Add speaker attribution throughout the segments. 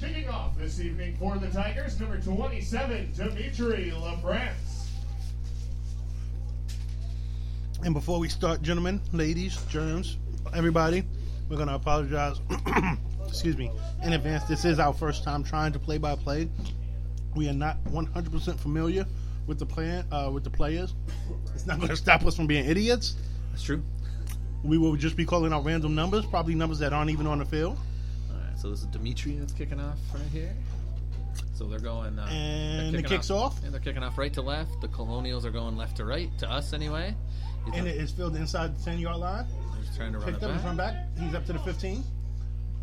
Speaker 1: Kicking off this evening for the Tigers, number 27, Dimitri LaFrance.
Speaker 2: And before we start, gentlemen, ladies, germs, everybody, we're going to apologize. excuse me, in advance. This is our first time trying to play by play. We are not 100% familiar with the plan uh, with the players. It's not going to stop us from being idiots.
Speaker 3: That's true.
Speaker 2: We will just be calling out random numbers, probably numbers that aren't even on the field.
Speaker 3: All right, so this is Dimitri that's kicking off right here. So they're going. Uh,
Speaker 2: And
Speaker 3: they're
Speaker 2: it kicks off.
Speaker 3: And they're kicking off right to left. The Colonials are going left to right to us anyway. He's
Speaker 2: And
Speaker 3: up-
Speaker 2: it is filled inside the 10 yard line.
Speaker 3: they're just trying to run it
Speaker 2: Picked up in
Speaker 3: back.
Speaker 2: front back. He's up to the 15.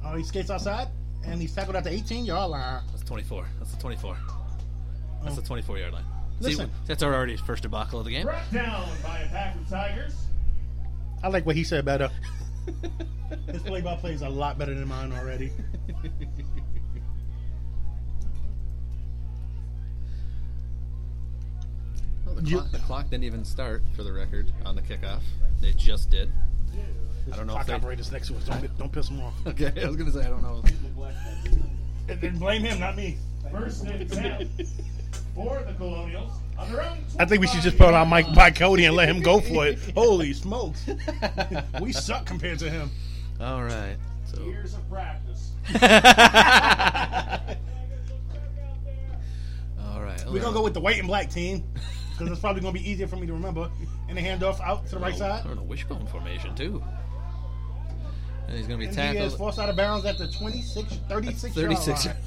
Speaker 2: Uh, he skates outside and he's tackled at the 18 yard line.
Speaker 3: That's 24. That's the 24. That's the 24 yard line.
Speaker 2: Oh. Listen.
Speaker 3: See, that's our already first debacle of the game.
Speaker 1: Brought down by a pack of Tigers.
Speaker 2: I like what he said uh, better. His play by play is a lot better than mine already.
Speaker 3: Well, the,
Speaker 2: You-
Speaker 3: clock, the clock didn't even start, for the record, on the kickoff. They just did. I don't know
Speaker 2: Clock
Speaker 3: if they-
Speaker 2: operators next to us. Don't, don't piss him off.
Speaker 3: Okay, I was gonna say I don't know.
Speaker 2: And then blame him, not me.
Speaker 1: First and 10 for the Colonials on their own.
Speaker 2: I think we should just put our Mike by Cody and let him go for it. Holy smokes. we suck compared to him.
Speaker 3: All right. So
Speaker 1: Years of practice.
Speaker 3: all right.
Speaker 2: We're going to go with the white and black team because it's probably going to be easier for me to remember. And the handoff out to the right side.
Speaker 3: We're in a wishbone formation too. And he's gonna be
Speaker 2: And he is
Speaker 3: tackled.
Speaker 2: forced out of bounds at the 26, 36
Speaker 3: 36
Speaker 2: yard line.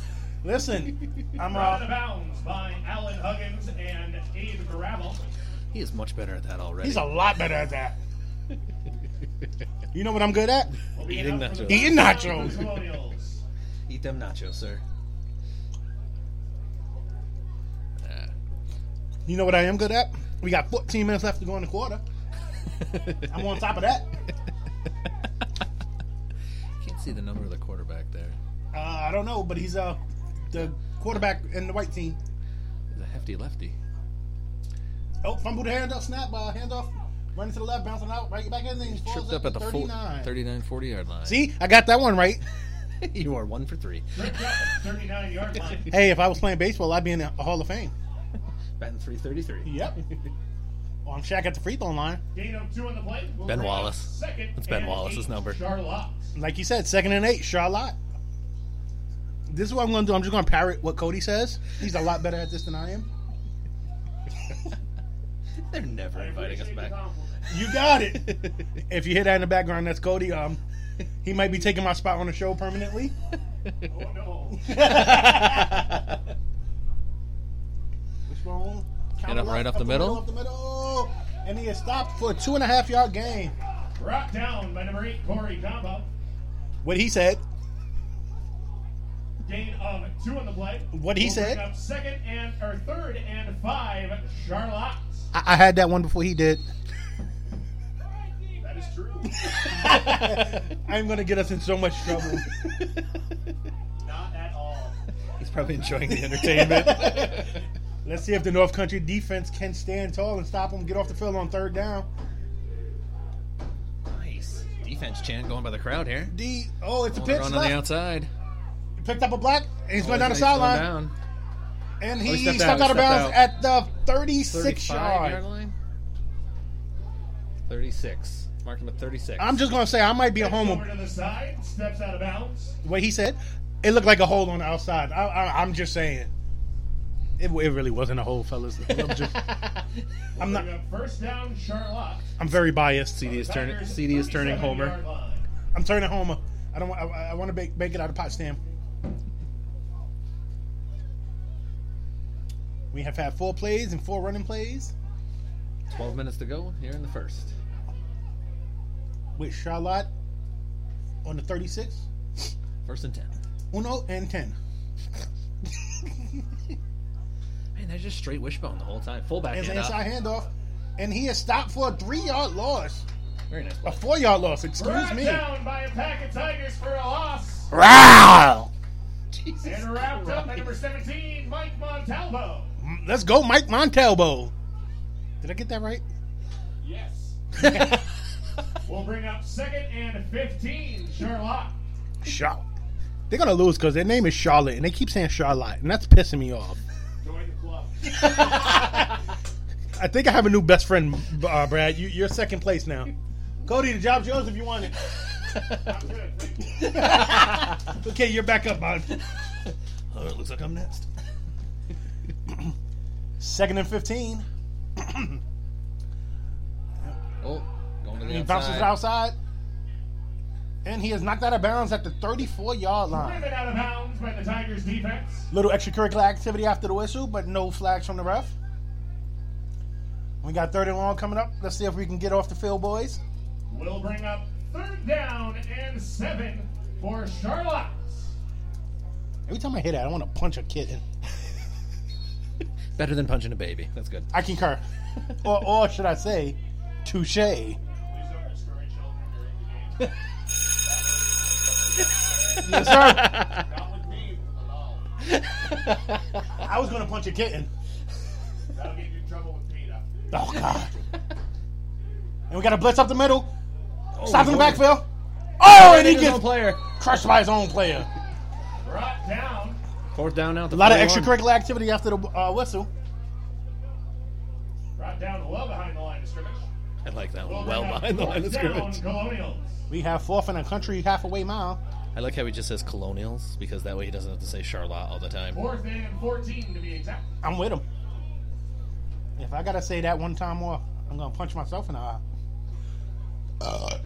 Speaker 2: Listen, I'm
Speaker 1: Out of
Speaker 2: uh,
Speaker 1: bounds by Alan Huggins and Abe Gravel.
Speaker 3: He is much better at that already.
Speaker 2: he's a lot better at that. You know what I'm good at?
Speaker 3: Eating nachos.
Speaker 2: Eating nachos.
Speaker 1: Colonials.
Speaker 3: Eat them nachos, sir. Ah.
Speaker 2: You know what I am good at? We got 14 minutes left to go in the quarter. I'm on top of that.
Speaker 3: Can't see the number of the quarterback there.
Speaker 2: Uh, I don't know, but he's uh, the quarterback in the white team.
Speaker 3: He's a hefty lefty.
Speaker 2: Oh, fumble the handoff, snap, uh, handoff, running to the left, bouncing out, right back in, then he falls
Speaker 3: Tripped up at the
Speaker 2: 39.
Speaker 3: 39 40 yard line.
Speaker 2: See, I got that one right.
Speaker 3: you are one for three.
Speaker 1: Tripped up at 39 yard line.
Speaker 2: hey, if I was playing baseball, I'd be in the Hall of Fame.
Speaker 3: Batting 333.
Speaker 2: Yep. Well, I'm Shaq at the free throw line.
Speaker 1: Gain of two on the plate. We'll
Speaker 3: Ben
Speaker 1: bring up
Speaker 3: Wallace.
Speaker 1: Second
Speaker 3: It's Ben
Speaker 1: and
Speaker 3: Wallace's
Speaker 1: eight,
Speaker 3: number.
Speaker 1: Charlotte.
Speaker 2: Like you said, second and eight, Charlotte. This is what I'm going to do. I'm just going to parrot what Cody says. He's a lot better at this than I am.
Speaker 3: They're never
Speaker 1: I
Speaker 3: inviting us
Speaker 1: appreciate the
Speaker 3: back.
Speaker 1: compliment.
Speaker 2: You got it. if you hear that in the background, that's Cody. Um, he might be taking my spot on the show permanently.
Speaker 1: Oh, no.
Speaker 2: Wishbone.
Speaker 3: Hit him right up the middle.
Speaker 2: Up the middle. And he is stopped for a two and a half yard gain.
Speaker 1: Brought down by number eight, Corey Combo.
Speaker 2: What he said.
Speaker 1: Gain of two on the play.
Speaker 2: What he
Speaker 1: We'll bring
Speaker 2: said?
Speaker 1: Up second and or third and five, Charlotte.
Speaker 2: I, I had that one before he did.
Speaker 1: That is true.
Speaker 2: I'm going to get us in so much trouble.
Speaker 1: Not at all.
Speaker 3: He's probably enjoying the entertainment.
Speaker 2: Let's see if the North Country defense can stand tall and stop him, get off the field on third down.
Speaker 3: nice. Defense chant going by the crowd here.
Speaker 2: D. Oh, it's a
Speaker 3: Oh,
Speaker 2: pitch.
Speaker 3: they're on, the
Speaker 2: left.
Speaker 3: outside.
Speaker 2: Picked up a block, and he's going down the
Speaker 3: He's going
Speaker 2: sideline.
Speaker 3: down.
Speaker 2: And
Speaker 3: Oh,
Speaker 2: he
Speaker 3: he stepped
Speaker 2: stepped,
Speaker 3: out, he
Speaker 2: out of
Speaker 3: stepped
Speaker 2: bounds
Speaker 3: out.
Speaker 2: at the 36
Speaker 3: 35
Speaker 2: yard.
Speaker 3: yard line. 36. Marked him at 36.
Speaker 2: I'm just going to say, I might be a
Speaker 1: Over
Speaker 2: homer.
Speaker 1: to the side, steps out of bounds.
Speaker 2: What he said, it looked like a hole on the outside. I, I, I'm just saying. It, it really wasn't a hole, fellas. I'm, just, I'm not.
Speaker 1: Bring up first down, Charlotte.
Speaker 2: I'm very biased.
Speaker 3: CD is turning.
Speaker 1: Tigers,
Speaker 3: CD is turning
Speaker 1: 37
Speaker 3: homer.
Speaker 1: yard line.
Speaker 2: I'm turning homer. I don't. want- I, I want to bake, bake it out of pot stand. We have had four plays and four running plays
Speaker 3: 12 minutes to go here in the first.
Speaker 2: with Charlotte on the 36,
Speaker 3: First and ten.
Speaker 2: uno and 10.
Speaker 3: Man, they're just straight wishbone the whole time. Fullback
Speaker 2: It's an
Speaker 3: hand up.
Speaker 2: inside handoff, and he is stopped for a three yard loss,
Speaker 3: Very nice.
Speaker 2: a
Speaker 3: Play.
Speaker 2: four yard loss. Excuse
Speaker 1: Brought
Speaker 2: me.
Speaker 1: down by a pack of Tigers for a loss.
Speaker 2: Wow. Oh,
Speaker 1: And wrapped up by number 17, Mike Montalvo.
Speaker 2: Mm, Let's go, Mike Montalbo. Did I get that right?
Speaker 1: Yes. we'll bring up second and 15, Sherlock.
Speaker 2: Charlotte. They're gonna lose because their name is Charlotte, and they keep saying Charlotte, and that's pissing me off.
Speaker 1: Join the club.
Speaker 2: I think I have a new best friend, uh, Brad. You, you're second place now. Cody, the job's yours if you want it.
Speaker 1: I'm good. Thank you.
Speaker 2: Okay, you're back up, bud. oh, it looks like I'm next. second and fifteen.
Speaker 3: Oh, going to
Speaker 2: And
Speaker 3: the
Speaker 2: he bounces it
Speaker 3: outside.
Speaker 2: outside, and he is knocked out of bounds at the 34 yard line.
Speaker 1: Driven out of bounds by the Tigers defense.
Speaker 2: Little extracurricular activity after the whistle, but no flags from the ref. We got third and long coming up. Let's see if we can get off the field, boys.
Speaker 1: We'll bring up third down and seven for Charlotte.
Speaker 2: Every time I hear that, I want to punch a kitten.
Speaker 3: Better than punching a baby. That's good.
Speaker 2: I concur. or, or should I say, touche. Yes,
Speaker 1: Please don't destroy children during the game.
Speaker 2: sir.
Speaker 1: Not with me alone.
Speaker 2: I was going to punch a kitten.
Speaker 1: That'll get you in trouble with PETA.
Speaker 2: Oh, God. and we got to blitz up the middle. Stop in the
Speaker 3: Lord.
Speaker 2: backfield. Oh, and he
Speaker 3: There's no
Speaker 2: gets
Speaker 3: player.
Speaker 2: crushed by his own player.
Speaker 1: Brought down.
Speaker 3: Fourth down out.
Speaker 2: A lot of extracurricular activity after the uh, whistle.
Speaker 1: Brought down well behind the line of scrimmage.
Speaker 3: I like that
Speaker 1: We'll
Speaker 3: one. Well
Speaker 1: bring up
Speaker 3: behind the line of
Speaker 1: fourth down,
Speaker 3: scrimmage.
Speaker 1: Colonials.
Speaker 2: We have fourth and a country half away mile.
Speaker 3: I like how he just says colonials because that way he doesn't have to say Charlotte all the time.
Speaker 1: Fourth and 14 to be exact.
Speaker 2: I'm with him. If I gotta say that one time more, I'm gonna punch myself in the eye.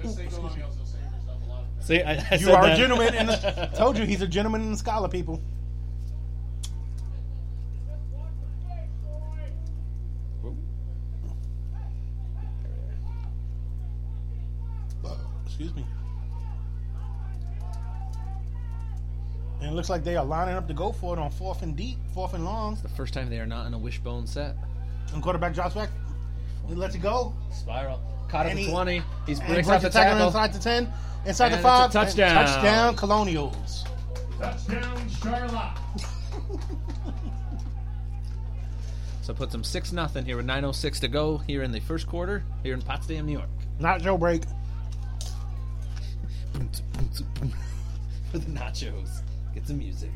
Speaker 1: Just say Colonials, you'll save yourself a lot of
Speaker 3: See, I, I
Speaker 2: You
Speaker 3: said
Speaker 2: are
Speaker 3: that.
Speaker 2: a gentleman, and told you he's a gentleman and a scholar, people. Excuse me. And it looks like they are lining up to go for it on fourth and deep, fourth and long.
Speaker 3: the first time they are not in a wishbone set.
Speaker 2: And quarterback drops back. He lets it go.
Speaker 3: Spiral. Caught at
Speaker 2: And
Speaker 3: the
Speaker 2: he-
Speaker 3: 20. He's
Speaker 2: And
Speaker 3: breaks
Speaker 2: breaks
Speaker 3: out the
Speaker 2: the tackle
Speaker 3: tackle.
Speaker 2: inside the 10, inside
Speaker 3: And
Speaker 2: the
Speaker 3: it's a
Speaker 2: 5. and
Speaker 3: touchdown.
Speaker 2: touchdown, Colonials.
Speaker 1: Touchdown, Charlotte.
Speaker 3: So it puts them 6 nothing here with 9.06 to go here in the first quarter here in Potsdam, New York.
Speaker 2: Not Joe Break.
Speaker 3: For the nachos. Get some music.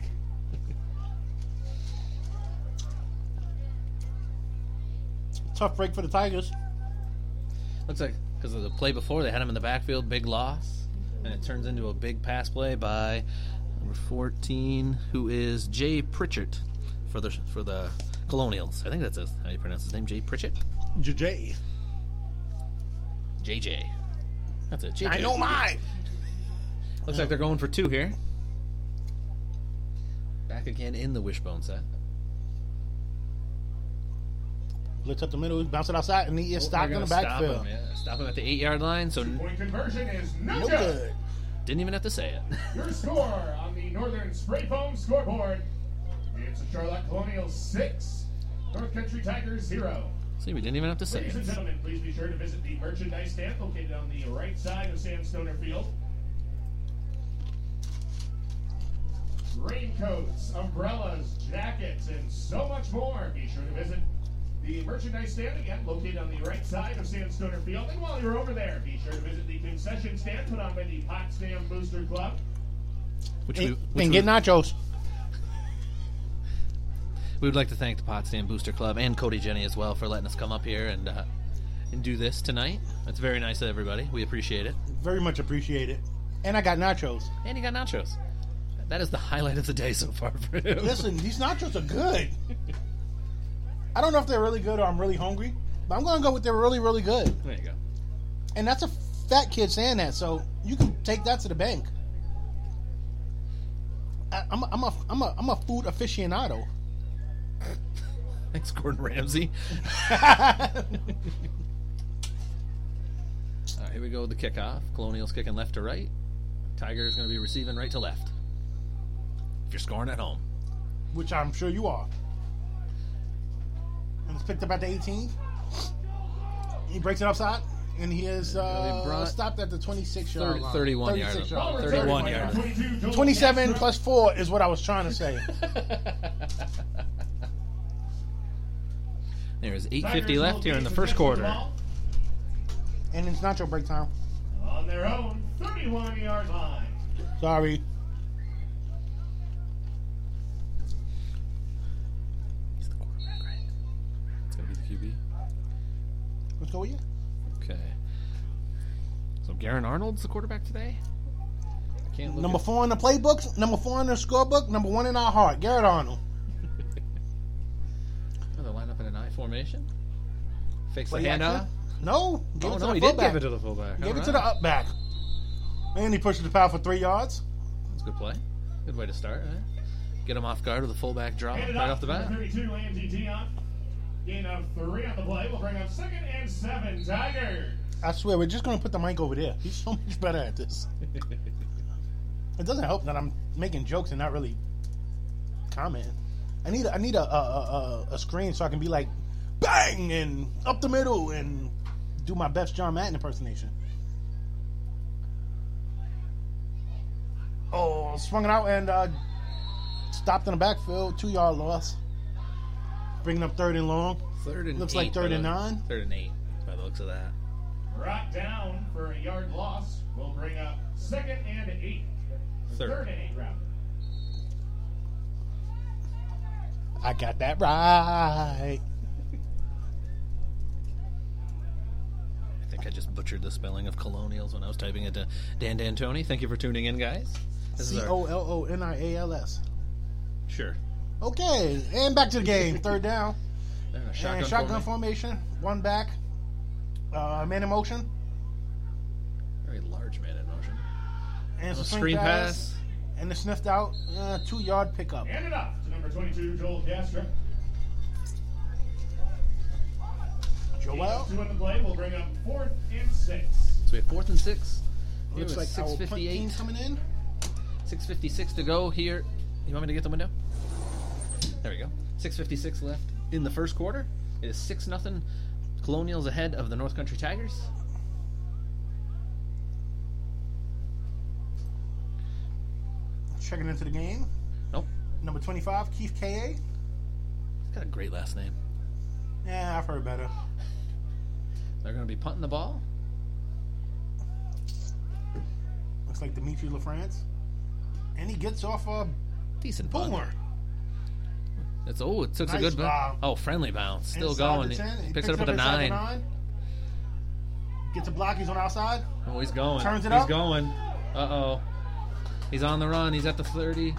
Speaker 2: Tough break for the Tigers.
Speaker 3: Looks like because of the play before, they had him in the backfield, big loss. And it turns into a big pass play by number 14, who is Jay Pritchett for the for the Colonials. I think that's his- how you pronounce his name, Jay Pritchett.
Speaker 2: JJ.
Speaker 3: JJ. That's it. JJ.
Speaker 2: I know mine.
Speaker 3: Looks like they're going for two here. Back again in the wishbone set.
Speaker 2: Blitz up the middle, bounce it outside, and he is stopped in
Speaker 3: They're
Speaker 2: the
Speaker 3: gonna Stop
Speaker 2: backfield.
Speaker 3: him, yeah. Stop him at the eight yard line, so
Speaker 1: Point conversion is no,
Speaker 2: No good.
Speaker 3: didn't even have to say it.
Speaker 1: Your score on the Northern Spray Foam scoreboard. It's the Charlotte Colonials 6, North Country Tigers 0.
Speaker 3: See, we didn't even have to say
Speaker 1: Ladies and
Speaker 3: it.
Speaker 1: gentlemen, please be sure to visit the merchandise stand located on the right side of Sam Stoner Field. Raincoats, umbrellas, jackets, and so much more. Be sure to visit the merchandise stand again located on the right side of Sam Stoner Field. And while you're over there, be sure to visit the concession stand put on by the Potsdam Booster Club.
Speaker 3: Which, we,
Speaker 2: And,
Speaker 3: which
Speaker 2: and
Speaker 3: we,
Speaker 2: get nachos.
Speaker 3: we would like to thank the Potsdam Booster Club and Cody Jenny as well for letting us come up here and uh, and do this tonight. That's very nice of everybody. We appreciate it.
Speaker 2: Very much appreciated. And I got nachos.
Speaker 3: And you got nachos. That is the highlight of the day so far for him.
Speaker 2: Listen, these nachos are good. I don't know if they're really good or I'm really hungry, but I'm gonna go with they're really, really good.
Speaker 3: There you go.
Speaker 2: And that's a fat kid saying that, so you can take that to the bank. I, I'm, a, I'm, a, I'm, a, I'm a food aficionado.
Speaker 3: Thanks, Gordon Ramsay. All right, here we go with the kickoff. Colonials kicking left to right. Tiger is going to be receiving right to left. If you're scoring at home,
Speaker 2: which I'm sure you are. And it's picked up at the 18. He breaks it upside, and he is
Speaker 3: they
Speaker 2: uh,
Speaker 3: brought
Speaker 2: stopped at the 26 yard
Speaker 3: 30
Speaker 2: line.
Speaker 3: 31 yard
Speaker 2: 36
Speaker 3: line.
Speaker 2: line.
Speaker 3: 31 yard.
Speaker 2: 27 plus 4 is what I was trying to say.
Speaker 3: there is 8:50 left here in the first quarter.
Speaker 2: and it's not your break time.
Speaker 1: On their own 31 yard line.
Speaker 2: Sorry.
Speaker 3: He's the quarterback, right? It's going to be the QB.
Speaker 2: Let's go with you.
Speaker 3: Okay. So Garen Arnold's the quarterback today. I can't look
Speaker 2: Number
Speaker 3: at-
Speaker 2: four in the playbooks, number four in the scorebook, number one in our heart, Garrett Arnold.
Speaker 3: Oh, they line up in an I formation. Fakes the
Speaker 2: Play
Speaker 3: handoff.
Speaker 2: action? No. Give
Speaker 3: Oh
Speaker 2: it to
Speaker 3: no,
Speaker 2: the
Speaker 3: he did
Speaker 2: fullback.
Speaker 3: give it to the fullback.
Speaker 2: Give
Speaker 3: All
Speaker 2: it to the
Speaker 3: right.
Speaker 2: up back. And he pushed the foul for three yards.
Speaker 3: That's a good play. Good way to start. eh? Get him off guard with a fullback drop
Speaker 1: Hand it
Speaker 3: Oh, right
Speaker 1: off
Speaker 3: off the
Speaker 1: to number
Speaker 3: bat.
Speaker 1: 32, Angie Dion. Gain of three on the play. We'll bring up second and seven, Tiger.
Speaker 2: I swear, we're just going to put the mic over there. He's so much better at this. It doesn't help that I'm making jokes and not really commenting. I need I need a a, a, a screen so I can be like, bang and up the middle and do my best John Madden impersonation. Oh, swung it out and uh, stopped in the backfield, two yard loss, bringing up third and long.
Speaker 3: Third and
Speaker 2: Looks like
Speaker 3: eight by
Speaker 2: third and
Speaker 3: the-
Speaker 2: nine.
Speaker 3: Third and eight by the looks of that.
Speaker 1: Brought down for a yard loss. We'll bring up second and eight.
Speaker 3: Third.
Speaker 1: Third and eight round.
Speaker 2: I got that right.
Speaker 3: I think I just butchered the spelling of colonials when I was typing it to Dan D'Antoni. Thank you for tuning in, guys. This
Speaker 2: C
Speaker 3: is our
Speaker 2: O L O N I A L S.
Speaker 3: sure.
Speaker 2: Okay, and back to the game. Third down.
Speaker 3: They're in a
Speaker 2: Shotgun
Speaker 3: shotgun,
Speaker 2: and shotgun
Speaker 3: form.
Speaker 2: formation. One back. Uh, man in motion.
Speaker 3: Very large man in motion.
Speaker 2: And it's
Speaker 3: A
Speaker 2: a swing
Speaker 3: screen
Speaker 2: pass,
Speaker 3: pass.
Speaker 2: And it sniffed out. Uh, two yard pickup.
Speaker 1: Hand it off to number 22, Joel Castro.
Speaker 2: Joel.
Speaker 1: Two on the play. We'll bring up fourth and six.
Speaker 3: So we have fourth and six. It
Speaker 2: Looks
Speaker 3: was
Speaker 2: like our punt team
Speaker 3: 658.
Speaker 2: coming in.
Speaker 3: 656 to go here. You want me to get the window? There we go. 656 left in the first quarter. It is 6 nothing. Colonials ahead of the North Country Tigers.
Speaker 2: Checking into the game.
Speaker 3: Nope.
Speaker 2: Number 25, Keith K.A.
Speaker 3: He's got a great last name.
Speaker 2: Yeah, I've heard better.
Speaker 3: They're going to be punting the ball.
Speaker 2: Looks like Dimitri LaFrance. And he gets off a
Speaker 3: Decent punt.
Speaker 2: boomer.
Speaker 3: It's oh, it took a
Speaker 2: Nice
Speaker 3: good bounce.
Speaker 2: bounce.
Speaker 3: Oh, friendly bounce, still
Speaker 2: Inside
Speaker 3: going.
Speaker 2: the
Speaker 3: He
Speaker 2: 10. He
Speaker 3: picks it up at the
Speaker 2: inside
Speaker 3: nine.
Speaker 2: Gets a block. He's on outside.
Speaker 3: Oh, he's going.
Speaker 2: Turns it
Speaker 3: he's
Speaker 2: up.
Speaker 3: going. Uh oh, he's on the run. He's at the thirty,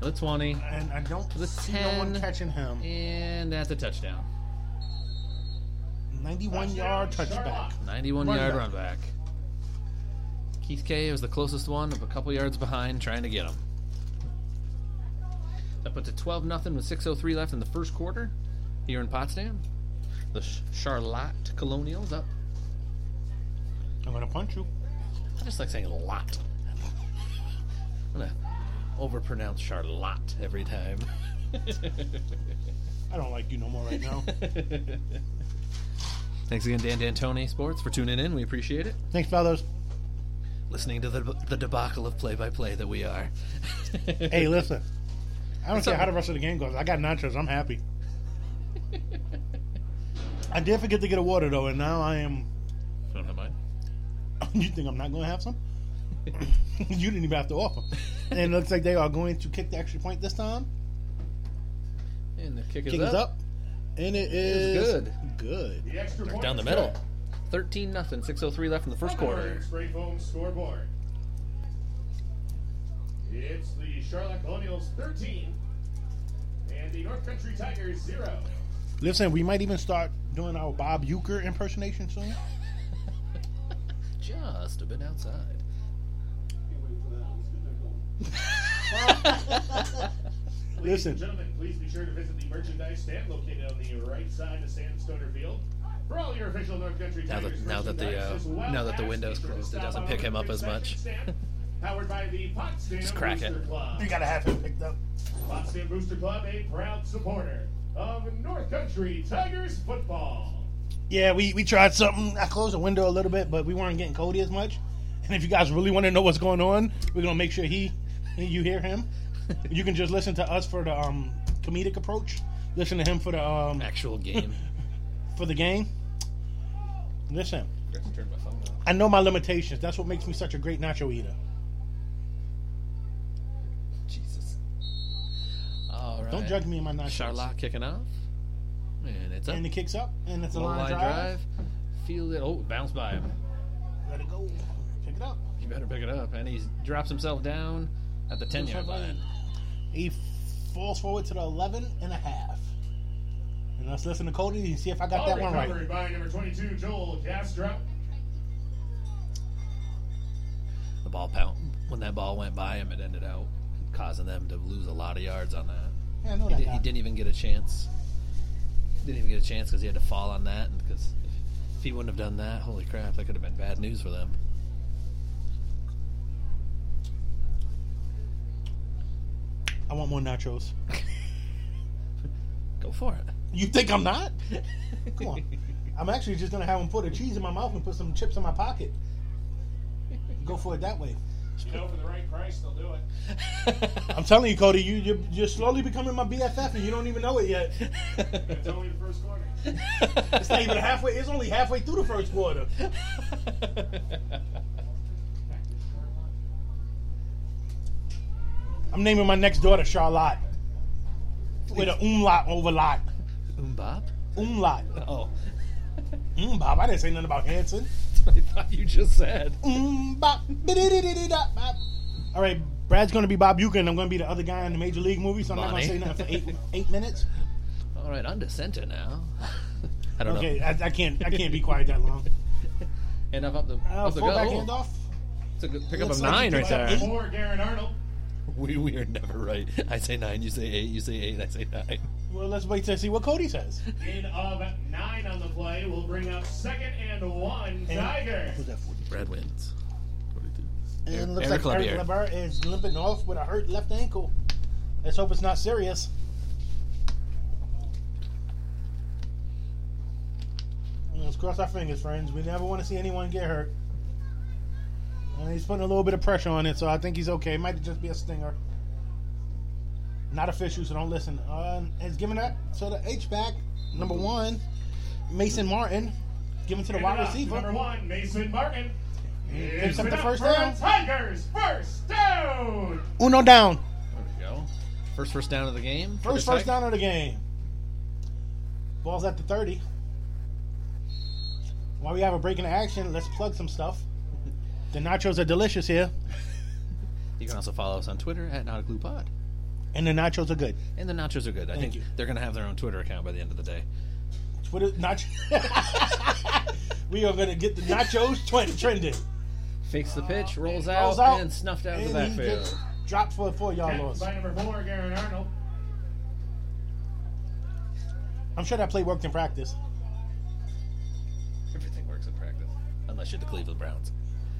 Speaker 3: the twenty,
Speaker 2: And I don't
Speaker 3: the
Speaker 2: see no one
Speaker 3: 10.
Speaker 2: catching him.
Speaker 3: and that's a touchdown.
Speaker 2: 91 yard touchback.
Speaker 3: Ninety-one
Speaker 2: Run
Speaker 3: yard
Speaker 2: back.
Speaker 3: run back. Keith K was the closest one, a couple yards behind, trying to get him. That puts it twelve nothing with six oh three left in the first quarter. Here in Potsdam, the Sh- Charlotte Colonials up.
Speaker 2: I'm going to punch you.
Speaker 3: I just like saying lot. I'm gonna overpronounce Charlotte every time.
Speaker 2: I don't like you no more right now.
Speaker 3: Thanks again, Dan D'Antoni Sports, for tuning in. We appreciate it.
Speaker 2: Thanks, fellas.
Speaker 3: Listening to the, the debacle of play by play that we are.
Speaker 2: Hey, listen. I don't
Speaker 3: What's
Speaker 2: care
Speaker 3: up?
Speaker 2: how the rest of the game goes. I got nachos. I'm happy. I did forget to get a water though, and now I am.
Speaker 3: Don't have mine.
Speaker 2: You think I'm not going to have some? you didn't even have to offer. And it looks like they are going to kick the extra point this time.
Speaker 3: And the kick is,
Speaker 2: Kick
Speaker 3: up.
Speaker 2: is up, and it
Speaker 3: is
Speaker 2: is
Speaker 3: good.
Speaker 2: Good.
Speaker 1: The extra point
Speaker 3: Down the
Speaker 1: is
Speaker 3: middle.
Speaker 1: good.
Speaker 3: 13 nothing. 6.03 left in the first
Speaker 1: On the
Speaker 3: quarter.
Speaker 1: Northern Straight home scoreboard. It's the Charlotte Colonials 13 and the North Country Tigers 0.
Speaker 2: Listen, we might even start doing our Bob Euchre impersonation soon.
Speaker 3: Just a bit outside.
Speaker 1: Ladies and
Speaker 2: Listen.
Speaker 1: gentlemen, please be sure to visit the merchandise stand located on the right side of Sandstoner Field. For all your official North Country
Speaker 3: Now that-
Speaker 1: Tigers
Speaker 3: now that the,
Speaker 1: merchandise,
Speaker 3: uh,
Speaker 1: as well
Speaker 3: now that the
Speaker 1: as
Speaker 3: window's
Speaker 1: be sure to
Speaker 3: closed, it
Speaker 1: stop
Speaker 3: doesn't
Speaker 1: by
Speaker 3: pick
Speaker 1: the
Speaker 3: him up as
Speaker 1: concession
Speaker 3: much.
Speaker 1: stand Powered by the Potsdam
Speaker 3: Just crack
Speaker 1: Booster
Speaker 3: it.
Speaker 1: Club.
Speaker 2: You gotta have him picked up.
Speaker 1: Potsdam Booster Club, a proud supporter of North Country Tigers football.
Speaker 2: Yeah, we, we tried something. I closed the window a little bit, but we weren't getting Cody as much. And if you guys really want to know what's going on, we're gonna make sure he you hear him. You can just listen to us for the um, comedic approach. Listen to him for the um,
Speaker 3: Actual game.
Speaker 2: for the game. Listen,
Speaker 3: Just turned my phone off.
Speaker 2: I know my limitations. That's what makes me such a great nacho eater.
Speaker 3: Jesus. All right.
Speaker 2: Don't judge me in my nachos.
Speaker 3: Charlotte kicking off. And it's up.
Speaker 2: And it kicks up, and it's a
Speaker 3: Low
Speaker 2: line,
Speaker 3: line
Speaker 2: drive.
Speaker 3: drive. Field it. Oh, bounce by him.
Speaker 2: Let it go. Pick it up.
Speaker 3: You better pick it up. And he drops himself down at the 10 yard line.
Speaker 2: He falls forward to the 11 and a half. And let's listen to Cody and see if I got
Speaker 1: All
Speaker 2: that one right.
Speaker 1: recovered by number 22, Joel Castro.
Speaker 3: The ball pound. When that ball went by him, it ended out causing them to lose a lot of yards on that.
Speaker 2: Yeah, I know
Speaker 3: He,
Speaker 2: that
Speaker 3: did,
Speaker 2: guy.
Speaker 3: he didn't even get a chance. Didn't even get a chance because he had to fall on that. Because if, if he wouldn't have done that, holy crap, that could have been bad news for them.
Speaker 2: I want more nachos.
Speaker 3: Go for it.
Speaker 2: You think I'm not? Come on. I'm actually just going to have him put a cheese in my mouth and put some chips in my pocket. Go for it that way.
Speaker 1: You know, for the right price, they'll do it.
Speaker 2: I'm telling you, Cody, you, you're, you're slowly becoming my BFF and you don't even know it yet.
Speaker 1: It's only the first quarter.
Speaker 2: It's not even halfway. It's only halfway through the first quarter. I'm naming my next daughter Charlotte. With an umlaut over lot.
Speaker 3: Umbop?
Speaker 2: Umlaut.
Speaker 3: Oh.
Speaker 2: Mm, Bob, I didn't say nothing about Hanson.
Speaker 3: That's what I thought you just said.
Speaker 2: Mm, Bob. Ba-da-da-da-da-da, Bob. All right, Brad's going to be Bob Buchan. I'm going to be the other guy in the Major League movie, so I'm not going
Speaker 3: Bonnie.
Speaker 2: to say nothing for eight, eight minutes.
Speaker 3: All right, under center now. I don't
Speaker 2: Okay,
Speaker 3: know.
Speaker 2: I, I can't I can't be quiet that long.
Speaker 3: And up, up the,
Speaker 2: Uh,
Speaker 3: up the
Speaker 2: fullback
Speaker 3: goal.
Speaker 2: handoff.
Speaker 3: It's a good- pick up
Speaker 2: Looks
Speaker 3: a
Speaker 2: like
Speaker 3: nine
Speaker 2: he
Speaker 3: right
Speaker 2: picked up
Speaker 3: there.
Speaker 2: eight.
Speaker 1: Or Darren Arnold.
Speaker 3: We, we are never right. I say nine, you say eight, you say eight, I say nine.
Speaker 2: Well, let's wait to see what Cody says.
Speaker 1: In of nine on the play, will bring up second and one Tiger.
Speaker 2: Who's that for?
Speaker 3: Brad wins. 42.
Speaker 2: And it looks
Speaker 3: Eric
Speaker 2: like Eric
Speaker 3: Labier.
Speaker 2: LeBert is limping off with a hurt left ankle. Let's hope it's not serious. Let's cross our fingers, friends. We never want to see anyone get hurt. And he's putting a little bit of pressure on it, so I think he's okay. It might just be a stinger. Not official, so don't listen. Uh, it's given up to the H back number one, Mason Martin. Given to the
Speaker 1: And
Speaker 2: wide
Speaker 1: it up to Number
Speaker 2: receiver.
Speaker 1: one, Mason Martin.
Speaker 2: Picks
Speaker 1: It's
Speaker 2: up the
Speaker 1: enough
Speaker 2: first
Speaker 1: for a
Speaker 2: down.
Speaker 1: Tigers first down.
Speaker 2: Uno down.
Speaker 3: There we go. First first down of the game. for
Speaker 2: First
Speaker 3: the
Speaker 2: first
Speaker 3: Tigers.
Speaker 2: down of the game. Ball's at the 30. While we have a break in action, let's plug some stuff. The nachos are delicious here,
Speaker 3: You can also follow us on Twitter at Not a Glue Pod.
Speaker 2: and the nachos are good.
Speaker 3: And the nachos are good. I
Speaker 2: Thank
Speaker 3: think
Speaker 2: you.
Speaker 3: they're going to have their own Twitter account by the end of the day.
Speaker 2: Twitter nachos. we are gonna get the nachos twen- trending.
Speaker 3: Fakes the pitch, rolls out,
Speaker 2: Uh, Rolls out,
Speaker 3: and snuffed out of the
Speaker 2: And he gets
Speaker 3: backfield.
Speaker 2: dropped for a four-yard
Speaker 1: Picked
Speaker 2: loss.
Speaker 1: By number four, Garen Arnold.
Speaker 2: I'm sure that play worked in practice,
Speaker 3: Everything works in practice. Unless you're the Cleveland Browns.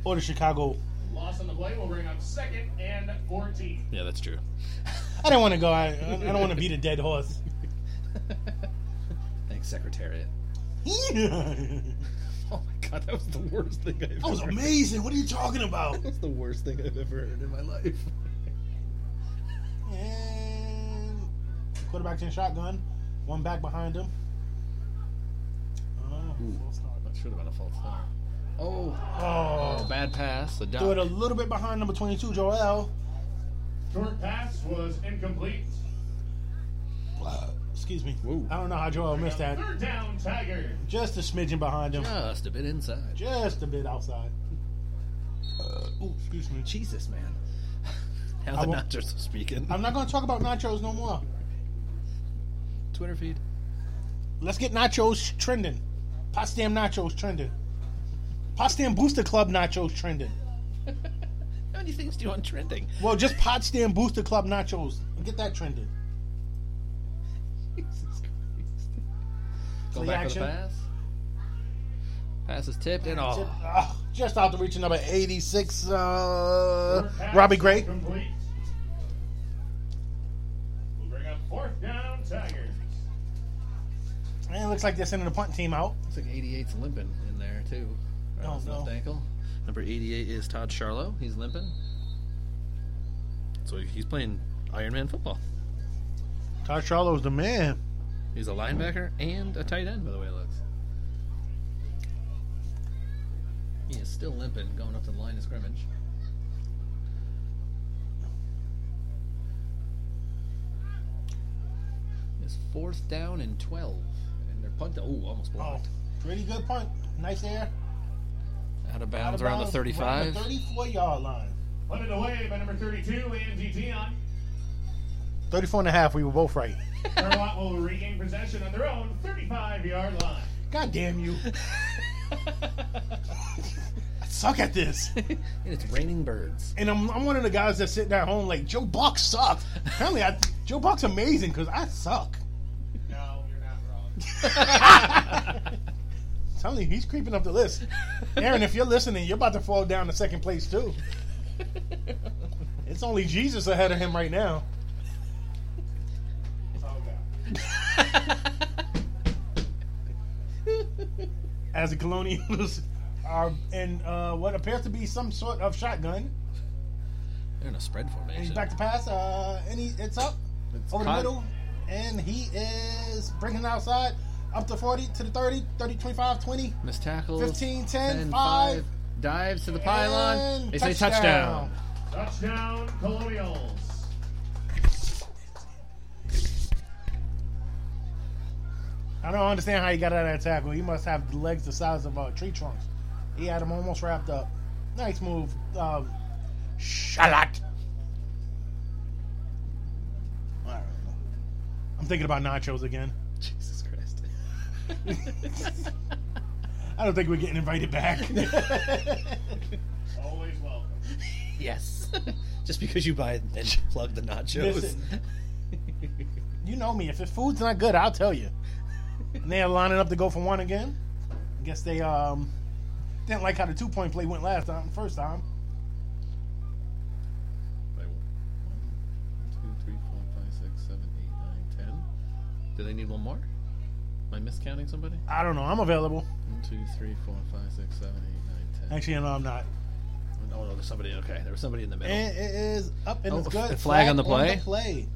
Speaker 2: or the Chicago.
Speaker 1: Loss on the play will bring up second and 14.
Speaker 3: Yeah, that's true.
Speaker 2: I don't want to go. I, I I don't want to beat a dead horse.
Speaker 3: Thanks, Secretariat.
Speaker 2: that
Speaker 3: Oh my god, that was the worst thing I've
Speaker 2: was
Speaker 3: ever
Speaker 2: amazing. What are you talking about?
Speaker 3: That's the worst thing I've ever heard in my life.
Speaker 2: And quarterback in shotgun. One back behind him. Oh, false start.
Speaker 3: That should have been a false start. Oh,
Speaker 2: Oh,
Speaker 3: oh bad pass. The
Speaker 2: threw it a
Speaker 3: dunk.
Speaker 2: little bit behind number 22, Joel.
Speaker 1: Short pass was incomplete.
Speaker 2: Excuse me.
Speaker 3: Whoa.
Speaker 2: I don't know how Joel missed that.
Speaker 1: Third down, Tiger.
Speaker 2: Just a smidgen behind him.
Speaker 3: Just a bit inside.
Speaker 2: Just a bit outside. Ooh, excuse me.
Speaker 3: Jesus, man. Now
Speaker 2: I
Speaker 3: the
Speaker 2: won't-
Speaker 3: nachos are speaking.
Speaker 2: I'm not going to talk about nachos no more.
Speaker 3: Twitter feed.
Speaker 2: Let's get nachos trending. Potsdam nachos trending. Potsdam Booster Club nachos trending.
Speaker 3: How many things do you want trending?
Speaker 2: Well, just Potsdam Booster Club nachos. Get that trending.
Speaker 3: Jesus Christ. Go
Speaker 2: Play
Speaker 3: back for
Speaker 2: action.
Speaker 3: the pass. Pass is tipped and
Speaker 2: Tip-
Speaker 3: all.
Speaker 2: Oh, Just out the reach of number 86, uh, Robbie Gray.
Speaker 1: Complete. We'll bring up fourth down, Tigers.
Speaker 2: And it looks like they're sending the punt team out.
Speaker 3: Looks like 88's limping in there too. Right
Speaker 2: Oh,
Speaker 3: on his
Speaker 2: no.
Speaker 3: left ankle. Number 88 is Todd Charlo. He's limping. So he's playing Iron Man football.
Speaker 2: Todd Charlo's the man.
Speaker 3: He's a linebacker and a tight end, by the way it looks. He is still limping going up to the line of scrimmage. It's fourth down and 12. And they're punting. Oh, almost
Speaker 2: Oh,
Speaker 3: blocked.
Speaker 2: pretty good punt. Nice air.
Speaker 3: Out of
Speaker 2: Oh. Out
Speaker 3: bounds
Speaker 2: of
Speaker 3: around the
Speaker 2: bounds, around
Speaker 3: 35.
Speaker 2: the 34 yard line.
Speaker 1: Led it away by number 32, Andy Dion.
Speaker 2: 34 and a half, we were both right.
Speaker 1: Charlotte will regain possession on their own 35 yard line.
Speaker 2: God damn you. I suck at this.
Speaker 3: and it's raining birds.
Speaker 2: And I'm, I'm one of the guys that's sitting at home like, Joe Buck sucks. Apparently, I, Joe Buck's amazing because I suck.
Speaker 1: No, you're not wrong.
Speaker 2: Telling you, he's creeping up the list. Aaron, if you're listening, you're about to fall down to second place, too. It's only Jesus ahead of him right now.
Speaker 1: Oh, God.
Speaker 2: As the Colonials are in uh, what appears to be some sort of shotgun.
Speaker 3: They're in a spread
Speaker 2: And he's
Speaker 3: formation.
Speaker 2: back to pass. Uh, and he, it's up
Speaker 3: It's
Speaker 2: over the
Speaker 3: hot.
Speaker 2: middle. And he is breaking it outside up to 40, to the 30, 30, 25, 20.
Speaker 3: Missed tackles.
Speaker 2: 15, 10,
Speaker 3: 10,
Speaker 2: five.
Speaker 3: Dives to the pylon.
Speaker 2: And
Speaker 3: They say touchdown.
Speaker 1: Touchdown, Colonials.
Speaker 2: I don't understand how he got out of that tackle. He must have legs the size of uh, tree trunks. He had him almost wrapped up. Nice move. Um, Shalat. All right. I'm thinking about nachos again.
Speaker 3: Jesus Christ.
Speaker 2: I don't think we're getting invited back.
Speaker 1: Always welcome.
Speaker 3: yes. Just because you buy and plug the nachos.
Speaker 2: Listen. you know me. If the food's not good, I'll tell you. And they're lining up to go for one again. I guess they um, didn't like how the two point play went last time, first time.
Speaker 3: Wait, one, two, three, four, five, six, seven, eight, nine, ten. Do they need one more? Am I miscounting somebody?
Speaker 2: I don't know. I'm available.
Speaker 3: One, two, three, four, five, six, seven, eight, nine, ten.
Speaker 2: Actually, no, I'm not.
Speaker 3: Oh no, there's somebody. Okay, there was somebody in the middle.
Speaker 2: And it is up and
Speaker 3: Oh,
Speaker 2: it's
Speaker 3: a
Speaker 2: good.
Speaker 3: flag on the play?
Speaker 2: play.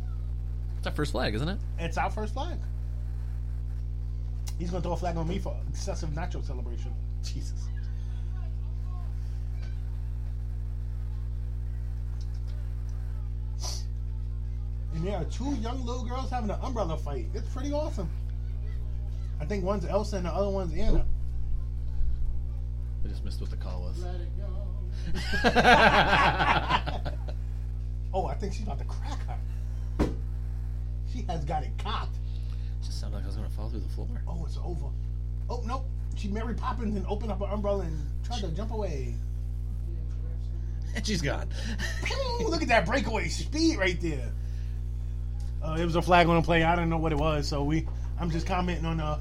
Speaker 3: It's our first flag, isn't it?
Speaker 2: It's our first flag. He's gonna throw a flag on me for excessive nacho celebration.
Speaker 3: Jesus.
Speaker 2: And there are two young little girls having an umbrella fight. It's pretty awesome. I think one's Elsa and the other one's Anna.
Speaker 3: I just missed what the call was.
Speaker 1: Let it go.
Speaker 2: Oh, I think she's about to crack her. She has got it cocked.
Speaker 3: just sounded like I was gonna fall through the floor.
Speaker 2: Oh, it's over. Oh no, she Mary Poppins and opened up her umbrella and tried to jump away.
Speaker 3: And she's gone.
Speaker 2: Pew! Look at that breakaway speed right there. Uh, it was a flag on the play. I didn't know what it was, so we. I'm just commenting on uh,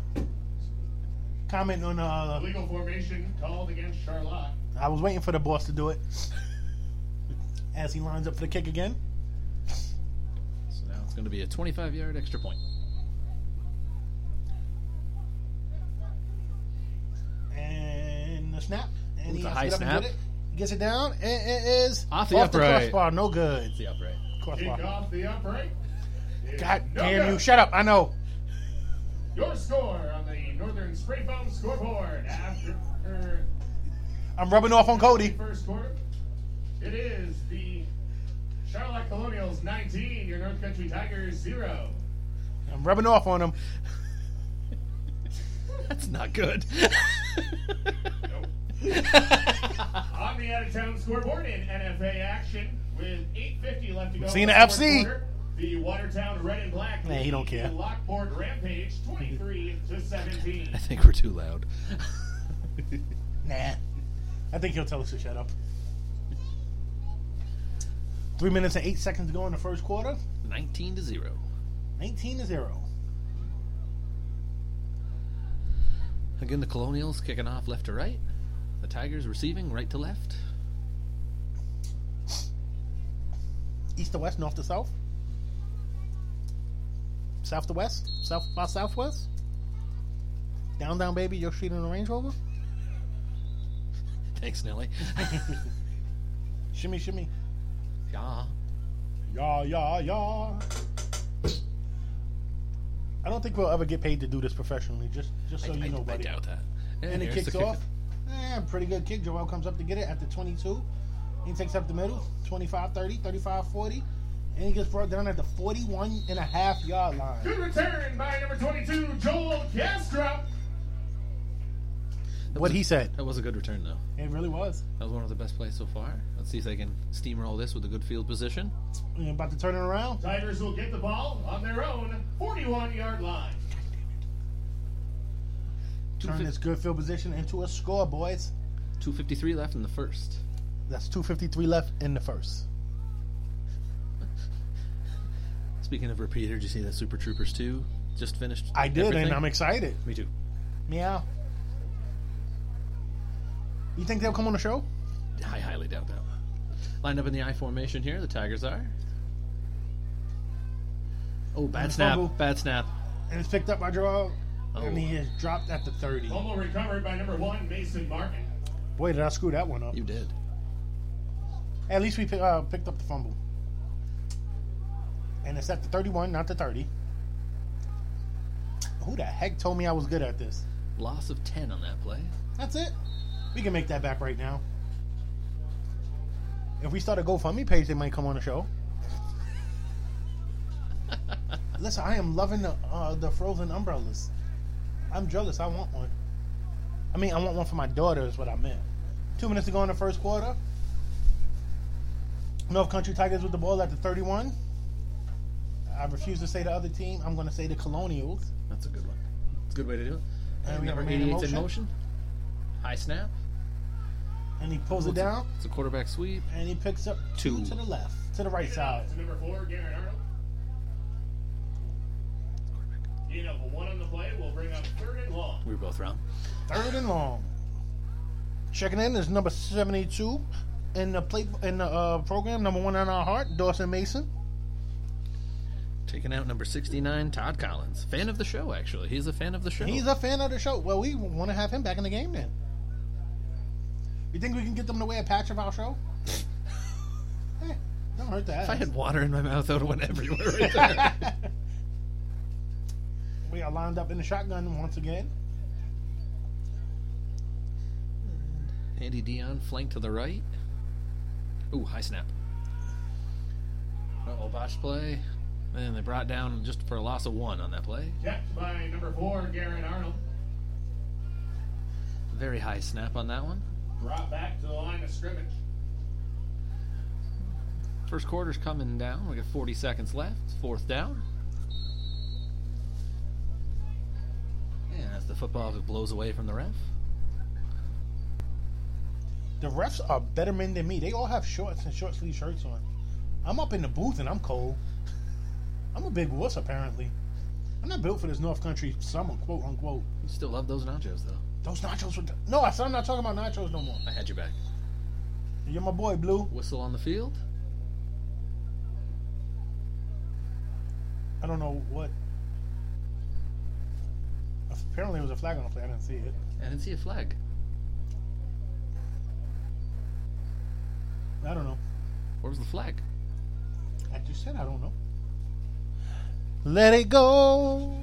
Speaker 2: commenting on uh.
Speaker 1: Illegal formation called against Charlotte.
Speaker 2: I was waiting for the boss to do it. As he lines up for the kick again,
Speaker 3: so now it's gonna be a 25 yard extra point.
Speaker 2: and the snap, and
Speaker 3: Ooh, it's a
Speaker 2: has to
Speaker 3: high
Speaker 2: get up and
Speaker 3: snap.
Speaker 2: get it. He gets it down. and It is
Speaker 3: Off the upright.
Speaker 2: crossbar. No good.
Speaker 3: The upright.
Speaker 1: Kick
Speaker 2: Crossbar.
Speaker 1: off the upright. It's
Speaker 2: God
Speaker 1: no
Speaker 2: damn
Speaker 1: good.
Speaker 2: you! Shut up. I know.
Speaker 1: Your score on the Northern Spray Foam scoreboard after
Speaker 2: I'm rubbing off on
Speaker 1: the
Speaker 2: Cody.
Speaker 1: first quarter. It is the Charlotte Colonials 19, your North Country Tigers 0.
Speaker 2: I'm rubbing off on him.
Speaker 3: That's not good.
Speaker 1: Nope. on the out of town scoreboard in NFA action with 8.50 left to go.
Speaker 2: Messina
Speaker 1: in the fourth
Speaker 2: FC.
Speaker 1: quarter, The Watertown Red and Black.
Speaker 2: Nah, he don't
Speaker 1: lead
Speaker 2: care.
Speaker 1: the Lockport Rampage 23 to 17.
Speaker 3: I think we're too loud.
Speaker 2: Nah. I think he'll tell us to shut up. Three minutes and eight seconds to go in the first quarter.
Speaker 3: 19 to zero.
Speaker 2: 19 to 0.
Speaker 3: Again, the Colonials kicking off left to right. The Tigers receiving right to left.
Speaker 2: East to west, north to south, south to west, south by southwest. Down, down, baby, you're shooting a Range Rover.
Speaker 3: Thanks, Nelly.
Speaker 2: Shimmy, shimmy.
Speaker 3: yeah.
Speaker 2: Yah, yah, yah. I don't think we'll ever get paid to do this professionally. Just, just so
Speaker 3: I,
Speaker 2: you
Speaker 3: I-
Speaker 2: know,
Speaker 3: I
Speaker 2: buddy.
Speaker 3: doubt that.
Speaker 2: And it
Speaker 3: here's
Speaker 2: kicks
Speaker 3: the kick-
Speaker 2: off. Eh, pretty good kick. Joel comes up to get it at the 22. He takes up the middle, 25 30, 35 40. And he gets brought down at the 41 and a half yard line.
Speaker 1: Good return by number 22, Joel Castro.
Speaker 3: That
Speaker 2: What
Speaker 3: was a-
Speaker 2: he said.
Speaker 3: That was a good return, though.
Speaker 2: It really was.
Speaker 3: That was one of the best plays so far. Let's see if they can steamroll this with a good field position.
Speaker 2: And about to turn it around.
Speaker 1: Tigers will get the ball on their own 41 yard line.
Speaker 2: Turn this good field position into a score, boys.
Speaker 3: 253 left in the first.
Speaker 2: That's 253 left in the first.
Speaker 3: Speaking of repeater, did you see that Super Troopers 2 just finished?
Speaker 2: I did,
Speaker 3: everything?
Speaker 2: and I'm excited.
Speaker 3: Me too.
Speaker 2: Meow. You think they'll come on the show?
Speaker 3: I highly doubt that. Lined up in the I formation here, the Tigers are. Oh, bad
Speaker 2: And
Speaker 3: snap.
Speaker 2: fumble.
Speaker 3: Bad snap.
Speaker 2: And it's picked up by Joel,
Speaker 3: Oh.
Speaker 2: and he is dropped at the 30.
Speaker 1: Fumble recovered by number one, Mason Martin.
Speaker 2: Boy, did I screw that one up.
Speaker 3: You did.
Speaker 2: At least we pick, uh, picked up the fumble. And it's at the 31, not the 30. Who the heck told me I was good at this?
Speaker 3: Loss of 10 on that play.
Speaker 2: That's it. We can make that back right now. If we start a GoFundMe page, they might come on the show. Listen, I am loving the uh, the frozen umbrellas. I'm jealous. I want one. I mean, I want one for my daughter. Is what I meant. Two minutes to go in the first quarter. North Country Tigers with the ball at the 31. I refuse to say the other team. I'm going to say the Colonials.
Speaker 3: That's a good one. It's a good way to do it.
Speaker 2: And we have
Speaker 3: Number
Speaker 2: a man in
Speaker 3: 88's in
Speaker 2: motion.
Speaker 3: motion. High snap.
Speaker 2: And he pulls it down
Speaker 3: It's a quarterback sweep.
Speaker 2: and he picks up two
Speaker 3: Two.
Speaker 2: to the left, to the right side.
Speaker 1: To number four, Garrett Arnold. Gain of one on the play will bring up third and long.
Speaker 3: We were both wrong.
Speaker 2: Third and long. Checking in is number seventy-two in the play in the uh, program. Number one in our heart, Dawson Mason.
Speaker 3: Taking out number 69, Todd Collins. Fan of the show, actually. He's a fan of the show.
Speaker 2: He's a fan of the show. Well, we want to have him back in the game then. You think we can get them to wear a patch of our show? Eh, don't hurt that.
Speaker 3: if I had water in my mouth, I would have went everywhere right there.
Speaker 2: we are lined up in the shotgun once again.
Speaker 3: Andy Dion flank to the right. Ooh, high snap. Uh oh, botch play. And they brought down just for a loss of one on that play.
Speaker 1: Kept by number four, Garrett Arnold.
Speaker 3: Very high snap on that one.
Speaker 1: Brought back to the line of scrimmage.
Speaker 3: First quarter's coming down. We got 40 seconds left. Fourth down. And as the football blows away from the ref.
Speaker 2: The refs are better men than me. They all have shorts and short sleeve shirts on. I'm up in the booth and I'm cold. I'm a big wuss apparently. I'm not built for this North Country summer, quote unquote.
Speaker 3: You still love those nachos, though.
Speaker 2: Those nachos were. No, I said I'm not talking about nachos no more.
Speaker 3: I had your back.
Speaker 2: You're my boy, Blue.
Speaker 3: Whistle on the field.
Speaker 2: I don't know what. Apparently, it was a flag on the play. I didn't see it.
Speaker 3: I didn't see a flag.
Speaker 2: I don't know.
Speaker 3: Where was the flag?
Speaker 2: I just said I don't know. Let it go.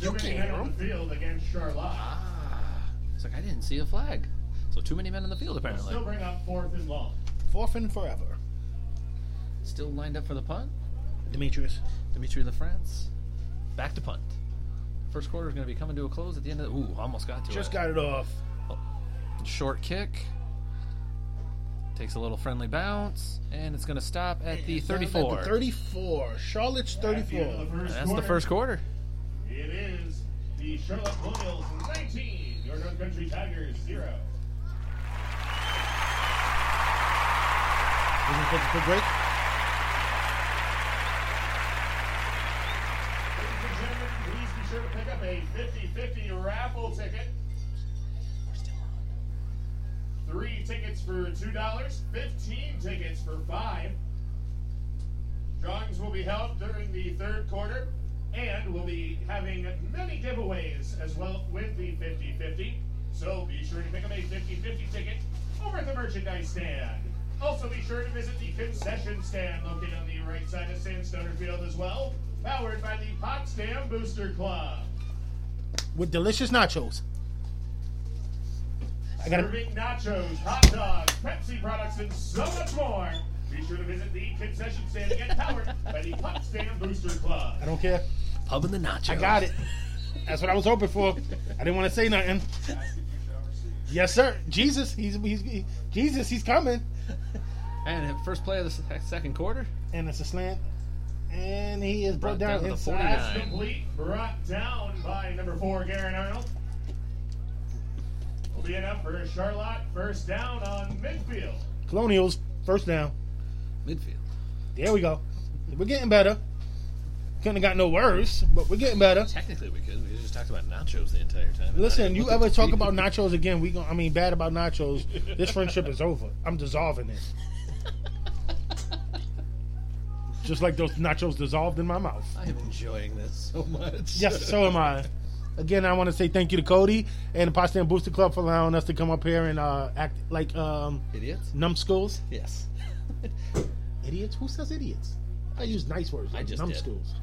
Speaker 1: You can't on the field against Charlotte.
Speaker 3: Ah. It's like, I didn't see a flag. So, too many men on the field, apparently.
Speaker 1: Still bring up fourth and long.
Speaker 2: Fourth and forever.
Speaker 3: Still lined up for the punt.
Speaker 2: Demetrius.
Speaker 3: Dimitri LaFrance. Back to punt. First quarter is going to be coming to a close at the end of the. Ooh, almost got to
Speaker 2: Just
Speaker 3: it.
Speaker 2: got it off.
Speaker 3: Short kick. Takes a little friendly bounce. And it's going to stop at the
Speaker 2: At
Speaker 3: 34.
Speaker 2: the 34. Charlotte's
Speaker 1: At the end
Speaker 2: 34.
Speaker 1: of the first
Speaker 3: That's the
Speaker 1: quarter,
Speaker 3: first quarter.
Speaker 1: It is the Charlotte Royals 19, your North Country Tigers 0.
Speaker 2: We're gonna take a quick break.
Speaker 1: Ladies and gentlemen, please be sure to pick up a 50-50 raffle ticket. tickets for two dollars, fifteen tickets for five. Drawings will be held during the third quarter, and we'll be having many giveaways as well with the 50-50. So be sure to pick up a 50-50 ticket over at the merchandise stand. Also be sure to visit the concession stand located on the right side of Sandstoner Field as well, powered by the Potsdam Booster Club.
Speaker 2: with delicious nachos. I got to
Speaker 1: Serving nachos, hot dogs, Pepsi products, and so much more. Be sure to visit the concession stand again, powered by the Potsdam Booster Club.
Speaker 2: I don't care.
Speaker 3: Pub in the nachos.
Speaker 2: I got it. That's what I was hoping for. I didn't want to say nothing. Yes, sir. Jesus, he's, he's he- Jesus. He's coming.
Speaker 3: And at first play of the se- second quarter,
Speaker 2: And it's a slant. And he is brought
Speaker 3: Brought down
Speaker 2: down
Speaker 3: to the
Speaker 2: inside.
Speaker 1: Pass complete, brought down by number four, Garen Arnold. Will be enough for Charlotte. First down on midfield.
Speaker 2: Colonials first down.
Speaker 3: midfield.
Speaker 2: There we go. We're getting better. Couldn't have got no worse, but we're getting better.
Speaker 3: Technically, we could. We just talked about nachos the entire time.
Speaker 2: Listen, you
Speaker 3: Look at
Speaker 2: ever
Speaker 3: the
Speaker 2: talk
Speaker 3: feet.
Speaker 2: about nachos again? We gon' I mean, bad about nachos. This friendship is over. I'm dissolving it. Just like those nachos dissolved in my mouth.
Speaker 3: I am enjoying this so much.
Speaker 2: Yes, so am I. Again, I want to say thank you to Cody and the Potsdam Booster Club for allowing us to come up here and uh, act like um,
Speaker 3: Idiots.
Speaker 2: numbskulls.
Speaker 3: Yes.
Speaker 2: Idiots? Who says idiots? I use nice words. Like
Speaker 3: I just did.
Speaker 2: numbskulls.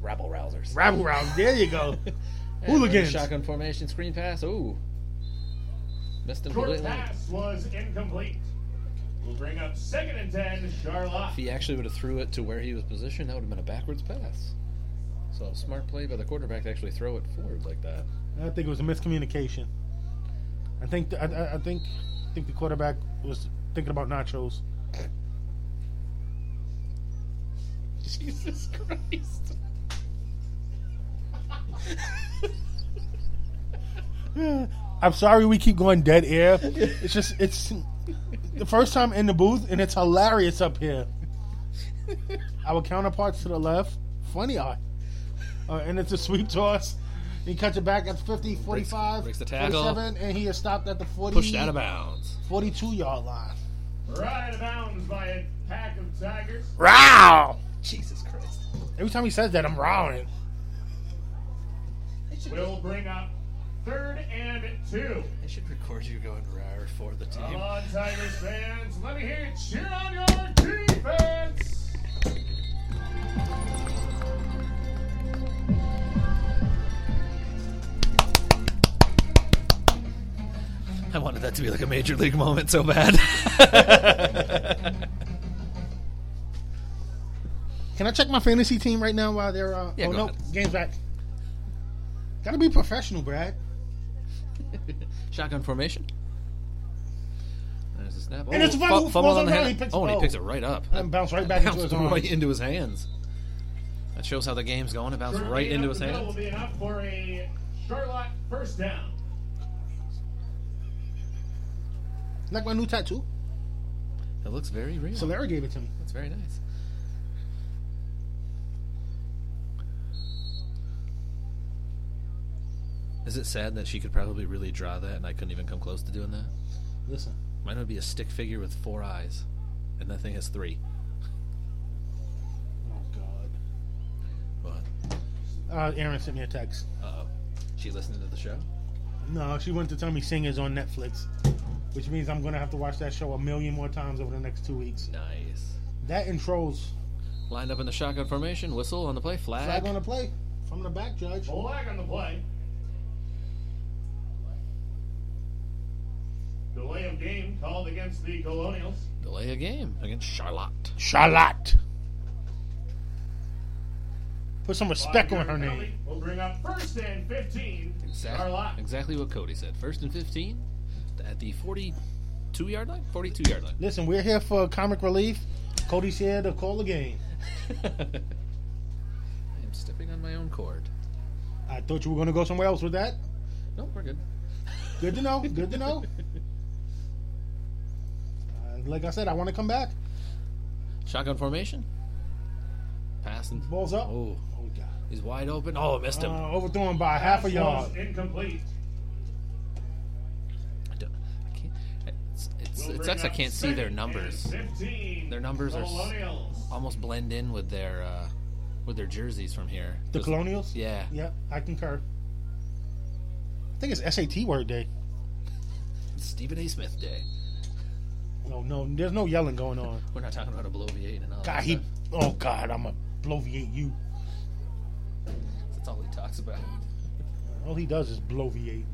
Speaker 3: Rabble rousers.
Speaker 2: Rabble rouse. There you go.
Speaker 3: And
Speaker 2: hooligans.
Speaker 3: Shotgun formation. Screen pass. Ooh. Missed him
Speaker 1: Short
Speaker 3: completely.
Speaker 1: pass was incomplete. We'll bring up second and ten, Charlotte.
Speaker 3: If he actually would have threw it to where he was positioned, that would have been a backwards pass. So smart play by the quarterback to actually throw it forward like that.
Speaker 2: I think it was a miscommunication. I think I, I, I think I think the quarterback was thinking about nachos.
Speaker 3: Jesus Christ.
Speaker 2: I'm sorry we keep going dead air. It's just it's the first time in the booth and it's hilarious up here. Our counterparts to the left, funny eye. Uh, and it's a sweep toss. He cuts it back at 50, 45,
Speaker 3: breaks the tackle.
Speaker 2: 47, and he is stopped at the 40,
Speaker 3: Pushed out of bounds.
Speaker 2: 42 yard line.
Speaker 1: Right out of bounds by a pack of Tigers.
Speaker 2: Wow!
Speaker 3: Jesus Christ.
Speaker 2: Every time he says that, I'm rowing.
Speaker 1: We'll bring up third and two.
Speaker 3: I should record you going rar for the
Speaker 1: Come
Speaker 3: team.
Speaker 1: on, Tigers fans. Let me hear you cheer on your defense.
Speaker 3: I wanted that to be like a major league moment so bad.
Speaker 2: Can I check my fantasy team right now while they're uh,
Speaker 3: Yeah,
Speaker 2: oh
Speaker 3: go
Speaker 2: no,
Speaker 3: ahead.
Speaker 2: game's back. Gotta be professional, Brad.
Speaker 3: Shotgun formation. There's a snap. Oh,
Speaker 2: And it's
Speaker 3: fu-
Speaker 2: Von who falls on
Speaker 3: the
Speaker 2: down,
Speaker 3: hand.
Speaker 2: he picks-
Speaker 3: oh, and he
Speaker 2: oh.
Speaker 3: picks it right up.
Speaker 2: And bounce right back into
Speaker 3: Bounced
Speaker 2: his arm.
Speaker 3: right into his hands. That shows how the game's going. It bounced right
Speaker 1: Up
Speaker 3: into his
Speaker 1: the middle
Speaker 3: hands.
Speaker 1: Will be enough for a Charlotte first down.
Speaker 2: Like my new tattoo.
Speaker 3: It looks very real.
Speaker 2: So Larry gave it to me.
Speaker 3: That's very nice. Is it sad that she could probably really draw that and I couldn't even come close to doing that?
Speaker 2: Listen,
Speaker 3: Mine would be a stick figure with four eyes, and that thing has three.
Speaker 2: oh god.
Speaker 3: But,
Speaker 2: Uh, Aaron sent me a text.
Speaker 3: uh oh. She listening to the show?
Speaker 2: No, she went to tell me Sing is on Netflix, which means I'm gonna have to watch that show a million more times over the next two weeks.
Speaker 3: Nice.
Speaker 2: That and trolls.
Speaker 3: Lined up in the shotgun formation, whistle on the play, flag.
Speaker 2: Flag on the play from the back, Judge.
Speaker 1: Flag on the play. Delay of game called against the Colonials.
Speaker 3: Delay a game against Charlotte.
Speaker 2: Charlotte. Put some respect on her
Speaker 1: Five-yard
Speaker 2: name.
Speaker 1: penalty Will bring up first and 15. Charlotte.
Speaker 3: Exactly, exactly what Cody said. First and 15 at the 42 yard line? 42 yard line.
Speaker 2: Listen, we're here for comic relief. Cody's here to call the game.
Speaker 3: I am stepping on my own cord.
Speaker 2: I thought you were going to go somewhere else with that.
Speaker 3: Nope, we're good.
Speaker 2: Good to know. Good to know. Uh, like I said, I want to come back.
Speaker 3: Shotgun formation. Passing.
Speaker 2: Ball's up.
Speaker 3: Oh,
Speaker 2: Oh, God.
Speaker 3: he's wide open. Oh, missed him.
Speaker 2: Uh, overthrown by half a
Speaker 1: Pass was
Speaker 2: yard.
Speaker 1: Incomplete.
Speaker 3: I don't, I can't, I- it's it's it sucks. I can't see their numbers. Their numbers are s- Almost blend in with their uh, with their jerseys from here.
Speaker 2: The
Speaker 3: 'Cause-
Speaker 2: Colonials?
Speaker 3: Yeah.
Speaker 2: Yep, I concur. I think it's SAT word day.
Speaker 3: Stephen A. Smith Day.
Speaker 2: No, Oh, no, there's no yelling going on.
Speaker 3: We're not talking about Obliviate and all
Speaker 2: God,
Speaker 3: that.
Speaker 2: he.
Speaker 3: stuff.
Speaker 2: Oh God, I'm gonna bloviate you.
Speaker 3: That's all he talks about.
Speaker 2: All he does is bloviate.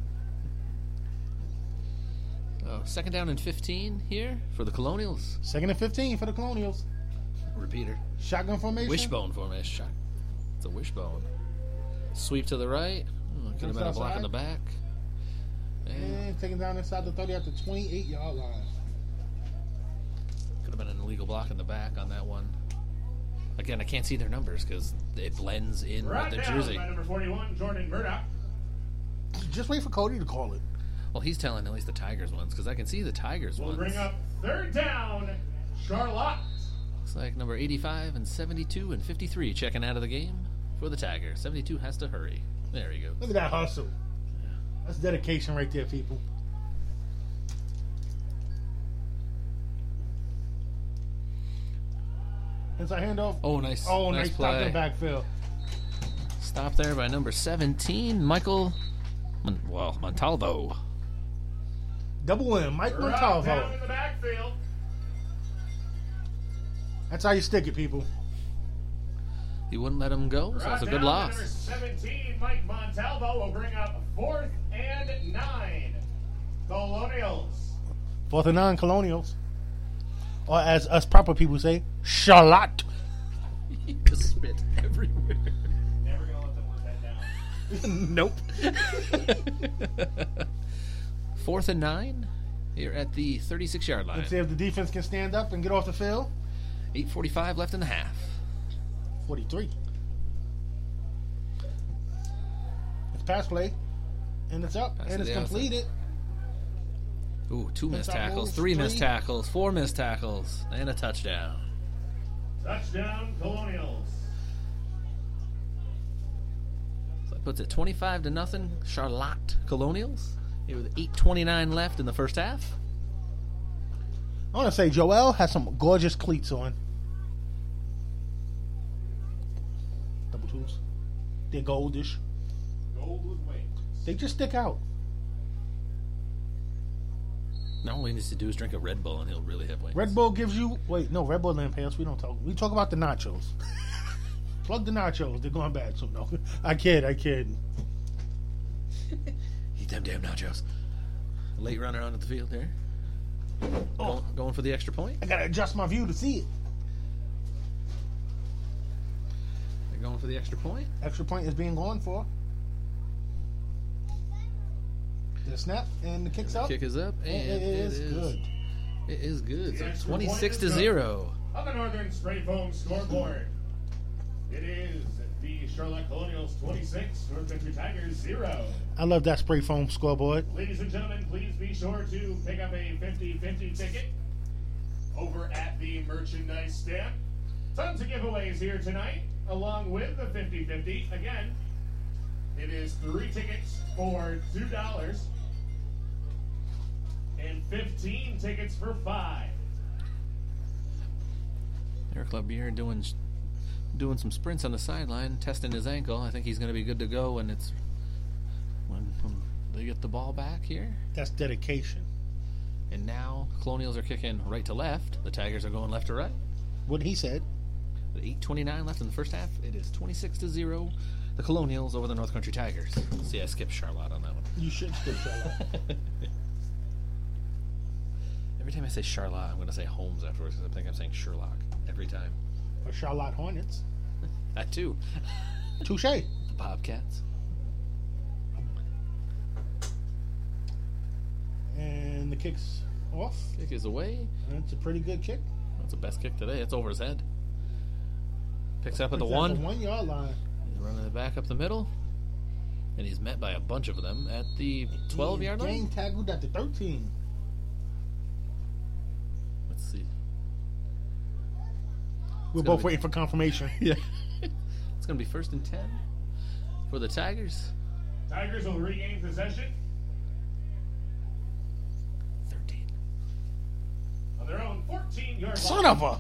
Speaker 3: Oh, second down and 15 here for the Colonials.
Speaker 2: Second and fifteen for the Colonials.
Speaker 3: Repeater.
Speaker 2: Shotgun formation.
Speaker 3: Wishbone formation. Shot. It's a wishbone. Sweep to the right. Oh, could
Speaker 2: Comes
Speaker 3: have been a block
Speaker 2: outside.
Speaker 3: in the back. And
Speaker 2: And taken down inside the thirty at the twenty-eight yard line.
Speaker 3: could have been an illegal block in the back on that one. Again, I can't see their numbers because it blends in
Speaker 1: Right
Speaker 3: with their
Speaker 1: now,
Speaker 3: jersey.
Speaker 1: by number 41, Jordan Murdoch.
Speaker 2: Just wait for Cody to call it.
Speaker 3: Well, he's telling at least the Tigers ones because I can see the Tigers
Speaker 1: will
Speaker 3: ones.
Speaker 1: bring up third down, Charlotte.
Speaker 3: Looks like number 85 and 72 and 53 checking out of the game for the Tigers. 72 has to hurry. There you go.
Speaker 2: Look at that hustle. That's dedication right there, people. Inside handoff.
Speaker 3: Oh, nice.
Speaker 2: Oh, nice,
Speaker 3: nice
Speaker 2: stop in
Speaker 3: play.
Speaker 2: the backfield.
Speaker 3: Stop there by number 17, Michael. Mon- well, Montalvo.
Speaker 2: Double in, Mike
Speaker 1: Right down
Speaker 2: Montalvo.
Speaker 1: in the backfield.
Speaker 2: That's how you stick it, people.
Speaker 3: He wouldn't let him go,
Speaker 1: Right
Speaker 3: so that's a
Speaker 1: down
Speaker 3: good
Speaker 1: to
Speaker 3: loss.
Speaker 1: Number 17, Mike Montalvo will bring up fourth and nine. Colonials.
Speaker 2: Fourth and nine, Colonials. Or as us proper people say, Charlotte.
Speaker 3: He just spit everywhere.
Speaker 1: Never going to let them put that down.
Speaker 2: nope.
Speaker 3: Fourth and nine here at the 36 yard line.
Speaker 2: Let's see if the defense can stand up and get off the field.
Speaker 3: 8.45 left in the half.
Speaker 2: 43. It's pass play. And it's up.
Speaker 3: Pass to
Speaker 2: and it's
Speaker 3: the outside.
Speaker 2: completed.
Speaker 3: Ooh, two missed
Speaker 2: That's our
Speaker 3: tackles,
Speaker 2: move.
Speaker 3: three missed
Speaker 2: Three.
Speaker 3: tackles, four missed tackles, and a touchdown.
Speaker 1: Touchdown, Colonials.
Speaker 3: So that puts it 25 to nothing, Charlotte Colonials. Here with 8.29 left in the first half.
Speaker 2: I want to say Joel has some gorgeous cleats on. Double twos. They're goldish.
Speaker 1: Gold with wings.
Speaker 2: They just stick out.
Speaker 3: Now all he needs to do is drink a Red Bull and he'll really have wings.
Speaker 2: Red Bull gives you wait, no, Red Bull didn't pay us. We don't talk. We talk about the nachos. Plug the nachos. They're going bad soon. No, I kid, I kid.
Speaker 3: Eat them damn nachos. Late runner onto the field there.
Speaker 2: Oh.
Speaker 3: Going, going for the extra point.
Speaker 2: I gotta adjust my view to see it.
Speaker 3: They're going for the extra point.
Speaker 2: Extra point is being gone for. The snap and the kicks up.
Speaker 3: Kick is up, and
Speaker 2: it is good.
Speaker 3: It is good. So
Speaker 1: The extra point
Speaker 3: 26
Speaker 1: is good.
Speaker 3: to 0.
Speaker 1: On the Northern Spray Foam scoreboard, it is the Charlotte Colonials 26, North Country Tigers 0.
Speaker 2: I love that spray foam scoreboard.
Speaker 1: Ladies and gentlemen, please be sure to pick up a 50 50 ticket over at the merchandise stand. Tons of giveaways here tonight, along with the 50 50. Again, it is three tickets for $2 and 15 tickets for 5
Speaker 3: Eric LaBier doing doing some sprints on the sideline, testing his ankle. I think he's going to be good to go when it's when, when they get the ball back here.
Speaker 2: That's dedication.
Speaker 3: And now Colonials are kicking right to left. The Tigers are going left to right.
Speaker 2: What he said.
Speaker 3: With 8:29 left in the first half, it is 26 to zero. The Colonials over the North Country Tigers. See, I skipped Charlotte on that one.
Speaker 2: You should still shout out.
Speaker 3: Every time I say Charlotte, I'm going to say Holmes afterwards because I think I'm saying Sherlock every time.
Speaker 2: Or Charlotte Hornets.
Speaker 3: That too.
Speaker 2: Touche.
Speaker 3: The Bobcats.
Speaker 2: And the kicks off.
Speaker 3: Kick is away.
Speaker 2: And it's a pretty good kick.
Speaker 3: That's the best kick today. It's over his head. Picks up at the
Speaker 2: It's at
Speaker 3: one.
Speaker 2: The one yard line.
Speaker 3: He's running it back up the middle. And he's met by a bunch of them at the 12 yard
Speaker 2: Game
Speaker 3: line.
Speaker 2: tackled at the 13.
Speaker 3: Let's see.
Speaker 2: We're
Speaker 3: gonna
Speaker 2: both
Speaker 3: be-
Speaker 2: waiting for confirmation.
Speaker 3: Yeah. it's going to be first and 10 for the Tigers.
Speaker 1: Tigers will regain possession.
Speaker 3: 13.
Speaker 1: 14 yard
Speaker 2: Son of a.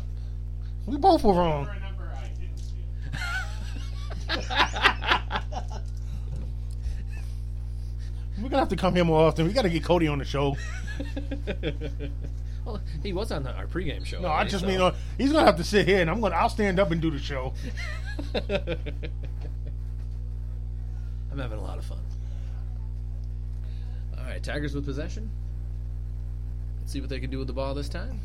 Speaker 2: We both were wrong.
Speaker 1: number I didn't see.
Speaker 2: We're gonna have to come here more often. We gotta get Cody on the show.
Speaker 3: well, he was on the, our pregame show.
Speaker 2: No, I
Speaker 3: already,
Speaker 2: just
Speaker 3: so-
Speaker 2: mean uh, he's gonna have to sit here, and I'm gonna I'll stand up and do the show.
Speaker 3: I'm having a lot of fun. All right, Tigers with possession. Let's see what they can do with the ball this time.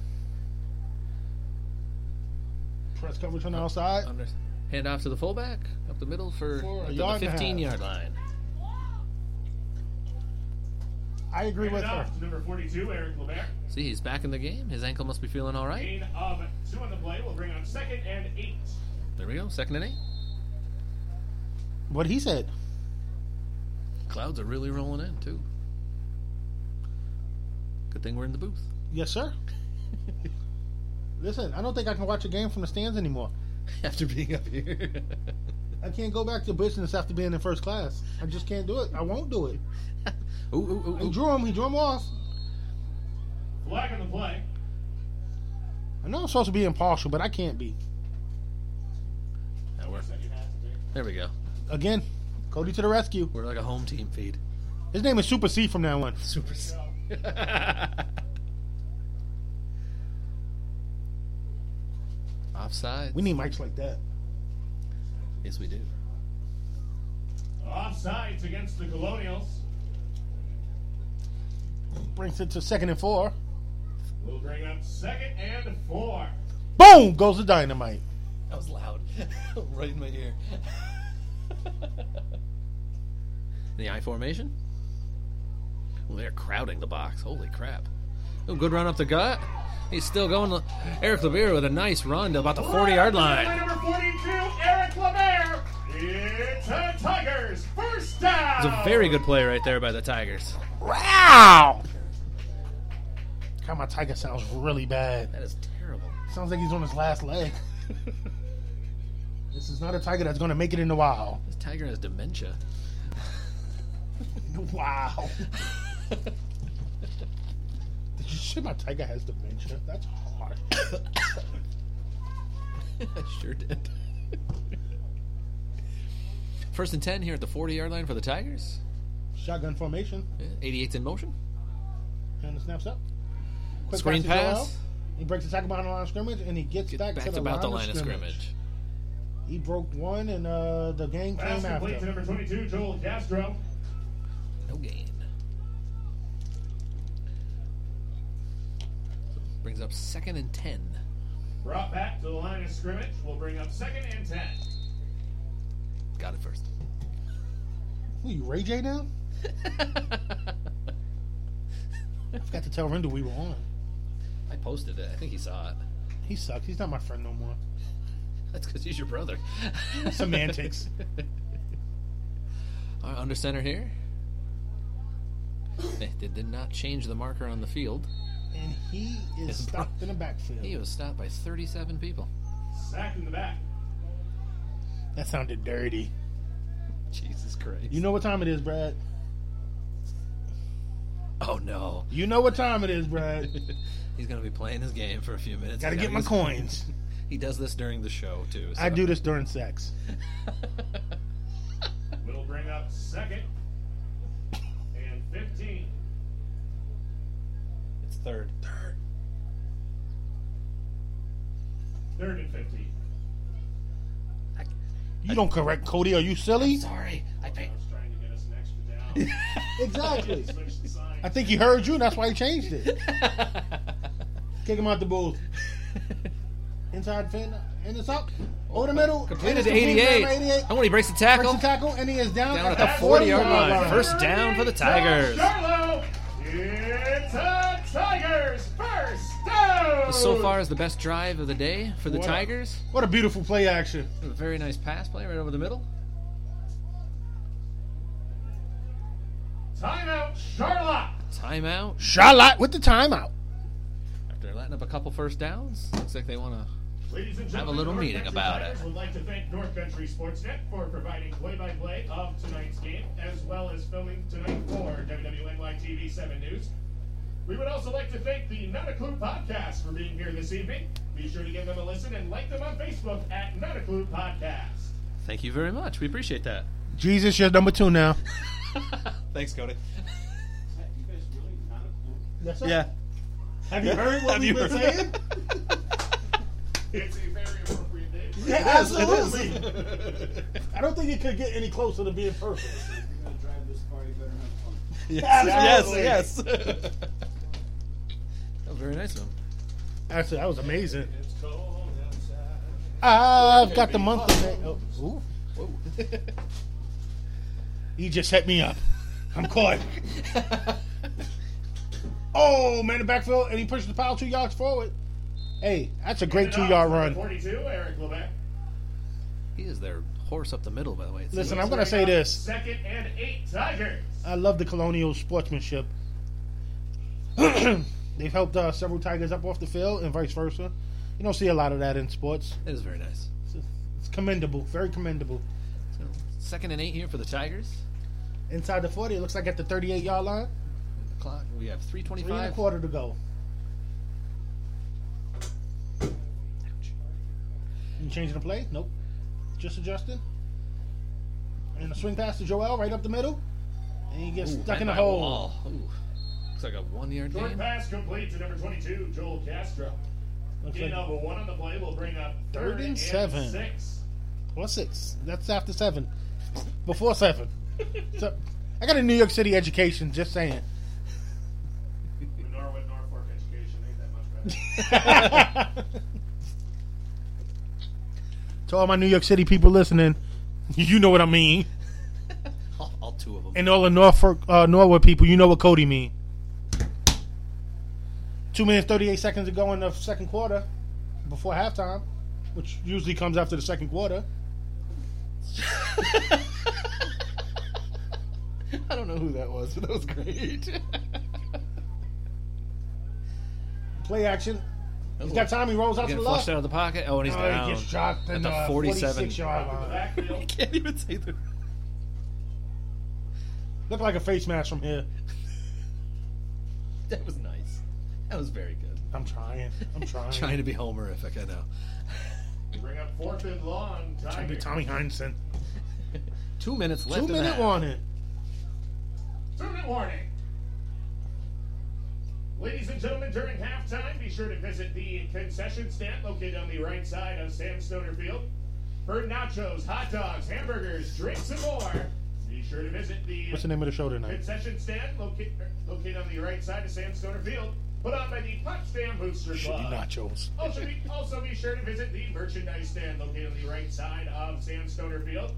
Speaker 2: Press coverage on the outside.
Speaker 3: Under, hand off to the fullback up the middle for,
Speaker 2: For a
Speaker 3: up to
Speaker 2: yard and
Speaker 3: the
Speaker 2: a half.
Speaker 3: 15 yard line.
Speaker 2: I agree with her.
Speaker 1: Enough. Number 42, Eric LeBert.
Speaker 3: See, he's back in the game. His ankle must be feeling all right.
Speaker 1: Gain of two on the play will bring on second and eight.
Speaker 3: There we go. Second and eight.
Speaker 2: What he said.
Speaker 3: Clouds are really rolling in too. Good thing we're in the booth.
Speaker 2: Yes, sir. Listen, I don't think I can watch a game from the stands anymore.
Speaker 3: After being up here.
Speaker 2: I can't go back to business after being in first class. I just can't do it. I won't do it.
Speaker 3: ooh, ooh, ooh,
Speaker 2: He
Speaker 3: ooh.
Speaker 2: drew him. He drew him off.
Speaker 1: Flag on the play.
Speaker 2: I know I'm supposed to be impartial, but I can't be.
Speaker 3: That worked.
Speaker 1: Second half,
Speaker 3: There we go.
Speaker 2: Again, Cody to the rescue.
Speaker 3: We're like a home team feed.
Speaker 2: His name is Super C from now on.
Speaker 3: Super. Offside.
Speaker 2: We need mics like that.
Speaker 3: Yes, we do.
Speaker 1: Offsides against the Colonials.
Speaker 2: Brings it to second and four.
Speaker 1: We'll bring up second and four.
Speaker 2: Boom goes the dynamite.
Speaker 3: That was loud, right in my ear. the I formation. Well, they're crowding the box. Holy crap! Oh, good run up the gut. He's still going. Eric Levere with a nice run to about the 40-yard
Speaker 1: Play
Speaker 3: line.
Speaker 1: number 42, Eric LeBert. It's a Tigers first down.
Speaker 3: It's a very good play right there by the Tigers.
Speaker 2: Wow. God, my tiger sounds really bad.
Speaker 3: That is terrible.
Speaker 2: Sounds like he's on his last leg. this is not a tiger that's going to make it in the wild.
Speaker 3: This tiger has dementia.
Speaker 2: Wow. Did you say my tiger has dementia? That's hard.
Speaker 3: I sure did. First and 10 here at the 40 yard line for the Tigers.
Speaker 2: Shotgun formation.
Speaker 3: Yeah, 88's in motion.
Speaker 2: And it snaps up. Quick
Speaker 3: Screen
Speaker 2: to Joel.
Speaker 3: pass.
Speaker 2: He breaks the tackle behind the line of scrimmage and he gets
Speaker 3: Get
Speaker 2: back,
Speaker 3: back,
Speaker 2: to
Speaker 3: to
Speaker 2: the
Speaker 3: about
Speaker 2: line
Speaker 3: the
Speaker 2: of
Speaker 3: line of
Speaker 2: scrimmage.
Speaker 3: scrimmage.
Speaker 2: He broke one and uh, the gang
Speaker 1: Pass
Speaker 2: came
Speaker 1: complete to
Speaker 2: after.
Speaker 1: number 22, Joel Castro.
Speaker 3: No gain. Brings up second and 10.
Speaker 1: Brought back to the line of scrimmage. We'll bring up second and ten.
Speaker 3: Got it first.
Speaker 2: Who you Ray J now? I forgot to tell Rendell we were on.
Speaker 3: I posted it. I think he saw it.
Speaker 2: He sucks. He's not my friend no more.
Speaker 3: That's because he's your brother.
Speaker 2: Semantics.
Speaker 3: All right, under center here. They, they did not change the marker on the field.
Speaker 2: And he is
Speaker 3: His bro-
Speaker 2: stopped in the backfield.
Speaker 3: He was stopped by 37 people.
Speaker 1: Sacked in the back.
Speaker 2: That sounded dirty.
Speaker 3: Jesus Christ.
Speaker 2: You know what time it is, Brad.
Speaker 3: Oh no.
Speaker 2: You know what time it is, Brad.
Speaker 3: He's gonna be playing his game for a few minutes.
Speaker 2: Gotta
Speaker 3: He's
Speaker 2: get
Speaker 3: gotta
Speaker 2: my
Speaker 3: use-
Speaker 2: coins.
Speaker 3: He does this during the show too.
Speaker 2: I
Speaker 3: so-
Speaker 2: do this during sex.
Speaker 1: We'll bring up second and 15.
Speaker 3: It's third. Third.
Speaker 1: Third and 15.
Speaker 2: You don't correct Cody. Are you silly?
Speaker 3: Sorry, I
Speaker 1: I
Speaker 3: paid.
Speaker 1: was trying to get us an extra down.
Speaker 2: Exactly.
Speaker 1: Switch the sign.
Speaker 2: I think he heard you, and that's why he changed it. Kick him out the booth. Inside fin, and it's up. Over the middle.
Speaker 3: Completed
Speaker 2: and it's
Speaker 3: to 88.
Speaker 2: number 88.
Speaker 3: And when he breaks the
Speaker 2: Breaks
Speaker 3: tackle,
Speaker 2: the tackle, and he is down,
Speaker 3: down at
Speaker 2: the
Speaker 3: the 40 yard
Speaker 2: 40-yard
Speaker 3: line. First down for the Tigers.
Speaker 1: Charlo, it's a Tigers first down.
Speaker 3: So far is the best drive of the day for the
Speaker 2: What a-
Speaker 3: Tigers.
Speaker 2: What a beautiful play action.
Speaker 3: A very nice pass play right over the middle.
Speaker 1: timeout, Charlotte.
Speaker 3: Timeout.
Speaker 2: Charlotte with the timeout.
Speaker 3: After letting up a couple first downs, looks like they want to
Speaker 1: Ladies and gentlemen,
Speaker 3: Have a little
Speaker 1: North
Speaker 3: meeting
Speaker 1: Country
Speaker 3: about
Speaker 1: Tigers
Speaker 3: it.
Speaker 1: Would like to thank North Country Sportsnet for providing play-by-play of tonight's game, as well as filming tonight for WWNY TV 7 News. We would also like to thank the Not a Clue podcast for being here this evening. Be sure to give them a listen and like them on Facebook at Not a Clue Podcast.
Speaker 3: Thank you very much. We appreciate that.
Speaker 2: Jesus, you're number two now.
Speaker 3: Thanks, Cody.
Speaker 2: Yeah. Have you heard what
Speaker 3: we've been saying?
Speaker 1: It's a very appropriate name.
Speaker 4: Yeah, absolutely.
Speaker 3: yes,
Speaker 4: I don't think it could get any closer to being perfect.
Speaker 5: You're gonna drive this car, you better have fun.
Speaker 3: yes, yes. that was very nice of him.
Speaker 2: Actually, that was amazing.
Speaker 5: It's cold outside.
Speaker 2: I've got the monthly. ma- Oh, ooh. he just set me up. I'm caught. oh, man, the backfield, and he pushed the pile two yards forward. Hey, that's a great two yard run.
Speaker 1: 42, Eric Lebeck.
Speaker 3: He is their horse up the middle, by the way. It's
Speaker 2: Listen,
Speaker 3: Lewis.
Speaker 2: I'm going to say this.
Speaker 1: Second and eight, Tigers.
Speaker 2: I love the colonial sportsmanship. They've helped uh, several Tigers up off the field and vice versa. You don't see a lot of that in sports.
Speaker 3: It is very nice.
Speaker 2: It's commendable, very commendable.
Speaker 3: So, second and eight here for the Tigers.
Speaker 2: Inside the 40, it looks like at the 38 yard line,
Speaker 3: Clock. We have
Speaker 2: three and a
Speaker 3: 325.
Speaker 2: quarter to go. You changing the play? Nope. Just adjusting. And a swing pass to Joel right up the middle. And he gets
Speaker 3: Ooh,
Speaker 2: stuck in the
Speaker 3: by
Speaker 2: hole.
Speaker 3: wall. Ooh. Looks like a one yard
Speaker 1: Short
Speaker 3: gain.
Speaker 1: pass complete to number 22, Joel Castro.
Speaker 2: Looks
Speaker 1: Gain
Speaker 2: like-
Speaker 1: of a one on the play will bring up third, and
Speaker 2: seven.
Speaker 1: six.
Speaker 2: Well, six. That's after seven. Before seven. so, I got a New York City education. Just saying.
Speaker 1: The Norwood Norfolk education ain't that much better.
Speaker 2: To all my New York City people listening, you know what I mean.
Speaker 3: All, all two of them.
Speaker 2: And all the Norfolk, uh, Norwood people, you know what Cody mean. Two minutes thirty-eight seconds to go in the second quarter, before halftime, which usually comes after the second quarter.
Speaker 3: I don't know who that was, but that was great.
Speaker 2: Play action. He's got time. He rolls out to the
Speaker 3: Getting
Speaker 2: left.
Speaker 3: flushed out of the pocket. Oh, and he's
Speaker 2: Oh,
Speaker 3: down.
Speaker 2: he gets dropped
Speaker 3: at
Speaker 2: in
Speaker 3: the
Speaker 2: the
Speaker 3: 47.
Speaker 2: forty-six yard
Speaker 1: Out of the
Speaker 2: line.
Speaker 3: I
Speaker 1: backfield.
Speaker 3: can't even say the.
Speaker 2: Look like a face mask from here.
Speaker 3: That was nice. That was very good.
Speaker 2: I'm trying. I'm trying.
Speaker 3: Trying to be homerific, I know.
Speaker 1: Bring up fourth and long,
Speaker 2: Trying to be
Speaker 1: Tigers.
Speaker 2: Tommy Heinsohn.
Speaker 3: Two minutes left.
Speaker 2: Two
Speaker 3: in the
Speaker 2: minute
Speaker 3: half.
Speaker 2: warning.
Speaker 1: Two minute warning. Ladies and gentlemen, during halftime, be sure to visit the concession stand located on the right side of Sam Stoner Field. For nachos, hot dogs, hamburgers, drinks, and more, be sure to visit the
Speaker 2: What's the name of the show tonight?
Speaker 1: concession stand located located on the right side of Sam Stoner Field, put on by the Potsdam Booster
Speaker 2: Should be
Speaker 1: Club.
Speaker 2: nachos.
Speaker 1: Also be, also be sure to visit the merchandise stand located on the right side of Sam Stoner Field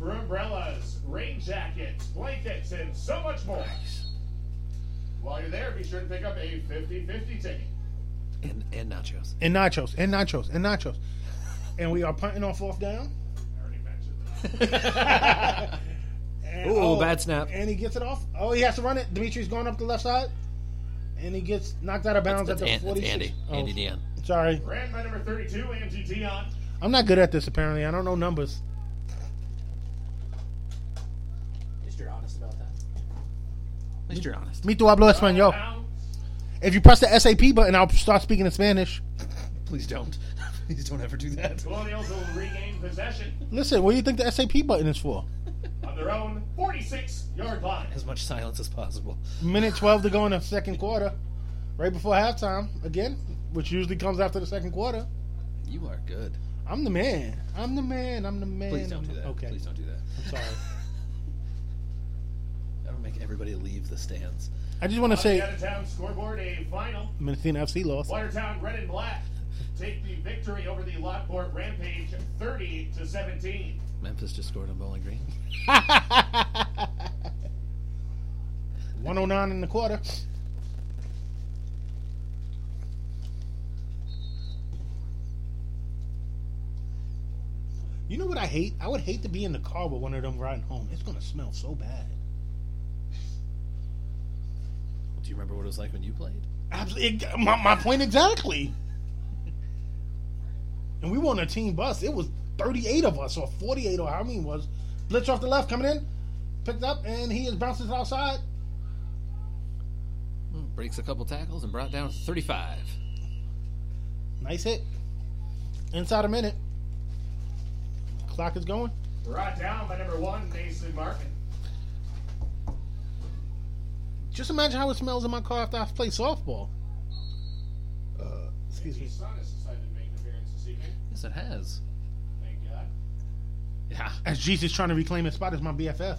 Speaker 1: for umbrellas, rain jackets, blankets, and so much more. While you're there, be sure to pick up a 50-50 ticket.
Speaker 3: And, and nachos.
Speaker 2: And nachos. And nachos. And nachos. And we are punting on fourth
Speaker 1: I
Speaker 2: down.
Speaker 1: already mentioned that.
Speaker 2: And,
Speaker 3: Ooh, bad snap.
Speaker 2: oh, And he gets it off. Oh, he has to run it. Dimitri's going up the left side. And he gets knocked out of bounds
Speaker 3: That's,
Speaker 2: at the
Speaker 3: An- that's
Speaker 2: 46.
Speaker 3: Andy.
Speaker 2: Oh,
Speaker 3: Andy Dion.
Speaker 2: Sorry.
Speaker 1: Ran by number 32, Angie Dion.
Speaker 2: I'm not good at this, apparently. I don't know numbers.
Speaker 5: At least you're honest about that.
Speaker 3: At least you're honest.
Speaker 2: Me tu hablo español.
Speaker 1: Now,
Speaker 2: If you press the SAP button, I'll start speaking in Spanish.
Speaker 3: Please don't. Please don't ever do that.
Speaker 1: Colonials will regain possession
Speaker 2: Listen, what do you think the SAP button is for?
Speaker 1: on their own 46-yard line.
Speaker 3: As much silence as possible.
Speaker 2: Minute 12 to go in the second quarter, right before halftime, again, which usually comes after the second quarter.
Speaker 3: You are good.
Speaker 2: I'm the man. I'm the man. I'm the man.
Speaker 3: Please don't
Speaker 2: I'm-
Speaker 3: do that.
Speaker 2: Okay.
Speaker 3: Please don't do that.
Speaker 2: I'm sorry.
Speaker 3: That'll make everybody leave the stands.
Speaker 2: I just want to
Speaker 1: On the
Speaker 2: say
Speaker 1: out-of-town scoreboard, a final
Speaker 2: Minnesota FC lost.
Speaker 1: Watertown Red and Black take the victory over the Lockport Rampage 30 to 17.
Speaker 3: Memphis just scored on Bowling Green.
Speaker 2: 109 in the quarter. You know what I hate? I would hate to be in the car with one of them riding home. It's going to smell so bad.
Speaker 3: Do you remember what it was like when you played?
Speaker 2: Absolutely, my, my point exactly. And we were on a team bus. It was 38 of us, or 48, or how many it was. Blitz off the left, coming in, picked up, and he is bounces outside.
Speaker 3: Hmm. breaks a couple tackles and brought down to 35.
Speaker 2: Nice hit. Inside a minute. Clock is going.
Speaker 1: Brought down by number one, Mason Martin.
Speaker 2: Just imagine how it smells in my car after I play softball. Uh, excuse me.
Speaker 1: His son has decided to make an appearance this evening.
Speaker 3: Yes, it has.
Speaker 1: Thank God.
Speaker 3: Yeah.
Speaker 2: As Jesus trying to reclaim his spot as my BFF.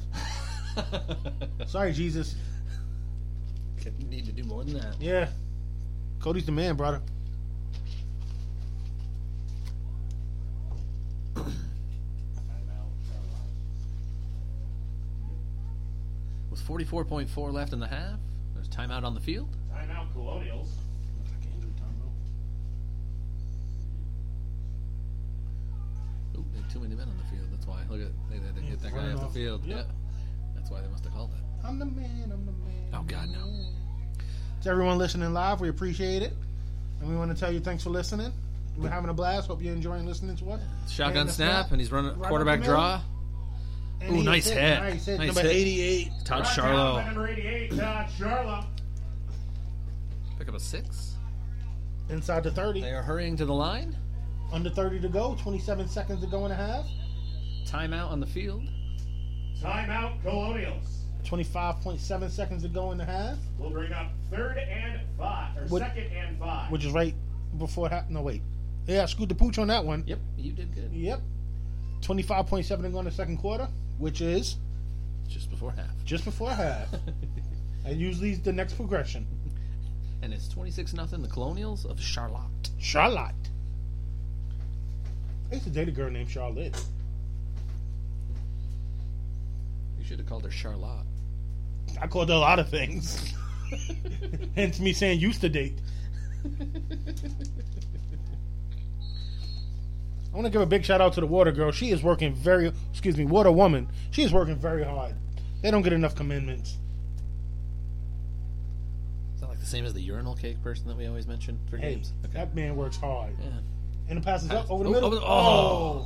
Speaker 2: Sorry, Jesus.
Speaker 3: Need to do more than that.
Speaker 2: Yeah. Cody's the man, brother.
Speaker 1: Timeout, Carolina.
Speaker 3: With 44.4 left in the half, there's timeout on the field.
Speaker 1: Timeout, Colonials.
Speaker 3: Ooh, there are too many men on the field. That's why. Look at they had to get that guy
Speaker 2: running
Speaker 3: off the
Speaker 2: off.
Speaker 3: field.
Speaker 2: Yep.
Speaker 3: Yeah. That's why they must have called it.
Speaker 2: I'm the man, I'm the man.
Speaker 3: Oh God, no.
Speaker 2: To everyone listening live, we appreciate it. And we want to tell you thanks for listening. We're having a blast. Hope you're enjoying listening to us.
Speaker 3: Shotgun
Speaker 2: And the
Speaker 3: snap,
Speaker 2: snap.
Speaker 3: and he's running
Speaker 2: Right up
Speaker 3: quarterback
Speaker 2: the middle.
Speaker 3: draw.
Speaker 2: And
Speaker 3: Ooh,
Speaker 2: he
Speaker 3: nice
Speaker 2: hit.
Speaker 3: hit.
Speaker 2: Nice hit.
Speaker 3: Nice
Speaker 2: Number
Speaker 3: hit.
Speaker 2: 88.
Speaker 3: Todd
Speaker 1: Brought down by
Speaker 3: Charlo
Speaker 1: number 88, Todd Charlo.
Speaker 3: pick up a six.
Speaker 2: Inside the 30.
Speaker 3: They are hurrying to the line.
Speaker 2: Under 30 to go. 27 seconds to go and a half.
Speaker 3: Timeout on the field.
Speaker 1: Timeout, Colonials.
Speaker 2: 25.7 seconds to go and a half.
Speaker 1: We'll bring up third and five, or
Speaker 2: What-
Speaker 1: second and five.
Speaker 2: Which is right before half. No, wait. Yeah, I screwed the pooch on that one.
Speaker 3: Yep, you did good.
Speaker 2: Yep. 25.7 to go in the second quarter, which is
Speaker 3: Just before half.
Speaker 2: just before half. and usually it's the next progression.
Speaker 3: And it's 26 nothing. The Colonials of Charlotte.
Speaker 2: Charlotte. I used to date a girl named Charlotte.
Speaker 3: You should have called her Charlotte.
Speaker 2: I called her a lot of things. Hence me saying used to date. I want to give a big shout out to the water girl. She is working very, excuse me, water woman. She is working very hard. They don't get enough commitments.
Speaker 3: Is that like the same as the urinal cake person that we always mention for
Speaker 2: Hey,
Speaker 3: games?
Speaker 2: that man works hard.
Speaker 3: Yeah.
Speaker 2: And it passes up over the
Speaker 3: Oh,
Speaker 2: middle. Oh.
Speaker 3: over the- oh.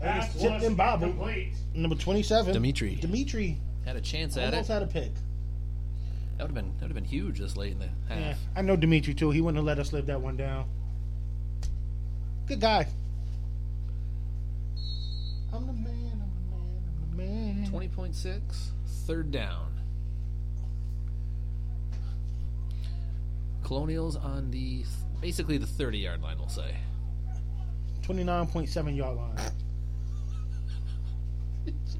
Speaker 2: That
Speaker 1: Pass
Speaker 2: is tipped
Speaker 1: was
Speaker 2: in Bible.
Speaker 1: Complete.
Speaker 2: Number 27.
Speaker 3: Dimitri.
Speaker 2: Dimitri.
Speaker 3: Had a chance at it.
Speaker 2: Almost
Speaker 3: That
Speaker 2: had a pick.
Speaker 3: would have been that would have been huge this late in the half.
Speaker 2: Yeah, I know Dimitri too. He wouldn't have let us live that one down. Good guy. I'm the man. I'm the man. I'm the man.
Speaker 3: 20.6, third down. Colonials on the basically the 30 yard line, we'll say.
Speaker 2: 29.7 yard line.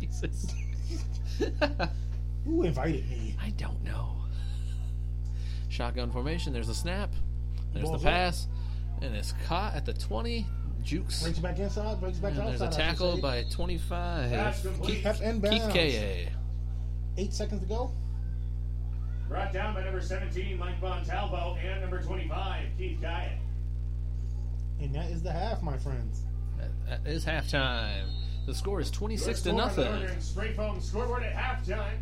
Speaker 3: Jesus.
Speaker 2: Who invited me?
Speaker 3: I don't know. Shotgun formation, there's the snap, there's
Speaker 2: Ball's
Speaker 3: the
Speaker 2: up.
Speaker 3: pass, and it's caught at the 20. Jukes.
Speaker 2: Brings it back inside. Brings it back
Speaker 3: And
Speaker 2: outside.
Speaker 3: there's a
Speaker 2: I should
Speaker 3: tackle
Speaker 2: say.
Speaker 3: by 25.
Speaker 1: Pass complete.
Speaker 2: Kept in
Speaker 3: Keith
Speaker 2: bounds.
Speaker 3: KA.
Speaker 2: Eight seconds to go.
Speaker 1: Brought down by number 17, Mike Montalvo, and number 25, Keith Guyett.
Speaker 2: And that is the half, my friends.
Speaker 3: That- That is halftime. The score is 26 to
Speaker 1: Your score on the
Speaker 3: nothing.
Speaker 1: Northern Spray foam scoreboard at halftime.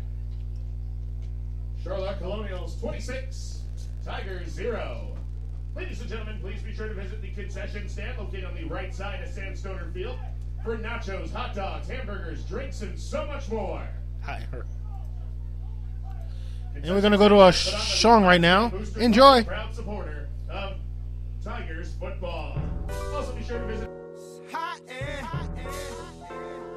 Speaker 1: Charlotte Colonials 26, Tigers 0. Ladies and gentlemen, please be sure to visit the concession stand located on the right side of Sandstoner Field for nachos, hot dogs, hamburgers, drinks, and so much more.
Speaker 2: Hi, her. And we're gonna go to a sh- song right now.
Speaker 1: Booster
Speaker 2: Enjoy.
Speaker 1: Proud supporter of Tigers football. Also, be sure to visit.
Speaker 6: hot and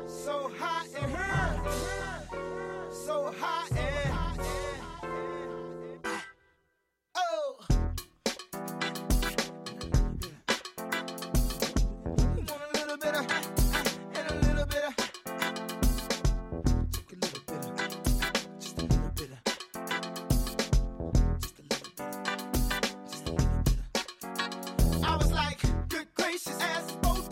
Speaker 6: so hot and hurt, so hot and oh. Want a little bit of and a little bit of, Take a little bit of, just a little bit of, just a little bit of, just a little bit of. I was like, good gracious, as both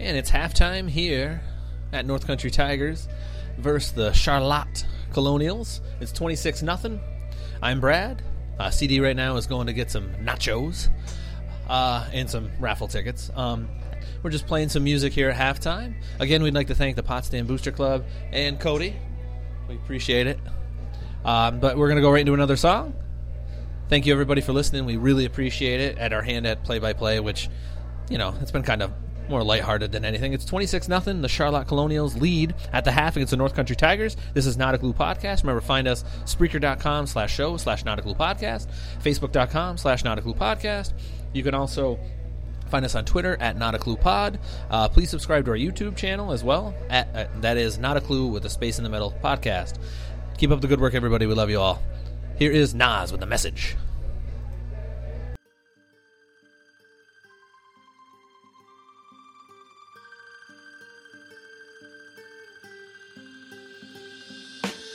Speaker 3: And it's halftime here at North Country Tigers versus the Charlotte Colonials. It's 26 0. I'm Brad. Uh, CD right now is going to get some nachos uh, and some raffle tickets. Um, we're just playing some music here at halftime. Again, we'd like to thank the Potsdam Booster Club and Cody. We appreciate it. Um, but we're going to go right into another song. Thank you, everybody, for listening. We really appreciate it at our hand at Play by Play, which, you know, it's been kind of more lighthearted than anything. It's 26 nothing. The Charlotte Colonials lead at the half against the North Country Tigers. This is Not a Glue Podcast. Remember, find us Spreaker.com slash show slash Not a Glue Podcast, Facebook.com slash Not a Glue Podcast. You can also Find us on Twitter at Not a Clue Pod. Uh, please subscribe to our YouTube channel as well. At, uh, that is Not a Clue with a space in the middle podcast. Keep up the good work, everybody. We love you all. Here is Nas with the message.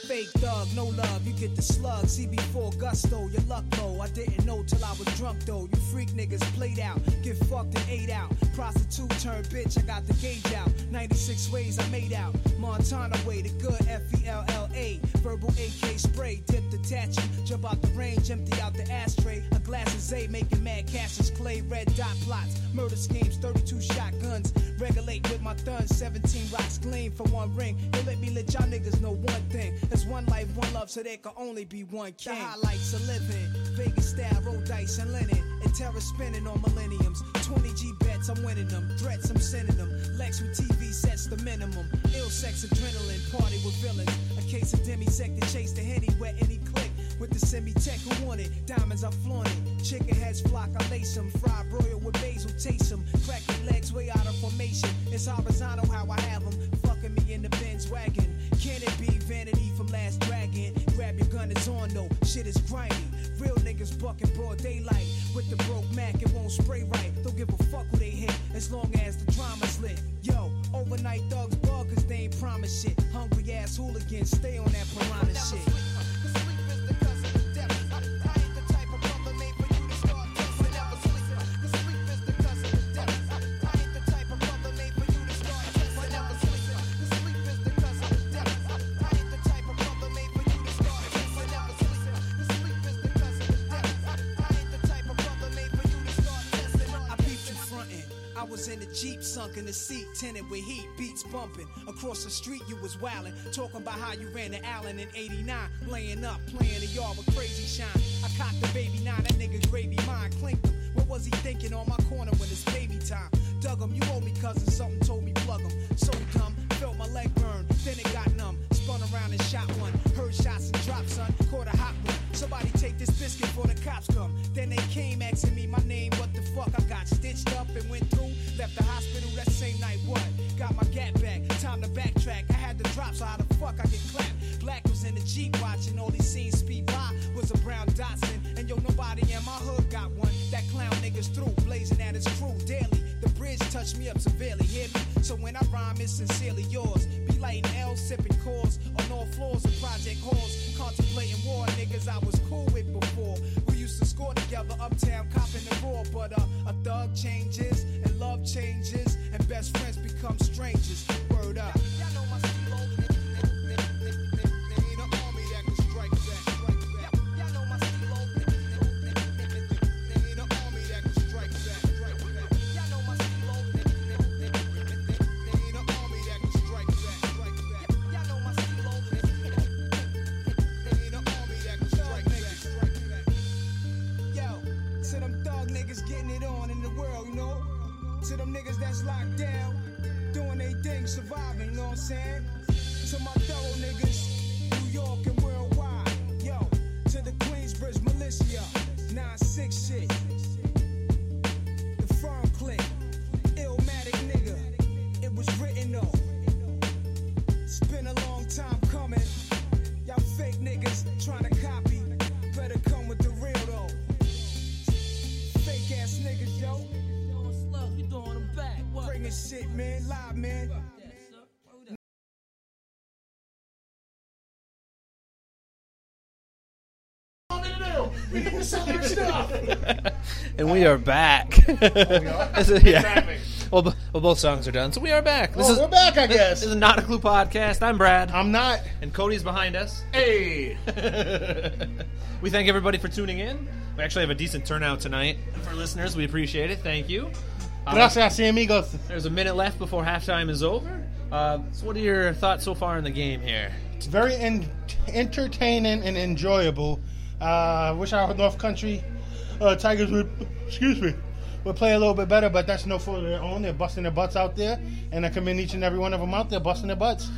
Speaker 6: Fake thug, no love, you get the slug. CB4 gusto, your luck low. I didn't know till I was drunk though. You freak niggas played out, get fucked and ate out. Prostitute turned bitch, I got the gauge out. 96 ways I made out. Montana way, the good F E L L A. Verbal AK spray, dip detaching. Jump out the range, empty out the ashtray. A glass of Zay, making mad caches, clay, red dot plots. Murder schemes, 32 shotguns. Regulate with my thun, 17 rocks gleam for one ring. They let me let y'all niggas know one thing. It's one life, one love, so there can only be one king. The highlights of living, Vegas style, roll dice and linen, and terror spinning on millenniums. 20 G bets, I'm winning them. Threats, I'm sending them. Lex with TV sets the minimum. Ill sex, adrenaline, party with villains. A case of demi sec to chase the henny where any click. With the semi-tech who want it, diamonds I flaunt it. Chicken heads flock, I lace 'em. Fried broil with basil, taste 'em. Cracking legs way out of formation. It's horizontal how I have 'em. Fucking me in the Benz wagon. Can it be vanity from Last Dragon? Grab your gun, it's on though. Shit is grimy. Real niggas bucking broad daylight. With the broke Mac, it won't spray right. Don't give a fuck who they hit, as long as the drama's lit. Yo, overnight thugs bug 'cause they ain't promise shit. Hungry ass hooligans, stay on that piranha shit. I peeped you frontin'. I was in the Jeep, sunk in the seat, tinted with heat, beats bumping. Across the street, you was wildin', talking about how you ran to Allen in 89, laying up, playing the yard with crazy shine. I caught the baby nine, that nigga gravy mine, clinked him. What was he thinking on my corner when it's baby time? Dug him, you owe me cousin, something told me plug him. So dumb, felt my leg burn, then it got numb. Spun around and shot one, heard shots and dropped, son, caught a hot one. Somebody take this biscuit before the cops come. Then they came asking me my name, what the fuck. I got stitched up and went through. Left the hospital that same night, what? Got my gap back, time to backtrack. I had the drop, so how the fuck I get clapped? Black was in the Jeep watching, all he seen speed by was a brown Datsun. And yo, nobody in my hood got one. That clown niggas through, blazing at his crew daily. The bridge touched me up severely, hear me? So when I rhyme, it's sincerely yours. Be lighting L, sipping cores on all floors of project halls. Contemplating war, niggas I was cool with before. We used to score together, uptown, copping the raw. But uh, a thug changes, and love changes, and best friends become strangers. Word up. Ain't an army that can strike back. Ain't an army that can strike back. Ain't an army that can strike back. Ain't an army that can strike back. Yo, to them thug niggas getting it on in the world, you know? To them niggas that's locked down, doing they thing, surviving, you know what I'm saying? To my thorough niggas, New York and worldwide. Yo, to the Queensbridge militia, 9-6 shit. The firm click, illmatic nigga. It was written though. It's been a long time coming. Y'all fake niggas trying to copy. Better come with the real though fake ass niggas, yo. Bringing shit, man, live, man.
Speaker 3: And we are back. This is- yeah. Well, b- well, both songs are done, so we are back. This
Speaker 2: Oh,
Speaker 3: is
Speaker 2: we're back, I
Speaker 3: this-
Speaker 2: guess.
Speaker 3: This is not a clue podcast. I'm Brad,
Speaker 2: I'm not.
Speaker 3: and Cody's behind us. Hey, we thank everybody for tuning in. We actually have a decent turnout tonight for listeners. We appreciate it. Thank you. Um,
Speaker 2: Gracias, amigos.
Speaker 3: there's a minute left before halftime is over. Uh, so, what are your thoughts so far in the game here?
Speaker 2: It's very en- entertaining and enjoyable. Uh, I wish our North Country uh, Tigers would, excuse me, would play a little bit better, but that's no fault of their own. They're busting their butts out there, and I commend each and every one of them out there busting their butts.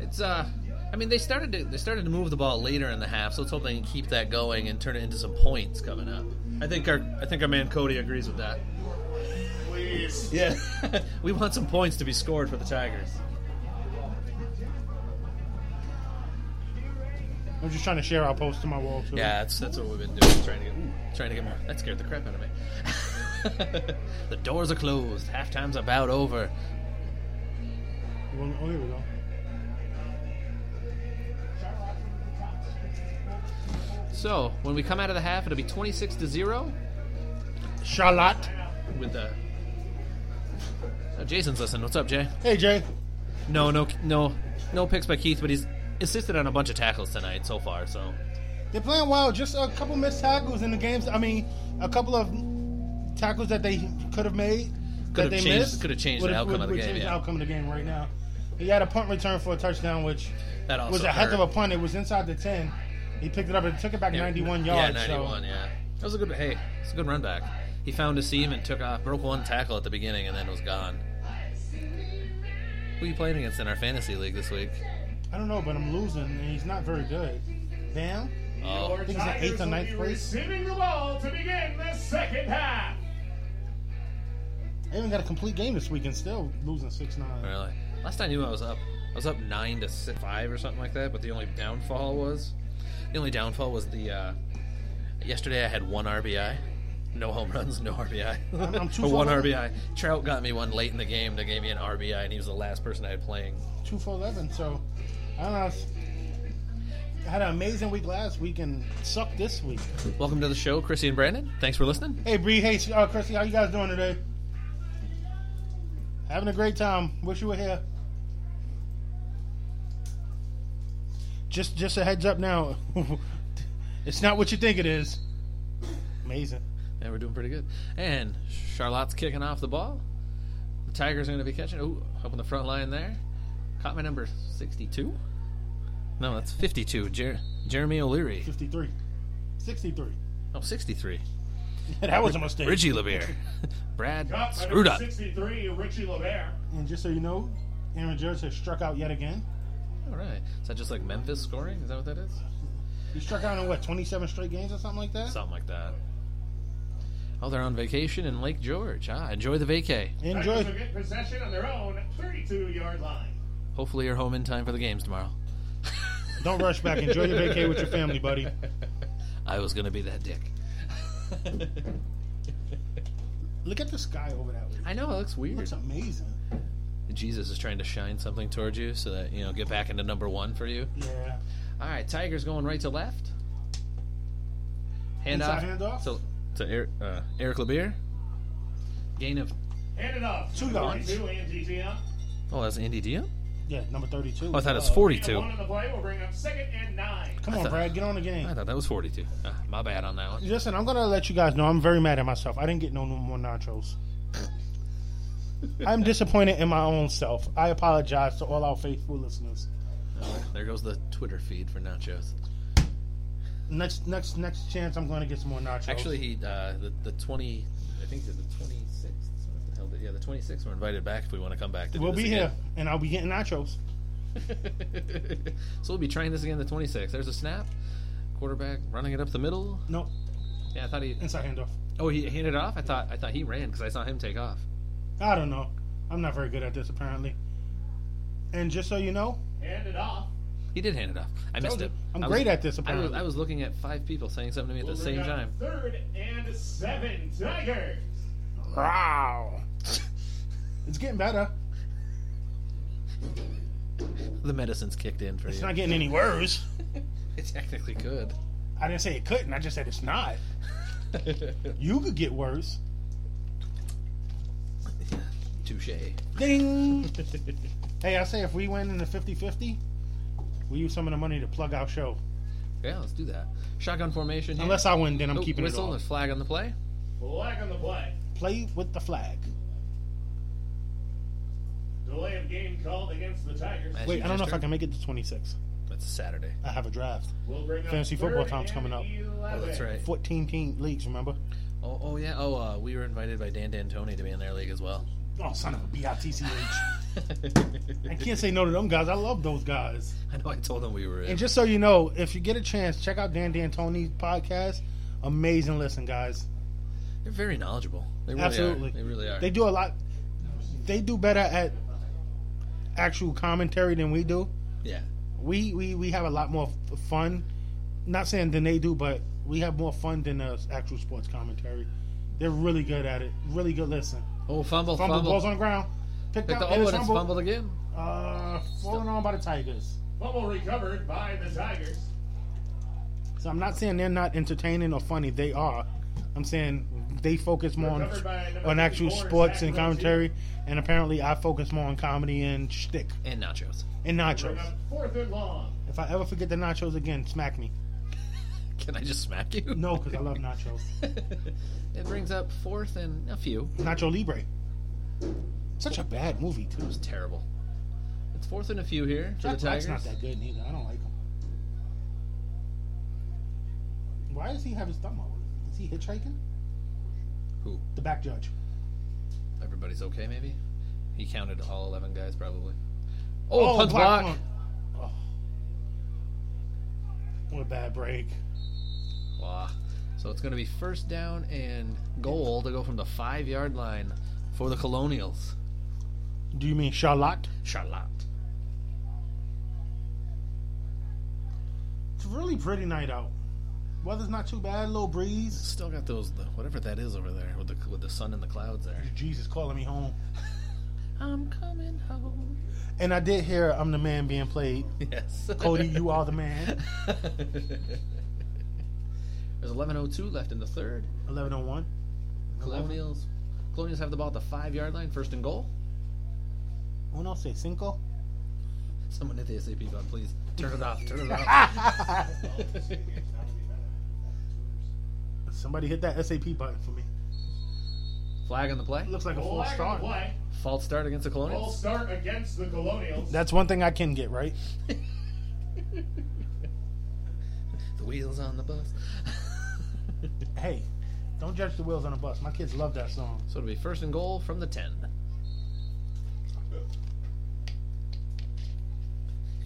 Speaker 3: It's uh, I mean they started to they started to move the ball later in the half, so let's hope they can keep that going and turn it into some points coming up. I think our I think our man Cody agrees with that.
Speaker 1: Please.
Speaker 3: Yeah, we want some points to be scored for the Tigers.
Speaker 2: I'm just trying to share our post to my wall too.
Speaker 3: Yeah, that's that's what we've been doing, trying to get ooh, trying to get more. That scared the crap out of me. the doors are closed. Halftime's about over.
Speaker 2: Well, oh, here we go.
Speaker 3: So when we come out of the half, it'll be twenty six to zero.
Speaker 2: Charlotte.
Speaker 3: With the Oh, Jason's listening. What's up, Jay?
Speaker 2: Hey Jay.
Speaker 3: No, no, no, no picks by Keith, but he's assisted on a bunch of tackles tonight so far. So
Speaker 2: They're playing well. Just a couple missed tackles in the games. I mean, a couple of tackles that they could have made
Speaker 3: Could
Speaker 2: that
Speaker 3: have
Speaker 2: they
Speaker 3: changed-
Speaker 2: missed
Speaker 3: could have changed the
Speaker 2: would have-
Speaker 3: outcome
Speaker 2: would-
Speaker 3: of the
Speaker 2: would
Speaker 3: game,
Speaker 2: change the
Speaker 3: yeah.
Speaker 2: outcome of the game right now. He had a punt return for a touchdown, which
Speaker 3: that also
Speaker 2: was a heck
Speaker 3: hurt.
Speaker 2: of a punt. It was inside the ten. He picked it up and took it back
Speaker 3: Yeah,
Speaker 2: 91
Speaker 3: Yeah,
Speaker 2: yards.
Speaker 3: ninety-one. Yeah, that was a good. Hey, it's a good run back. He found a seam and took off, broke one tackle at the beginning, and then was gone. Who are you playing against in our fantasy league this week?
Speaker 2: So I don't know, but I'm losing, and he's not very good. Bam.
Speaker 3: Oh,
Speaker 2: I think he's in
Speaker 1: Tigers
Speaker 2: eighth or
Speaker 1: will
Speaker 2: ninth
Speaker 1: be
Speaker 2: place.
Speaker 1: Receiving the ball to begin the second half.
Speaker 2: They even got a complete game this week and still losing six nine.
Speaker 3: really? Last I knew, I was up. I was up nine to si- five or something like that. But the only downfall was, the only downfall was the. Uh, yesterday I had one RBI, no home runs, no RBI.
Speaker 2: I'm- I'm too
Speaker 3: Or one
Speaker 2: far-
Speaker 3: RBI. Trout got me one late in the game that gave me an RBI, and he was the last person I had playing.
Speaker 2: two for eleven. So I don't know. it's- I had an amazing week last week and sucked this week.
Speaker 3: Welcome to the show, Chrissy and Brandon. Thanks for listening.
Speaker 2: Hey Bree, hey uh, Chrissy, how you guys doing today? Having a great time. Wish you were here. Just just a heads up now. it's not what you think it is. Amazing.
Speaker 3: Yeah, we're doing pretty good. And Charlotte's kicking off the ball. The Tigers are going to be catching. Ooh, up on the front line there. Caught my number 62? No, that's 52. Jer- Jeremy O'Leary.
Speaker 2: 53. 63.
Speaker 3: Oh, 63.
Speaker 2: that was a mistake.
Speaker 3: Richie LeBeer. Brad
Speaker 1: Cup by
Speaker 3: screwed
Speaker 1: number
Speaker 3: up.
Speaker 1: 63, Richie LeVere.
Speaker 2: And just so you know, Aaron Judge has struck out yet again.
Speaker 3: All right. Is that just like Memphis scoring? Is that what that is?
Speaker 2: He struck out in what, 27 straight games or something like that?
Speaker 3: Something like that. Oh, they're on vacation in Lake George. Ah, enjoy the vacay.
Speaker 2: Enjoy.
Speaker 1: Tigers will get possession on their own 32-yard line.
Speaker 3: Hopefully, you're home in time for the games tomorrow.
Speaker 2: Don't rush back. Enjoy your vacay with your family, buddy.
Speaker 3: I was going to be that dick.
Speaker 2: Look at the sky over that way.
Speaker 3: I know, it looks
Speaker 2: It
Speaker 3: weird.
Speaker 2: looks amazing.
Speaker 3: Jesus is trying to shine something towards you so that, you know, get back into number one for you.
Speaker 2: Yeah.
Speaker 3: All right, Tiger's going right to left. Hand
Speaker 2: Inside
Speaker 3: off.
Speaker 2: handoff.
Speaker 3: To, to Eric, uh, Eric LeBeer. Gain of.
Speaker 1: Hand it off.
Speaker 2: Two
Speaker 1: Number
Speaker 2: yards.
Speaker 1: 42, Angie Dion.
Speaker 3: Oh, that's Andy Dio?
Speaker 2: Yeah, number 32.
Speaker 3: Oh, I thought it was
Speaker 2: Uh,
Speaker 3: 42.
Speaker 1: One on the play will bring up second and nine.
Speaker 2: Come on,
Speaker 3: thought-
Speaker 2: Brad, get on the
Speaker 3: I
Speaker 2: game.
Speaker 3: thought that was 42. Ah, my bad on that one.
Speaker 2: Listen, I'm gonna let you guys know I'm very mad at myself. I didn't get no more nachos. I'm disappointed in my own self. I apologize to all our faithful listeners.
Speaker 3: Oh, there goes the Twitter feed for nachos.
Speaker 2: Next, next, next chance, I'm gonna get some more nachos.
Speaker 3: Actually, he uh, the the twenty. I think it's the twenty sixth. What the hell? Did, yeah, the twenty sixth. We're invited back if we want to come back. To do
Speaker 2: we'll
Speaker 3: this
Speaker 2: be here,
Speaker 3: again.
Speaker 2: and I'll be getting nachos.
Speaker 3: so we'll be trying this again the twenty sixth. There's a snap. Quarterback running it up the middle.
Speaker 2: Nope,
Speaker 3: Yeah, I thought he.
Speaker 2: inside handoff.
Speaker 3: Oh, he handed it off. I thought I thought he ran because I saw him take off.
Speaker 2: I don't know. I'm not very good at this apparently. And just so you know,
Speaker 1: Hand it off.
Speaker 3: He did hand it off. I missed
Speaker 2: you.
Speaker 3: it.
Speaker 2: Oh, I'm
Speaker 3: I was-
Speaker 2: great at this,
Speaker 3: I was,
Speaker 2: apparently.
Speaker 3: I was looking at five people saying something to me at the
Speaker 1: Will
Speaker 3: same
Speaker 1: bring up
Speaker 3: time.
Speaker 1: Third and seven, Tigers.
Speaker 2: wow, it's getting better.
Speaker 3: The medicine's kicked in for
Speaker 2: It's
Speaker 3: you.
Speaker 2: not getting any worse.
Speaker 3: it technically could.
Speaker 2: I didn't say it couldn't. I just said it's not. You could get worse.
Speaker 3: Touche.
Speaker 2: Ding. hey, I say if we win in the 50-50, we use some of the money to plug our show.
Speaker 3: Yeah, let's do that. Shotgun formation. Here.
Speaker 2: Unless I win, then I'm
Speaker 3: Oh,
Speaker 2: keeping it
Speaker 3: whistle.
Speaker 2: all.
Speaker 3: There's flag on the play.
Speaker 1: Flag on the play.
Speaker 2: Play with the flag.
Speaker 1: Delay of game called against the Tigers.
Speaker 3: As
Speaker 2: Wait,
Speaker 3: you
Speaker 2: I don't know
Speaker 3: just
Speaker 2: if I
Speaker 3: heard.
Speaker 2: can make it to 26.
Speaker 3: That's Saturday.
Speaker 2: I have a draft.
Speaker 1: We'll bring up
Speaker 2: Fantasy football
Speaker 1: third
Speaker 2: time's
Speaker 1: and
Speaker 2: coming up.
Speaker 1: 11.
Speaker 3: Oh, that's right.
Speaker 2: 14 team leagues, remember?
Speaker 3: Oh, oh yeah. Oh, uh, we were invited by Dan D'Antoni to be in their league as well.
Speaker 2: Oh, son of a B-I-T-C-H. I
Speaker 3: I
Speaker 2: can't say no to them guys. I love those guys.
Speaker 3: know. I told him we were. In.
Speaker 2: And just so you know, if you get a chance, check out Dan D'Antoni's podcast. Amazing listen, guys.
Speaker 3: They're very knowledgeable. They really
Speaker 2: Absolutely.
Speaker 3: Are. They really are.
Speaker 2: They do a lot. They do better at actual commentary than we do.
Speaker 3: yeah.
Speaker 2: We we, we have a lot more f- fun. Not saying than they do, but we have more fun than the actual sports commentary. They're really good at it. Really good listen.
Speaker 3: Oh, fumble,
Speaker 2: Fumble,
Speaker 3: fumble.
Speaker 2: balls on the ground. Picked
Speaker 3: Picked
Speaker 2: up
Speaker 3: the
Speaker 2: and
Speaker 3: oh,
Speaker 2: it's
Speaker 3: and it's
Speaker 2: fumble.
Speaker 3: fumbled again.
Speaker 2: Uh, fallen on by the Tigers.
Speaker 1: Fumble recovered by the Tigers.
Speaker 2: So I'm not saying they're not entertaining or funny. They are. I'm saying they focus more on,
Speaker 1: Recovered by number
Speaker 2: on actual
Speaker 1: 54,
Speaker 2: sports
Speaker 1: Zach
Speaker 2: and
Speaker 1: Rozier.
Speaker 2: commentary, and apparently I focus more on comedy and shtick
Speaker 3: And nachos.
Speaker 2: and
Speaker 1: Bring
Speaker 2: nachos.
Speaker 1: up fourth and long.
Speaker 2: If I ever forget the nachos again, smack me.
Speaker 3: Can I just smack you?
Speaker 2: No, because I love nachos.
Speaker 3: it brings up fourth and a few.
Speaker 2: Nacho Libre. Such a bad movie
Speaker 3: It
Speaker 2: too.
Speaker 3: was terrible. It's fourth and a few here for the
Speaker 2: Jack Black's not
Speaker 3: Tigers.
Speaker 2: that good neither. I don't like him. Why does he have his thumb out? Is he hitchhiking?
Speaker 3: Who?
Speaker 2: The back judge.
Speaker 3: Everybody's okay, maybe. He counted all eleven guys, probably. Oh, punt block.
Speaker 2: one. Oh. What a bad break.
Speaker 3: Wah. So it's going to be first down and goal to go from the five yard line for the Colonials.
Speaker 2: Do you mean Charlotte?
Speaker 3: Charlotte.
Speaker 2: It's a really pretty night out. Weather's not too bad, little breeze.
Speaker 3: Still got those the, whatever that is over there with the with the sun and the clouds there.
Speaker 2: Jesus calling me home.
Speaker 3: I'm coming home.
Speaker 2: And I did hear I'm the man being played.
Speaker 3: Yes.
Speaker 2: Cody, you are the man.
Speaker 3: There's 11:02 left in the third.
Speaker 2: 11 on 1.
Speaker 3: Colonials. Colonials have the ball at the five yard line, first and goal.
Speaker 2: Uno se cinco.
Speaker 3: Someone hit the SAP button, please. Ah! Turn it off. Turn it off.
Speaker 2: Somebody hit that SAP button for me.
Speaker 3: Flag on the play.
Speaker 2: It looks like a full
Speaker 1: Flag on
Speaker 2: start.
Speaker 1: the play.
Speaker 3: False start against the
Speaker 1: Full
Speaker 3: Colonials.
Speaker 1: start against the Colonials.
Speaker 2: That's one thing I can get, right?
Speaker 3: The wheels on the bus.
Speaker 2: Hey, don't judge the wheels on a bus. My kids love that song.
Speaker 3: so it'll be first and goal from the ten.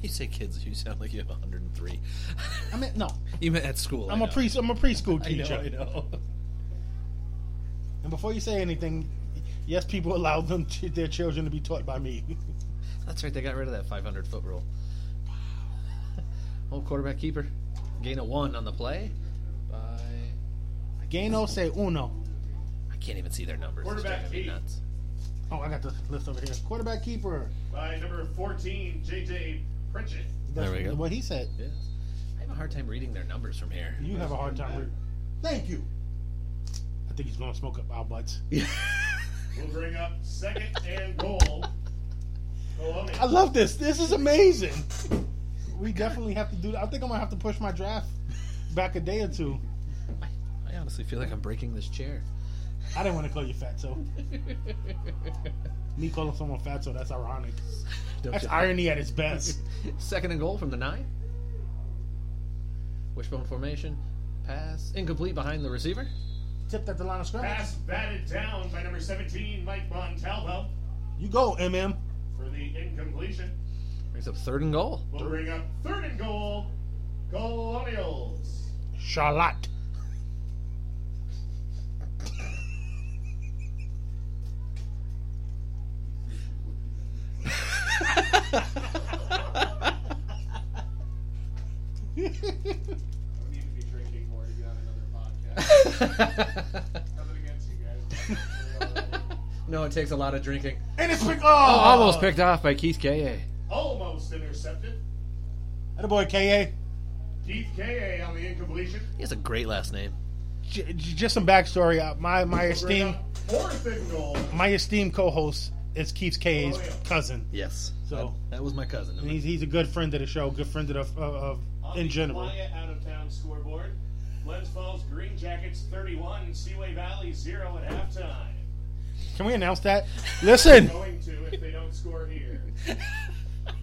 Speaker 3: You say kids, you sound like you have 103.
Speaker 2: I mean, no.
Speaker 3: you meant at school.
Speaker 2: I'm
Speaker 3: I
Speaker 2: a
Speaker 3: know.
Speaker 2: pre I'm a preschool
Speaker 3: I know,
Speaker 2: teacher.
Speaker 3: I know.
Speaker 2: And before you say anything, yes, people allow them to, their children to be taught by me.
Speaker 3: That's right. They got rid of that 500 foot rule. Old quarterback keeper. Gain of one on the play. By
Speaker 2: Gano say uno.
Speaker 3: I can't even see their numbers. It's
Speaker 1: Quarterback
Speaker 3: driving me
Speaker 1: keep.
Speaker 3: nuts.
Speaker 2: Oh, I got the list over here. Quarterback keeper.
Speaker 1: By number 14, JJ Pritchett.
Speaker 2: That's
Speaker 3: There we go.
Speaker 2: What he said.
Speaker 3: Yes. I have a hard time reading their numbers from here.
Speaker 2: You have a hard time. with-
Speaker 4: Thank you.
Speaker 2: I think he's gonna smoke up our butts.
Speaker 1: We'll bring up second and goal. Colonials.
Speaker 2: I love this. This is amazing. We definitely have to do. I think I'm gonna have to push my draft back a day or two.
Speaker 3: I, I honestly feel like I'm breaking this chair.
Speaker 2: I didn't want to call you fatso. Me calling someone fatso, that's ironic.
Speaker 3: Don't
Speaker 2: That's
Speaker 3: you-
Speaker 2: irony at its best.
Speaker 3: Second and goal from the nine. Wishbone formation. Pass incomplete behind the receiver.
Speaker 2: Tipped at the line of scrimmage.
Speaker 1: Pass batted down by number 17, Mike Montalvo,
Speaker 2: You go, MM.
Speaker 1: for the incompletion.
Speaker 3: Brings up third and goal.
Speaker 1: We'll bring up third and goal. Colonials.
Speaker 2: Charlotte.
Speaker 1: I need to be drinking more to be on another podcast. Nothing against you guys.
Speaker 3: no, it takes a lot of drinking.
Speaker 2: And it's pick. Oh,
Speaker 3: Oh, almost picked off by Keith K.A.
Speaker 1: Almost intercepted.
Speaker 2: That boy, Ka.
Speaker 1: Keith K.A. on the incompletion.
Speaker 3: He has a great last name.
Speaker 2: J- j- just some backstory. Uh, My my
Speaker 1: We'll bring
Speaker 2: esteemed
Speaker 1: up Fourth and goal.
Speaker 2: my esteemed co-host it's Keith K's cousin.
Speaker 4: Yes.
Speaker 2: So-
Speaker 4: that, that was my cousin.
Speaker 2: And he's he's a good friend of the show, good friend of, the- of, of in general.
Speaker 1: Quiet out of town scoreboard. Glens Falls Green Jackets 31, Seaway Valley 0 at halftime.
Speaker 2: Can we announce that? Listen,
Speaker 1: Going to if they don't score here.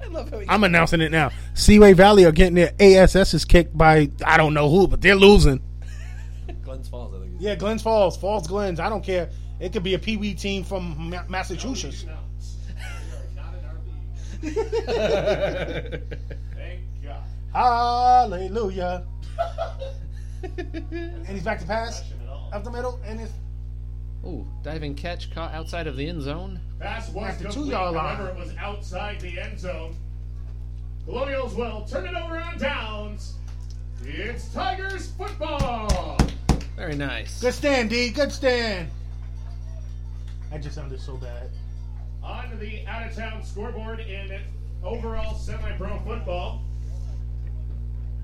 Speaker 4: I love how he
Speaker 2: I'm announcing it now. Seaway Valley are getting their ASS's kicked by I don't know who, but they're losing.
Speaker 4: Glens Falls, I think.
Speaker 2: Yeah, Glens Falls, Falls Glens. I don't care. It could be a Pee Wee team from Ma- Massachusetts.
Speaker 1: No. We are not in our league. Thank God.
Speaker 2: Hallelujah. and he's back to pass
Speaker 1: Passion at all.
Speaker 2: up the middle, and it's
Speaker 4: Ooh, diving catch caught outside of the end zone.
Speaker 1: Pass was
Speaker 2: At the
Speaker 1: complete.
Speaker 2: two-yard line.
Speaker 1: However, it was outside the end zone. Colonials will turn it over on downs. It's Tigers football.
Speaker 4: Very nice.
Speaker 2: good stand, D. Good stand. That just sounded so bad.
Speaker 1: On the out of town scoreboard in overall semi pro football,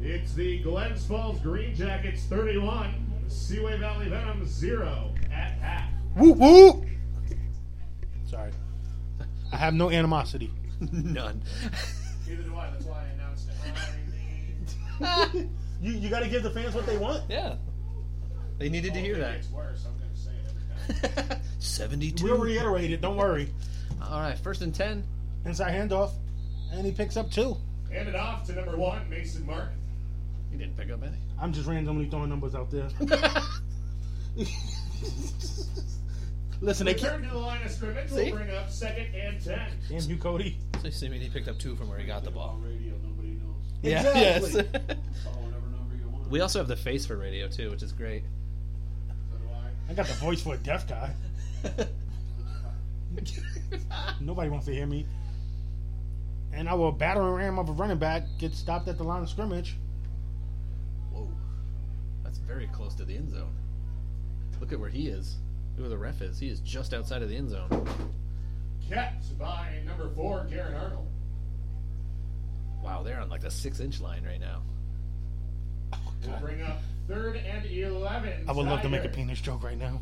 Speaker 1: it's the Glens Falls Green Jackets 31, Seaway Valley Venom 0 at half.
Speaker 2: Whoop whoop. Sorry, I have no animosity.
Speaker 4: None.
Speaker 1: Neither do I, that's why I announced it.
Speaker 2: You you got to give the fans what they want.
Speaker 4: yeah. They needed to hear
Speaker 1: It's worse, I'm going to say it every time.
Speaker 4: that. 72.
Speaker 2: We'll reiterate it. Don't worry.
Speaker 4: All right, first and 10.
Speaker 2: Inside handoff, and he picks up two.
Speaker 1: Hand it off to number one, Mason Martin.
Speaker 4: He didn't pick up any.
Speaker 2: I'm just randomly throwing numbers out there. Listen, they can't.
Speaker 1: Return to the line of scrimmage
Speaker 4: See?
Speaker 1: will bring up second and ten.
Speaker 2: Damn you, Cody.
Speaker 4: So you see, I mean, he picked up two from where he got the ball.
Speaker 7: Radio, nobody knows.
Speaker 4: Yeah.
Speaker 2: Exactly.
Speaker 4: Yes.
Speaker 7: Call whatever number you want.
Speaker 4: we also have the face for radio, too, which is great.
Speaker 1: So do I.
Speaker 2: I got the voice for a deaf guy. Nobody wants to hear me. And I will batter a ram of a running back, get stopped at the line of scrimmage.
Speaker 4: Whoa. That's very close to the end zone. Look at where he is. Look where the ref is. He is just outside of the end zone.
Speaker 1: Kept by number four, Garrett Arnold.
Speaker 4: Wow, they're on like the six inch line right now.
Speaker 1: Will bring up third and eleven.
Speaker 2: I would love to make a
Speaker 1: Tigers.
Speaker 2: penis joke right now.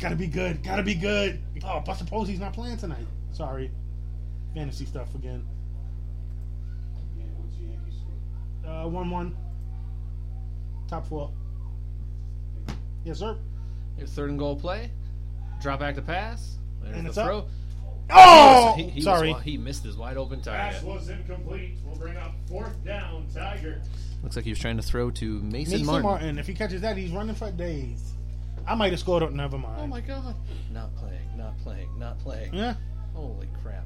Speaker 2: Gotta be good. Gotta be good. Oh, Buster Posey's not playing tonight. Sorry. Fantasy stuff again.
Speaker 7: Yeah, what's the Yankees score?
Speaker 2: Uh, 1 1. Top four. Yes, sir.
Speaker 4: Here's third and goal play. Drop back to pass. There's
Speaker 2: And
Speaker 4: the
Speaker 2: it's up.
Speaker 4: throw.
Speaker 2: Oh!
Speaker 4: He- he was
Speaker 2: Sorry.
Speaker 4: wi- he missed his wide open
Speaker 1: Pass
Speaker 4: target.
Speaker 1: was incomplete. We'll bring up fourth down, Tiger.
Speaker 4: Looks like he was trying to throw to Mason,
Speaker 2: Mason Martin.
Speaker 4: Martin.
Speaker 2: If he catches that, he's running for days. I might have scored up. Never mind.
Speaker 4: Oh my god. Not playing, not playing, not playing.
Speaker 2: Yeah.
Speaker 4: Holy crap.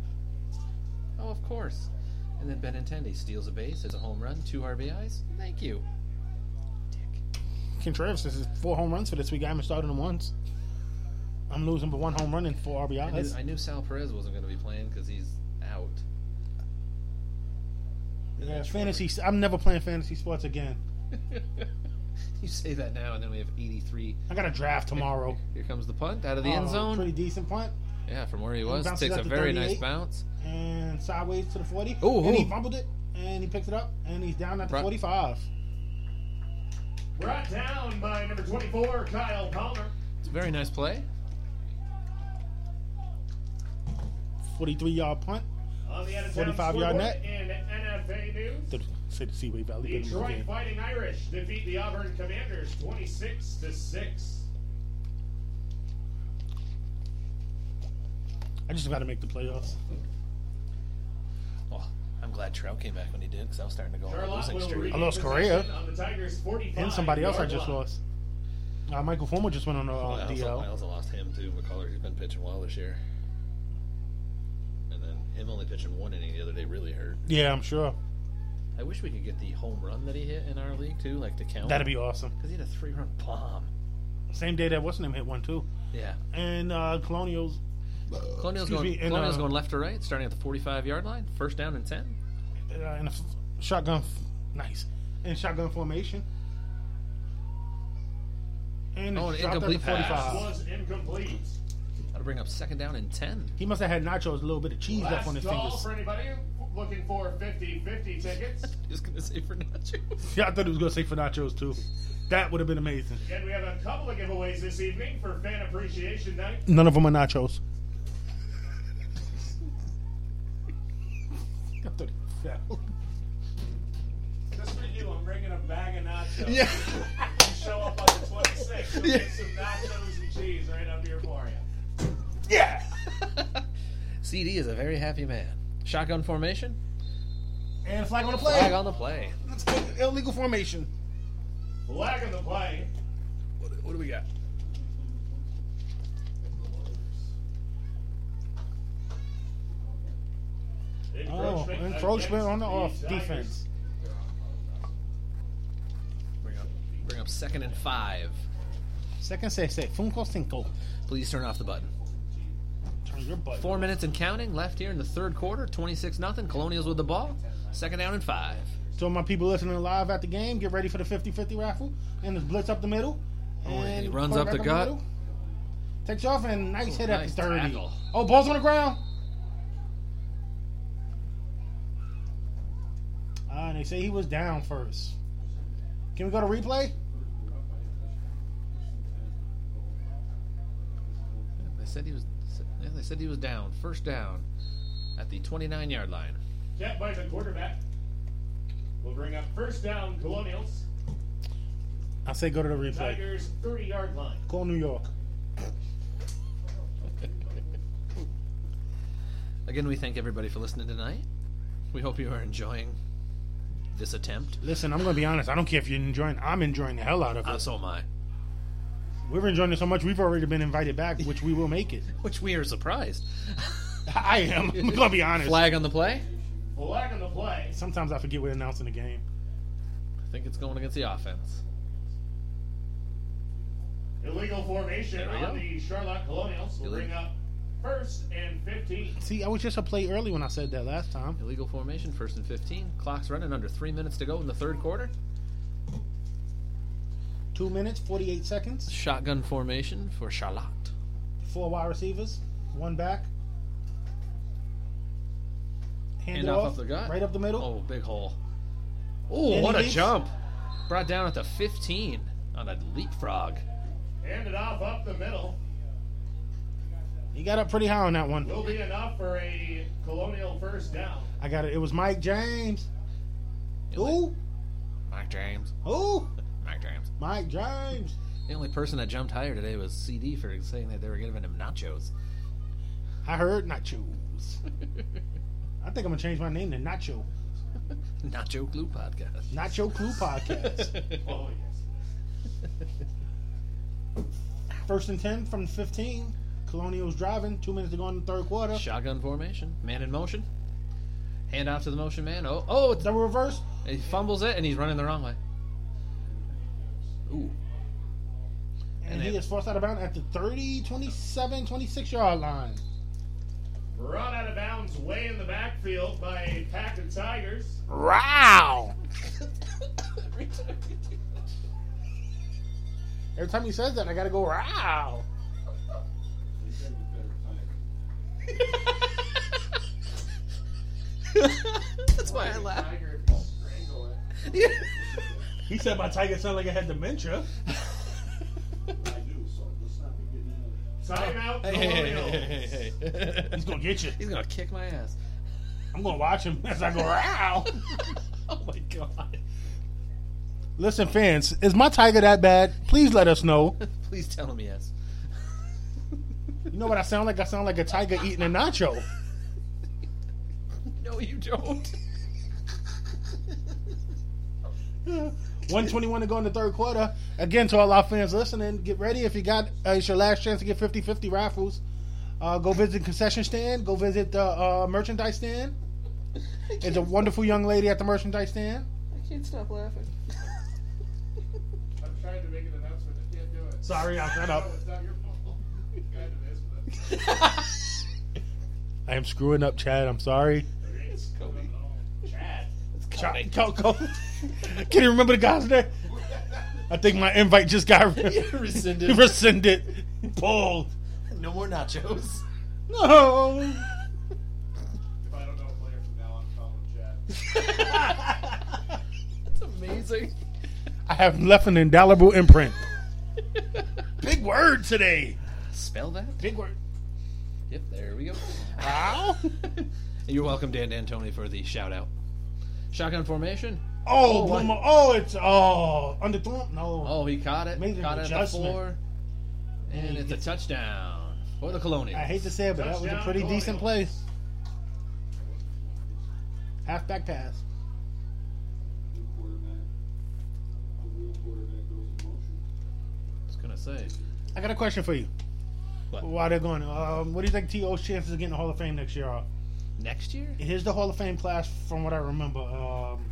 Speaker 4: Oh, of course. And then Benintendi steals a base. It's a home run, two RBIs. Thank you.
Speaker 2: Contreras this is four home runs for this week. I haven't started him once. I'm losing but one home run and four
Speaker 4: I knew,
Speaker 2: RBIs.
Speaker 4: I knew Sal Perez wasn't going to be playing because he's out.
Speaker 2: yeah, fantasy. I'm never playing fantasy sports again.
Speaker 4: you say that now, and then we have 83.
Speaker 2: I got a draft tomorrow.
Speaker 4: Here comes the punt out of the
Speaker 2: Uh,
Speaker 4: end zone.
Speaker 2: Pretty decent punt.
Speaker 4: Yeah, from where he was.
Speaker 2: bounces
Speaker 4: Takes
Speaker 2: out
Speaker 4: a
Speaker 2: to
Speaker 4: very nice
Speaker 2: 38.
Speaker 4: bounce.
Speaker 2: And sideways to the 40.
Speaker 4: Ooh,
Speaker 2: and he
Speaker 4: ooh.
Speaker 2: fumbled it. And he picks it up. And he's down at the
Speaker 4: Right.
Speaker 2: 45.
Speaker 1: Brought down by number twenty-four, Kyle Palmer.
Speaker 4: It's a very nice play.
Speaker 2: 43 yard punt.
Speaker 1: On the out of
Speaker 2: 45 yard net.
Speaker 1: In NFA news,
Speaker 2: The City Seaway Valley. good enough
Speaker 1: Detroit
Speaker 2: game.
Speaker 1: Fighting Irish defeat the Auburn Commanders twenty-six to six.
Speaker 2: I just got to make the playoffs.
Speaker 4: Oh, I'm glad Trout came back when he did because I was starting to go on a
Speaker 1: Charlotte
Speaker 4: losing
Speaker 1: will
Speaker 4: streak.
Speaker 1: regain
Speaker 2: I lost
Speaker 1: possession
Speaker 2: Correa.
Speaker 1: on the Tigers 45
Speaker 2: And somebody else I
Speaker 1: yard
Speaker 2: just
Speaker 1: line.
Speaker 2: lost. Uh, Michael Fulmer just went on the
Speaker 4: Oh, I,
Speaker 2: uh,
Speaker 4: also, I
Speaker 2: DL.
Speaker 4: also lost him too. McCullers, he's been pitching well this year. And then him only pitching one inning the other day really hurt.
Speaker 2: Yeah, I'm sure.
Speaker 4: I wish we could get the home run that he hit in our league too, like the count.
Speaker 2: That'd be awesome.
Speaker 4: because he had a three-run bomb.
Speaker 2: Same day that what's name hit one too.
Speaker 4: Yeah,
Speaker 2: And uh, Colonials Excuse
Speaker 4: Colonial's going.
Speaker 2: me, and,
Speaker 4: Colonial's
Speaker 2: uh,
Speaker 4: going left to right, starting at the 45-yard line. First down and ten.
Speaker 2: uh, in a f- shotgun, f- nice, in shotgun formation. And
Speaker 4: Oh, an
Speaker 2: it's dropped
Speaker 4: incomplete
Speaker 2: up to 45.
Speaker 4: pass.
Speaker 1: was incomplete.
Speaker 4: That'll bring up second down and ten.
Speaker 2: He must have had nachos, a little bit of cheese
Speaker 1: Last
Speaker 2: left on his
Speaker 1: call
Speaker 2: fingers.
Speaker 1: for anybody looking for 50-50 tickets.
Speaker 4: Just gonna say for nachos.
Speaker 2: Yeah, I thought he was gonna say for nachos too. That would have been amazing.
Speaker 1: and we have a couple of giveaways this evening for Fan Appreciation Night.
Speaker 2: None of them are nachos.
Speaker 3: thought he fell.
Speaker 1: Just for you, I'm bringing a bag of nachos.
Speaker 2: Yeah.
Speaker 1: You show up on the 26th, you'll get some nachos and cheese right up here for you.
Speaker 3: Yeah.
Speaker 4: CD is a very happy man. Shotgun formation.
Speaker 2: And flag on the
Speaker 4: Flag
Speaker 2: play.
Speaker 4: on the play.
Speaker 2: Let's go. Illegal formation.
Speaker 1: Flag in the play.
Speaker 2: What, what do we got? Oh, encroachment on the off
Speaker 1: against the Tigers.
Speaker 2: defense.
Speaker 4: Bring up, bring up second and five.
Speaker 2: Second say say Funko Cinco.
Speaker 4: Please turn off the button.
Speaker 2: Turn your butt.
Speaker 4: Four minutes and counting left here in the third quarter. 26 nothing. Colonials with the ball. Second down and five.
Speaker 2: So my people listening live at the game, get ready for the 50-50 raffle and it's blitz up the middle.
Speaker 4: Oh, and he runs
Speaker 2: quarterback
Speaker 4: up the gut.
Speaker 2: middle. Takes off and nice
Speaker 4: Oh,
Speaker 2: hit
Speaker 4: nice
Speaker 2: at the 30.
Speaker 4: tackle.
Speaker 2: Oh, ball's on the ground. Ah, and they say he was down first. Can we go to replay?
Speaker 4: They said he was. yeah, They said he was down. First down at the 29 yard line.
Speaker 1: Kept by the quarterback. We'll bring up first down Colonials.
Speaker 2: I say go to the replay.
Speaker 1: Tigers 30 yard line.
Speaker 2: Call New York.
Speaker 4: Again, we thank everybody for listening tonight. We hope you are enjoying this attempt.
Speaker 2: Listen, I'm gonna be honest. I don't care if you're enjoying. I'm enjoying the hell out of
Speaker 4: Uh,
Speaker 2: it.
Speaker 4: so am I.
Speaker 2: We're enjoying it so much. We've already been invited back, which we will make it.
Speaker 4: Which we are surprised.
Speaker 2: I am. I'm gonna be honest.
Speaker 4: Flag on the play.
Speaker 1: Flag on the play.
Speaker 2: Sometimes I forget we're announcing the game.
Speaker 4: I think it's going against the offense.
Speaker 1: Illegal formation
Speaker 4: There we go.
Speaker 1: on the Charlotte Colonials. We'll
Speaker 4: Illegal.
Speaker 1: bring up first and 15.
Speaker 2: See, I was just a play early when I said that last time.
Speaker 4: Illegal formation, first and 15. Clock's running under three minutes to go in the third quarter.
Speaker 2: Two minutes, forty-eight seconds.
Speaker 4: Shotgun formation for Charlotte.
Speaker 2: Four wide receivers, one back. Hand
Speaker 4: Hand
Speaker 2: it
Speaker 4: off up the gut.
Speaker 2: right up the middle.
Speaker 4: Oh, big hole. Oh,
Speaker 2: And
Speaker 4: what
Speaker 2: he
Speaker 4: a
Speaker 2: leaps.
Speaker 4: jump. Brought down at the 15 on a leapfrog.
Speaker 1: Hand it off up the middle.
Speaker 2: He got up pretty high on that one.
Speaker 1: Will be enough for a Colonial first down.
Speaker 2: I got it. It was Mike James. Ooh,
Speaker 4: Mike James.
Speaker 2: ooh,
Speaker 4: Mike James.
Speaker 2: Mike James.
Speaker 4: The only person that jumped higher today was CD for saying that they were giving him nachos.
Speaker 2: I heard nachos. I think I'm gonna change my name to Nacho.
Speaker 4: Nacho Glue Podcast.
Speaker 2: Nacho Clue Podcast.
Speaker 1: Oh, yes.
Speaker 2: First and ten from fifteen. Colonials driving. Two minutes to go in the third quarter.
Speaker 4: Shotgun formation. Man in motion. Hand off to the motion man. Oh, oh, it's,
Speaker 2: The reverse.
Speaker 4: he fumbles it and he's running the wrong way. Ooh.
Speaker 2: And,
Speaker 4: And
Speaker 2: he
Speaker 4: it-
Speaker 2: is forced out of bounds at the 30, 27, 26 yard line.
Speaker 1: Run out of bounds way in the backfield by a pack of Tigers.
Speaker 2: Wow. Every time he says that, I gotta go, wow.
Speaker 4: That's why I laugh.
Speaker 1: Tiger if you strangle it.
Speaker 3: He said my tiger sounded like I had dementia.
Speaker 8: I do, so let's not be getting into that.
Speaker 1: Timeout,
Speaker 4: Hey, hey, hey, hey,
Speaker 1: Colonial.
Speaker 4: hey, hey, hey.
Speaker 2: He's gonna get you.
Speaker 4: He's gonna kick my ass.
Speaker 2: I'm gonna watch him as I go, wow.
Speaker 4: oh my god.
Speaker 2: Listen, fans, is my tiger that bad? Please let us know.
Speaker 4: Please tell him yes.
Speaker 2: You know what I sound like? I sound like a tiger eating a nacho.
Speaker 4: No, you don't.
Speaker 2: 121 to go in the third quarter. Again, to all our fans listening, get ready. If you got, uh, it's your last chance to get 50 50 raffles. Uh, go visit the concession stand. Go visit the uh, merchandise stand. It's a wonderful young lady at the merchandise stand.
Speaker 4: I can't stop laughing.
Speaker 1: I'm trying to make an announcement. I can't do it.
Speaker 2: Sorry, I got
Speaker 1: No, it's not your fault. It kind of is, but
Speaker 2: I am screwing up, Chad. I'm sorry.
Speaker 1: it's Kobe. Chad.
Speaker 2: Chad, go, go. Can't even remember the guy's name. I think my invite just got
Speaker 4: Rescinded.
Speaker 2: rescinded. Pulled.
Speaker 4: no more nachos.
Speaker 2: No.
Speaker 1: If I don't know a player from now on, call him Chad.
Speaker 4: That's amazing.
Speaker 2: I have left an indelible imprint. Big word today.
Speaker 4: Spell that?
Speaker 2: Big word.
Speaker 4: Yep, there we go.
Speaker 2: Wow.
Speaker 4: You're welcome, Dan D'Antoni, for the shout out. Shotgun formation.
Speaker 2: Oh,
Speaker 4: Oh,
Speaker 2: oh,
Speaker 4: I-
Speaker 2: oh it's oh underthrown. No.
Speaker 4: Oh, he caught it.
Speaker 2: Amazing
Speaker 4: caught it at the
Speaker 2: adjustment.
Speaker 4: four. And it's a touchdown for the Colonial.
Speaker 2: I hate to say it, but that was a
Speaker 1: Touchdown,
Speaker 2: pretty
Speaker 1: Colonial.
Speaker 2: decent play. Halfback pass.
Speaker 9: New quarterback. A real quarterback goes in motion.
Speaker 4: I was gonna say.
Speaker 2: I got a question for you.
Speaker 4: What?
Speaker 2: Why they're going? Um, what do you think T.O.'s chances of getting the Hall of Fame next year are?
Speaker 4: Next year?
Speaker 2: Here's the Hall of Fame class from what I remember. Um,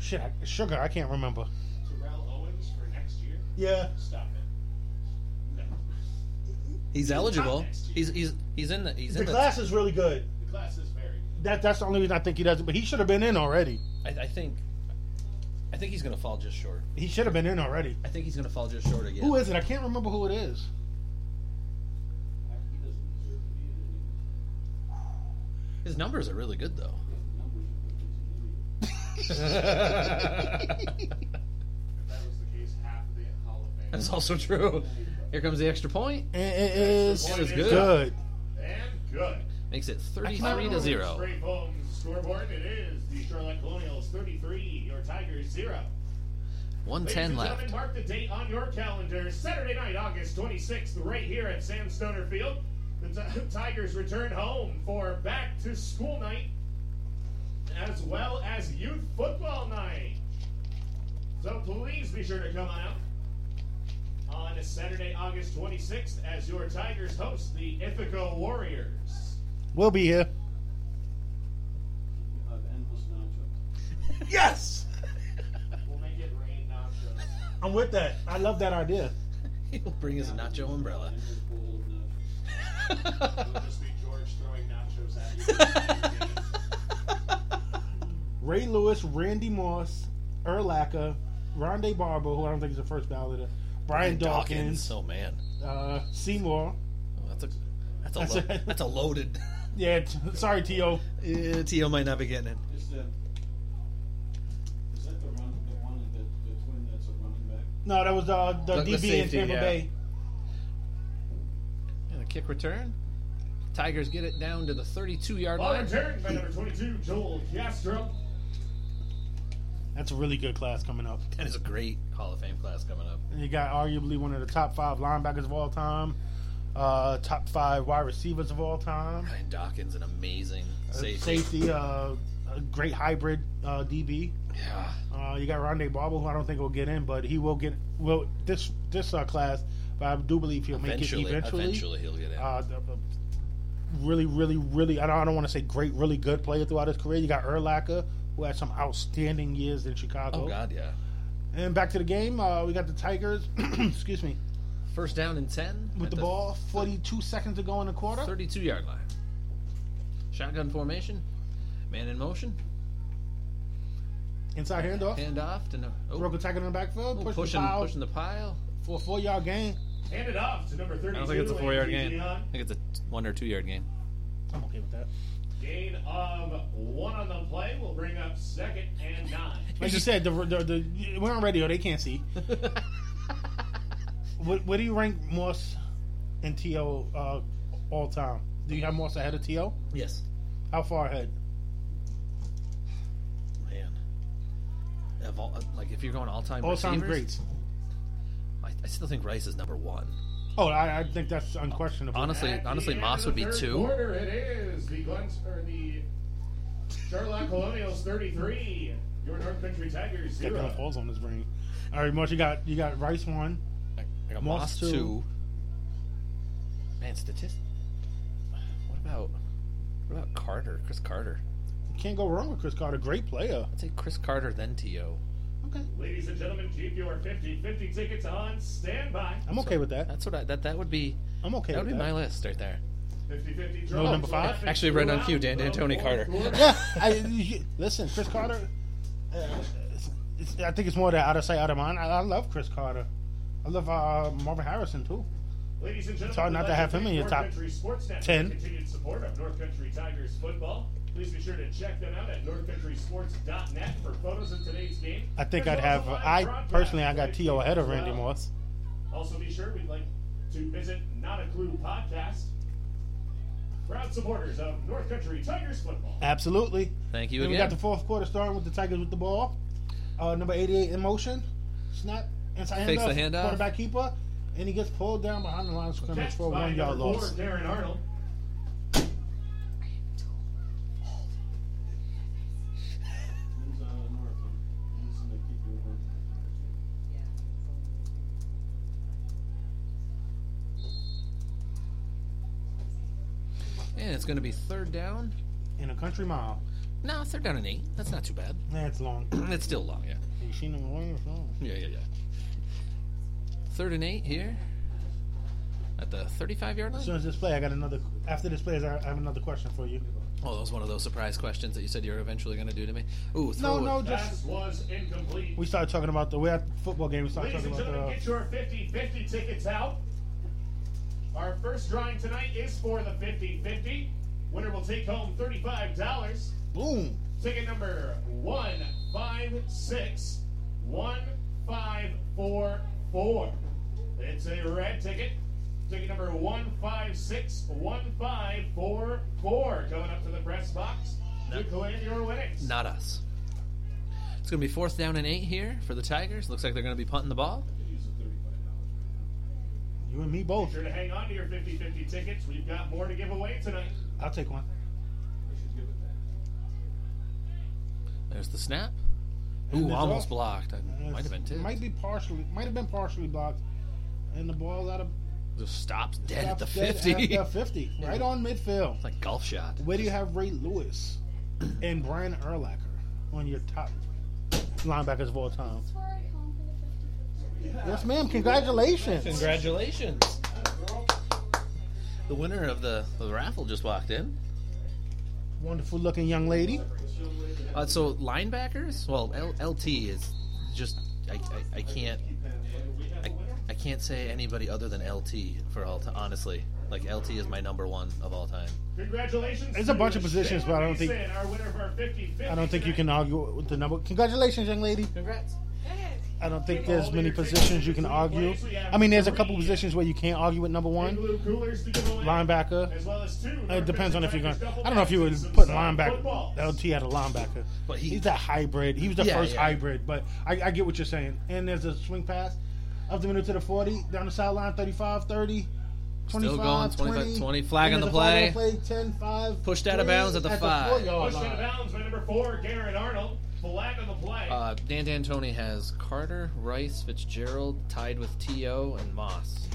Speaker 2: shit, I, sugar, I can't remember.
Speaker 1: Terrell Owens for next year.
Speaker 10: Yeah.
Speaker 1: Stop it. No.
Speaker 4: He's eligible.
Speaker 1: next year.
Speaker 4: He's he's he's in the he's
Speaker 10: The
Speaker 4: in the.
Speaker 10: class is really good.
Speaker 1: The class is very good.
Speaker 2: That that's the only reason I think he doesn't. But he should have been in already.
Speaker 4: I, I think. I think he's gonna fall just short.
Speaker 2: He should have been in already.
Speaker 4: I think he's gonna fall just short again.
Speaker 2: Who is it? I can't remember who it is.
Speaker 9: I, he doesn't deserve to be in it anyway.
Speaker 4: His numbers are really good though.
Speaker 9: His numbers are good. He's an idiot.
Speaker 1: If that was the case, half of the Hall of Fame.
Speaker 4: That's also true. Here comes the extra point.
Speaker 2: It, it is
Speaker 4: It was good.
Speaker 2: good.
Speaker 1: And good.
Speaker 4: Makes it
Speaker 2: cannot
Speaker 4: thirty-three to
Speaker 2: remember
Speaker 4: zero.
Speaker 1: Straight home scoreboard. It is the Charlotte Colonials 33, your Tigers 0.
Speaker 4: One
Speaker 1: Ladies
Speaker 4: ten
Speaker 1: and
Speaker 4: left.
Speaker 1: gentlemen, mark the date on your calendar. Saturday night, August 26th, right here at Sam Stoner Field. The Ti- Tigers return home for back to school night as well as youth football night. So please be sure to come on out on Saturday, August 26th, as your Tigers host the Ithaca Warriors.
Speaker 2: We'll be here.
Speaker 9: You have endless nachos.
Speaker 10: Yes.
Speaker 1: We'll make it rain nachos.
Speaker 10: I'm with that.
Speaker 2: I love that idea.
Speaker 4: He'll bring his nacho umbrella.
Speaker 9: Endless bowl of nachos.
Speaker 1: It'll just be George throwing nachos at you.
Speaker 2: Ray Lewis, Randy Moss, Erlacher, Rondé Barber, who I don't think is the first balloter, Brian Dawkins,
Speaker 4: Oh man,
Speaker 2: uh, Seymour.
Speaker 4: Oh, that's a that's a
Speaker 2: That's
Speaker 4: lo-
Speaker 2: right.
Speaker 4: that's a loaded.
Speaker 2: Yeah, t- sorry, T.O.
Speaker 4: Yeah, Tio might not be getting it.
Speaker 9: Is that, is that the run, the one, the, the twin that's a running back?
Speaker 2: No, that was uh, the
Speaker 4: Look, the
Speaker 2: DB in
Speaker 4: safety,
Speaker 2: Tampa
Speaker 4: yeah.
Speaker 2: Bay.
Speaker 4: And a kick return. Tigers get it down to the 32 yard
Speaker 1: Ball
Speaker 4: line.
Speaker 1: returned by number 22, Joel Castro.
Speaker 2: That's a really good class coming up.
Speaker 4: That is a great Hall of Fame class coming up.
Speaker 2: And you got arguably one of the top five linebackers of all time, uh, top five wide receivers of all time,
Speaker 4: Ryan Dawkins, an amazing
Speaker 2: uh,
Speaker 4: safety.
Speaker 2: safety, uh, a great hybrid uh, DB.
Speaker 4: Yeah.
Speaker 2: Uh, you got Rondé Barber, who I don't think will get in, but he will get well this this uh, class. But I do believe he'll make
Speaker 4: Eventually,
Speaker 2: it eventually.
Speaker 4: eventually, he'll get it.
Speaker 2: Uh, the- the- really, really, really. I don't, I don't want to say great, really good player throughout his career. You got Erlacher, who had some outstanding years in Chicago.
Speaker 4: oh God, yeah.
Speaker 2: And back to the game, uh, we got the Tigers. excuse me,
Speaker 4: First down and 10
Speaker 2: with
Speaker 4: at
Speaker 2: the, ball, forty-two seconds to go in the quarter.
Speaker 4: 32 yard line. Shotgun formation. Man in motion.
Speaker 2: Inside handoff,
Speaker 4: Hand off to no. Oh,
Speaker 2: broke a tackle in the backfield,
Speaker 4: oh,
Speaker 2: pushed
Speaker 4: pushing,
Speaker 2: the foul
Speaker 4: pushing the pile.
Speaker 2: for a four-yard gain.
Speaker 1: Hand it off to number 32.
Speaker 4: I don't think it's a four yard
Speaker 1: Andy
Speaker 4: game. I
Speaker 1: Dion.
Speaker 4: think it's a one or two yard game.
Speaker 2: I'm okay with that.
Speaker 1: Gain of one on the play will bring up second and nine.
Speaker 2: Like you said, the, the, the, we're on radio; they can't see. What, where do you rank Moss and T.O. Uh, all time? Do you have Moss ahead of T.O.?
Speaker 4: yes.
Speaker 2: How far ahead?
Speaker 4: Man. Of all, uh, like if you're going all time
Speaker 2: All time
Speaker 4: receivers,
Speaker 2: greats.
Speaker 4: I, I still think Rice is number one.
Speaker 2: Oh, I, I think that's unquestionable.
Speaker 4: Honestly,
Speaker 1: At the
Speaker 4: honestly,
Speaker 1: end
Speaker 4: Moss
Speaker 1: of
Speaker 4: would
Speaker 1: the
Speaker 4: be
Speaker 1: third
Speaker 4: two.
Speaker 1: Quarter, it is the Glens, or the Charlotte Colonials 33. Your North Country Tigers
Speaker 2: Got kind
Speaker 1: zero.
Speaker 2: of falls on this brain. All right, Moss, you got you got Rice one.
Speaker 4: I I got
Speaker 2: Moss
Speaker 4: Moss
Speaker 2: two.
Speaker 4: two. Man, statistic. What about what about Carter? Chris Carter.
Speaker 2: Can't go wrong with Chris Carter. Great player.
Speaker 4: I'd say Chris Carter then To.
Speaker 2: Okay,
Speaker 1: Ladies and gentlemen, keep your 50-50 tickets on standby.
Speaker 2: I'm okay with that.
Speaker 4: That's what I, that that would be.
Speaker 2: I'm okay
Speaker 4: That would
Speaker 2: with
Speaker 4: be my
Speaker 2: that.
Speaker 4: list right there.
Speaker 1: 50-50
Speaker 2: No,
Speaker 1: draws
Speaker 2: number
Speaker 1: will
Speaker 2: five?
Speaker 1: happen
Speaker 4: Actually, right on
Speaker 1: throughout
Speaker 4: cue, Dan-
Speaker 1: the
Speaker 4: D'Antoni
Speaker 1: fourth
Speaker 4: Carter.
Speaker 1: quarter.
Speaker 2: yeah, I, you- listen, Chris Carter. Uh, it's- it's- I think it's more that out of sight, out of mind. I, I love Chris Carter. I love uh, Marvin Harrison too.
Speaker 1: Ladies and gentlemen,
Speaker 2: It's hard not
Speaker 1: we'd
Speaker 2: to
Speaker 1: like
Speaker 2: have him in
Speaker 1: thank
Speaker 2: your
Speaker 1: North
Speaker 2: top
Speaker 1: Country Sportsnet for
Speaker 2: 10.
Speaker 1: Continued support of North Country Tigers football. Please be sure to check them out at northcountrysports.net for photos of today's game.
Speaker 2: I think
Speaker 1: There's
Speaker 2: I'd have.
Speaker 1: also live
Speaker 2: I
Speaker 1: broadcast
Speaker 2: personally, I got
Speaker 1: today's
Speaker 2: T.O.
Speaker 1: game
Speaker 2: ahead of
Speaker 1: as
Speaker 2: Randy
Speaker 1: well.
Speaker 2: Moss.
Speaker 1: Also, be sure we'd like to visit Not a Clue podcast proud supporters of North Country Tigers football.
Speaker 2: Absolutely.
Speaker 4: Thank you
Speaker 2: Then we
Speaker 4: again.
Speaker 2: got the fourth quarter starting with the Tigers with the ball. Uh, number 88 in motion. Snap. Inside
Speaker 4: Takes the handoff.
Speaker 2: Quarterback keeper. And he gets pulled down behind the line of scrimmage
Speaker 1: Catch
Speaker 2: for a
Speaker 1: by
Speaker 2: one yard
Speaker 1: number four,
Speaker 2: loss.
Speaker 1: Darren Arnold.
Speaker 11: Who's out of North? He's gonna keep you in.
Speaker 4: And it's going to be third down.
Speaker 2: In a country mile.
Speaker 4: No, third down and eight. That's not too bad. Mm,
Speaker 2: That's long.
Speaker 4: It's still long, yeah.
Speaker 2: you seen him long or long?
Speaker 4: Yeah, yeah, yeah. Third and eight here at the 35 yard
Speaker 2: As
Speaker 4: line.
Speaker 2: soon as this play, I got another. After this play, I I have another question for you.
Speaker 4: Oh, that was one of those surprise questions that you said you were eventually going to do to me. Ooh,
Speaker 2: No,
Speaker 4: throw it.
Speaker 2: no,
Speaker 1: That
Speaker 2: just.
Speaker 1: was incomplete.
Speaker 2: We started talking about the. We're at the football game. We started
Speaker 1: Ladies
Speaker 2: talking
Speaker 1: and
Speaker 2: about the.
Speaker 1: gentlemen, get your 50 50 tickets out. Our first drawing tonight is for the 50 50. Winner will take home $35.
Speaker 2: boom.
Speaker 1: Ticket number 1561544. It's a red ticket. Ticket number 1561544. Going up to the press box to claim your winnings.
Speaker 4: Not us. It's going to be fourth down and eight here for the Tigers. Looks like they're going to be punting the ball.
Speaker 2: You and me both.
Speaker 1: Be sure to hang on to your 50 50 tickets. We've got more to give away tonight.
Speaker 2: I'll take one.
Speaker 4: There's the snap.
Speaker 2: And
Speaker 4: Ooh,
Speaker 2: the
Speaker 4: almost
Speaker 2: draw.
Speaker 4: blocked. I might have been
Speaker 2: It
Speaker 4: tipped.
Speaker 2: Might be partially. Might have been partially blocked. And the ball's out of.
Speaker 4: Just stops dead at the
Speaker 2: dead at
Speaker 4: 50.
Speaker 2: the 50. Right on midfield.
Speaker 4: It's like golf shot.
Speaker 2: Where do you have Ray Lewis and Brian Erlacher on your top linebackers of all time? Yes, ma'am. Congratulations.
Speaker 4: Congratulations. The winner of the, the raffle just walked in.
Speaker 2: Wonderful looking young lady.
Speaker 4: Uh, so linebackers, well, L- LT is just I, I, I can't I, I can't say anybody other than LT for all time. Honestly, like LT is my number one of all time.
Speaker 1: Congratulations.
Speaker 2: There's a
Speaker 1: to
Speaker 2: bunch of
Speaker 1: Shayla
Speaker 2: positions, but I don't think-
Speaker 1: Mason, our winner of our 50-50
Speaker 2: I don't think you
Speaker 1: tonight.
Speaker 2: can argue with the number. Congratulations, young lady.
Speaker 4: Congrats.
Speaker 2: I don't think there's many positions you can argue. I mean, there's a couple positions where you can't argue with number
Speaker 1: Big
Speaker 2: one
Speaker 1: Blue coolers to give away,
Speaker 2: linebacker.
Speaker 1: as well as two
Speaker 2: It
Speaker 1: North
Speaker 2: depends on if
Speaker 1: Country
Speaker 2: you're going.
Speaker 1: Tigers double
Speaker 2: I don't know if you would
Speaker 1: backs and
Speaker 2: put
Speaker 1: some
Speaker 2: linebacker.
Speaker 1: footballs.
Speaker 2: LT at a linebacker.
Speaker 4: But he-
Speaker 2: he's a hybrid. He was the
Speaker 4: Yeah,
Speaker 2: first
Speaker 4: yeah.
Speaker 2: hybrid. But I, I get what you're saying. And there's a swing pass up the middle to the 40, down the sideline, 35, 30, 25,
Speaker 4: going, 25,
Speaker 2: 20.
Speaker 4: 20. Flag
Speaker 2: And
Speaker 4: on the
Speaker 2: there's a flag
Speaker 4: play.
Speaker 2: on the 10, 5.
Speaker 4: Pushed out of
Speaker 2: three,
Speaker 4: bounds at the
Speaker 2: at
Speaker 4: five.
Speaker 2: The four yard
Speaker 1: Pushed out of
Speaker 2: line.
Speaker 1: bounds by number four, Garrett Arnold. Flag on the play.
Speaker 4: Uh, Dan D'Antoni has Carter, Rice, Fitzgerald tied with To and Moss.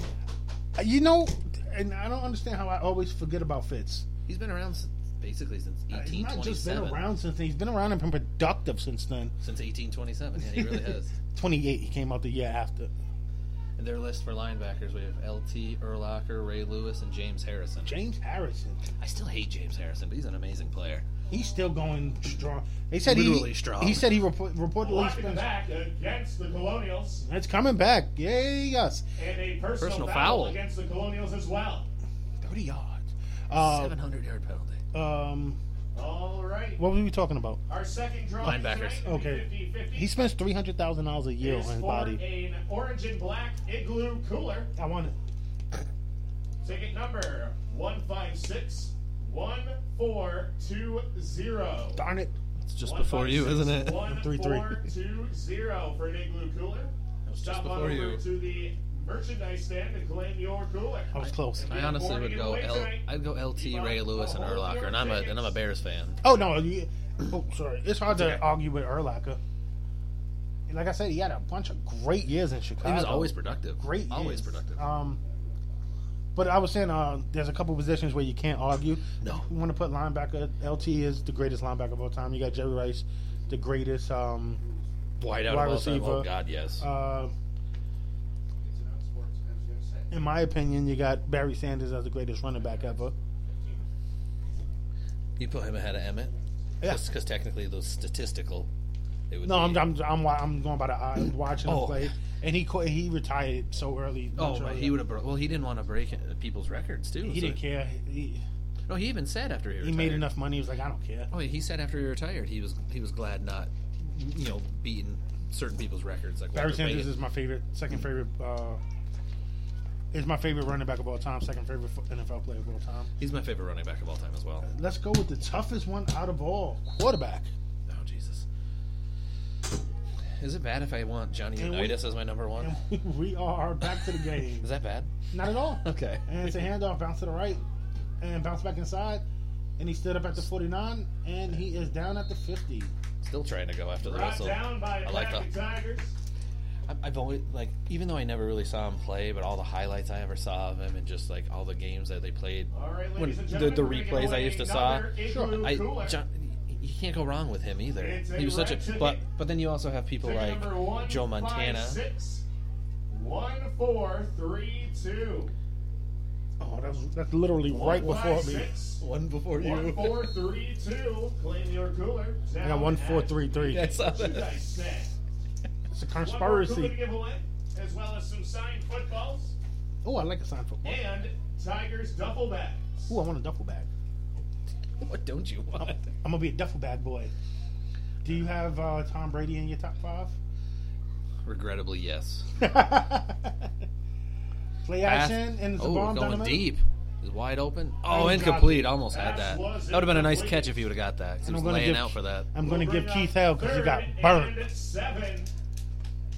Speaker 2: You know, and I don't understand how I always forget about Fitz.
Speaker 4: He's been around since, basically since
Speaker 2: Uh, He's not just been
Speaker 4: 1827.
Speaker 2: around since then. He's been around and been productive since then.
Speaker 4: Since 1827, yeah, he really has.
Speaker 2: 28, he came out the year after.
Speaker 4: In their list for linebackers, we have LT, Erlacher, Ray Lewis, and James Harrison.
Speaker 2: James Harrison.
Speaker 4: I still hate James Harrison, but he's an amazing player.
Speaker 2: He's still going strong. They said
Speaker 4: Literally
Speaker 2: he,
Speaker 4: strong. Oh,
Speaker 2: He said he report, reportedly
Speaker 1: Blocked in the back
Speaker 2: spent.
Speaker 1: against the Colonials,
Speaker 2: It's coming back. Yay, yes.
Speaker 1: and a personal,
Speaker 4: Personal
Speaker 1: foul,
Speaker 4: foul.
Speaker 1: against the Colonials as well.
Speaker 2: 30 yards. Uh,
Speaker 4: 700 yard penalty.
Speaker 2: um,
Speaker 1: All right.
Speaker 2: what were we talking about?
Speaker 1: Our second draw
Speaker 4: Linebackers.
Speaker 1: tonight,
Speaker 2: Okay.
Speaker 1: 50-50,
Speaker 2: He spends $300,000 a year
Speaker 1: is
Speaker 2: on his
Speaker 1: for
Speaker 2: body.
Speaker 1: an orange and black igloo cooler.
Speaker 2: I want it.
Speaker 1: Ticket number 156 1420.
Speaker 2: Darn it.
Speaker 4: It's just
Speaker 1: One
Speaker 4: before
Speaker 1: five
Speaker 4: you,
Speaker 1: six
Speaker 4: isn't it?
Speaker 1: one
Speaker 2: Three, three.
Speaker 1: four two zero for an igloo cooler.
Speaker 4: was
Speaker 1: Stop on
Speaker 4: just before
Speaker 1: over
Speaker 4: you.
Speaker 1: to the merchandise stand and claim your cooler.
Speaker 2: I was close.
Speaker 4: I honestly would go L. I'd go LT, Ray Lewis, and Erlacher, and I'm a and I'm a Bears fan.
Speaker 2: Oh, no. you- oh, sorry. It's hard to argue with Erlacher. Like I said, he had a bunch of great years in Chicago.
Speaker 4: He was always productive.
Speaker 2: great.
Speaker 4: Always
Speaker 2: years.
Speaker 4: productive.
Speaker 2: Um, but I was saying, uh, there's a couple positions where you can't argue.
Speaker 4: No.
Speaker 2: You want to put linebacker. LT is the greatest linebacker of all time. You got Jerry Rice, the greatest. Um,
Speaker 4: Wide out
Speaker 2: wide
Speaker 4: of all time.
Speaker 2: receiver.
Speaker 4: Oh God, yes.
Speaker 2: uh, in my opinion, you got Barry Sanders as the greatest running back ever.
Speaker 4: You put him ahead of Emmett.
Speaker 2: Yeah.
Speaker 4: Because technically, those statistical. They would
Speaker 2: No, I'm
Speaker 4: be-
Speaker 2: I'm I'm, wa- I'm going by the eye, I'm watching him
Speaker 4: Oh.
Speaker 2: play, and he co- he retired so early.
Speaker 4: Oh,
Speaker 2: much
Speaker 4: but
Speaker 2: earlier.
Speaker 4: he would have. Bro- well, he didn't want to break uh, people's records too.
Speaker 2: He
Speaker 4: so-
Speaker 2: didn't care. He,
Speaker 4: No, he even said after he
Speaker 2: he
Speaker 4: retired.
Speaker 2: made enough money. He was like, I don't care.
Speaker 4: Oh, yeah, he said after he retired, he was he was glad not, you know, beating certain people's records like
Speaker 2: Barry
Speaker 4: Walter
Speaker 2: Sanders
Speaker 4: Payton.
Speaker 2: is my favorite, second favorite uh, is my favorite running back of all time, second favorite fo- NFL player of all time.
Speaker 3: He's my favorite running back of all time as well.
Speaker 2: Let's go with the toughest one out of all quarterback.
Speaker 3: Oh Jesus. Is it bad if I want Johnny
Speaker 2: And we-
Speaker 3: Unitas as my number one?
Speaker 2: And we are back to the game.
Speaker 3: Is that bad?
Speaker 2: Not at all.
Speaker 3: Okay.
Speaker 2: And it's a handoff, bounce to the right, and bounce back inside. And he stood up at the 49, and he is down at the 50.
Speaker 3: Still trying to go after the
Speaker 1: Brought
Speaker 3: whistle.
Speaker 1: down by
Speaker 3: I like
Speaker 1: Pack of
Speaker 3: that.
Speaker 1: Tigers.
Speaker 3: I- I've always like, even though I never really saw him play, but all the highlights I ever saw of him, and just like all the games that they played,
Speaker 1: All right,
Speaker 3: when
Speaker 1: ladies and
Speaker 3: the,
Speaker 1: gentlemen,
Speaker 3: the
Speaker 1: we're gonna
Speaker 3: replays
Speaker 1: go
Speaker 3: I used to saw.
Speaker 1: another
Speaker 2: Sure,
Speaker 1: igloo
Speaker 3: I
Speaker 1: cooler.
Speaker 3: John, you can't go wrong with him either.
Speaker 1: Oh, eh? It's a
Speaker 3: He was such a
Speaker 1: rat
Speaker 3: but.
Speaker 1: ticket.
Speaker 3: But then you also have people
Speaker 1: Ticket
Speaker 3: like
Speaker 1: number one,
Speaker 3: Joe
Speaker 1: five,
Speaker 3: Montana.
Speaker 1: six, one, four, three, two.
Speaker 2: Oh, that's, that's literally right before
Speaker 1: Five,
Speaker 2: me.
Speaker 1: six,
Speaker 3: One before
Speaker 1: one, four, three, two. Claim your cooler.
Speaker 2: I got one four three three.
Speaker 3: I saw
Speaker 1: You
Speaker 3: that.
Speaker 1: guys said.
Speaker 2: It's a
Speaker 1: One more cooler to
Speaker 2: conspiracy.
Speaker 1: give away, as well as some signed footballs
Speaker 2: Oh, I like a sign football.
Speaker 1: and Tigers duffel bags.
Speaker 2: Ooh, I want a duffel bag.
Speaker 3: What don't you want?
Speaker 2: I'm gonna be a duffel bag boy. Do you have uh, Tom Brady in your top five?
Speaker 3: Regrettably, yes.
Speaker 2: Play
Speaker 3: Pass-
Speaker 2: action and it's a
Speaker 3: oh,
Speaker 2: bomb
Speaker 3: going
Speaker 2: dynamite.
Speaker 3: deep. Is wide open. Oh,
Speaker 1: Oh,
Speaker 3: incomplete.
Speaker 1: God.
Speaker 3: Almost had
Speaker 1: Pass
Speaker 3: that.
Speaker 1: was
Speaker 3: That would have been a nice
Speaker 1: incomplete.
Speaker 3: catch if he would have got that. 'cause he
Speaker 2: And
Speaker 3: was
Speaker 2: I'm gonna
Speaker 3: laying
Speaker 2: give-
Speaker 3: out for that.
Speaker 2: I'm gonna
Speaker 1: We'll
Speaker 2: give
Speaker 1: bring
Speaker 2: Keith
Speaker 1: up
Speaker 2: hell because he
Speaker 1: third
Speaker 2: got burnt.
Speaker 1: and Seven.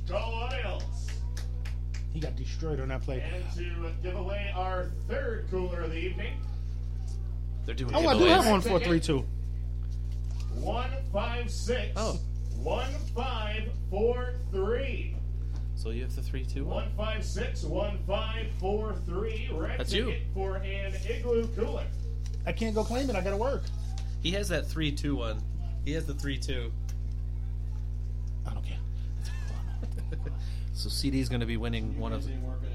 Speaker 1: Go Orioles.
Speaker 2: He got destroyed on that play.
Speaker 1: And to give away our third cooler of the evening,
Speaker 3: They're doing
Speaker 2: Oh, I do
Speaker 3: giveaways.
Speaker 2: have one four three two.
Speaker 1: one five six
Speaker 3: Oh.
Speaker 1: one five four three.
Speaker 3: So you have the three, two, one.
Speaker 1: One five six one five four three. Red
Speaker 3: That's you.
Speaker 1: ticket for an igloo cooler.
Speaker 2: I can't go claim it. I gotta work.
Speaker 3: He has that three, two, one. He has the three, two.
Speaker 2: I don't care.
Speaker 3: So CD's going to be winning one of.
Speaker 5: Ain't working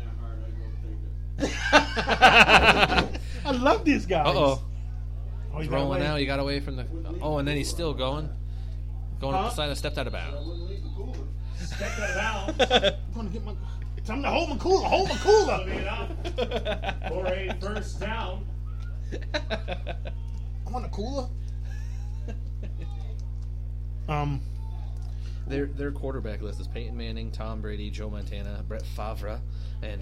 Speaker 5: that hard, I go take it.
Speaker 2: I love these guys.
Speaker 3: Uh oh.
Speaker 2: Oh,
Speaker 3: He's
Speaker 2: you
Speaker 3: rolling out. He got away from the. Oh, and then he's still going. Going up the
Speaker 2: Huh?
Speaker 3: side of stepped out of bounds.
Speaker 5: Wouldn't leave the cooler.
Speaker 1: Check that out.
Speaker 2: I'm gonna get my. Time to hold my cooler. Hold my cooler.
Speaker 1: That'll be enough for a first down.
Speaker 2: I want a cooler. Um,
Speaker 3: Their their quarterback list is Peyton Manning, Tom Brady, Joe Montana, Brett Favre, and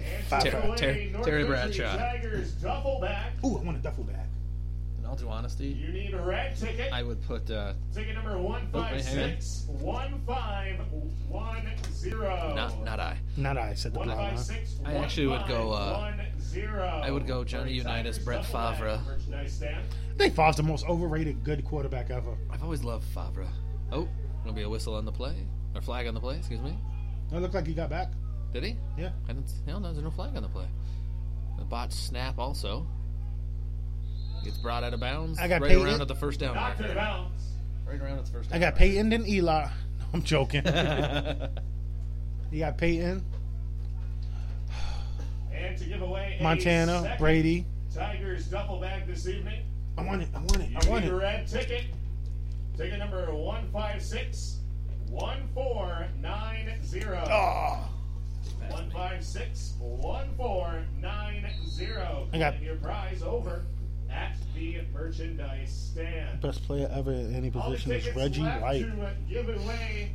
Speaker 1: And
Speaker 3: Ter-
Speaker 1: to give away
Speaker 3: Ter-
Speaker 1: North Country
Speaker 3: Terry Bradshaw.
Speaker 1: Tigers duffel back.
Speaker 2: ooh, I want a duffel bag.
Speaker 3: In all due honesty,
Speaker 1: You need a red ticket.
Speaker 3: I would put. Uh,
Speaker 1: Ticket number one
Speaker 3: Oh,
Speaker 1: five
Speaker 3: wait, hang on.
Speaker 1: six one five one zero.
Speaker 3: not not I.
Speaker 2: Not I said the
Speaker 1: One
Speaker 2: blonde
Speaker 1: five
Speaker 2: line.
Speaker 1: six.
Speaker 3: I
Speaker 1: one
Speaker 3: actually would go,
Speaker 1: five
Speaker 3: uh,
Speaker 1: one zero.
Speaker 3: I would go Johnny
Speaker 1: Great
Speaker 3: Unitas,
Speaker 1: Tigers,
Speaker 3: Brett
Speaker 1: double back
Speaker 3: Favre.
Speaker 1: merchandise stand.
Speaker 2: They Favre's the most overrated good quarterback ever.
Speaker 3: I've always loved Favre. Oh, gonna be a whistle on the play or flag on the play. Excuse me.
Speaker 2: It looked like he got back.
Speaker 3: Did he?
Speaker 2: Yeah.
Speaker 3: I didn't. No, no, there's no flag on the play. The bot snap also gets brought out of bounds.
Speaker 2: I got
Speaker 3: right
Speaker 2: Peyton.
Speaker 3: around at the first down.
Speaker 1: Knocked it
Speaker 3: marker.
Speaker 1: out.
Speaker 3: Right around at the first.
Speaker 2: I
Speaker 3: Down
Speaker 2: got
Speaker 3: marker.
Speaker 2: Peyton and Eli. No, I'm joking. you got Peyton,
Speaker 1: And to give away a
Speaker 2: Montana,
Speaker 1: second
Speaker 2: Brady.
Speaker 1: Tigers duffel bag this evening.
Speaker 2: I want it. I want it.
Speaker 1: You
Speaker 2: I want
Speaker 1: need a
Speaker 2: it.
Speaker 1: red ticket. Ticket number one five six one four nine zero.
Speaker 2: Oh,
Speaker 1: One five six one four nine zero.
Speaker 2: I got-
Speaker 1: Claim your prize over at the merchandise stand.
Speaker 2: best player ever in any
Speaker 1: All the
Speaker 2: position is
Speaker 1: tickets
Speaker 2: Reggie
Speaker 1: left
Speaker 2: White.
Speaker 1: To give away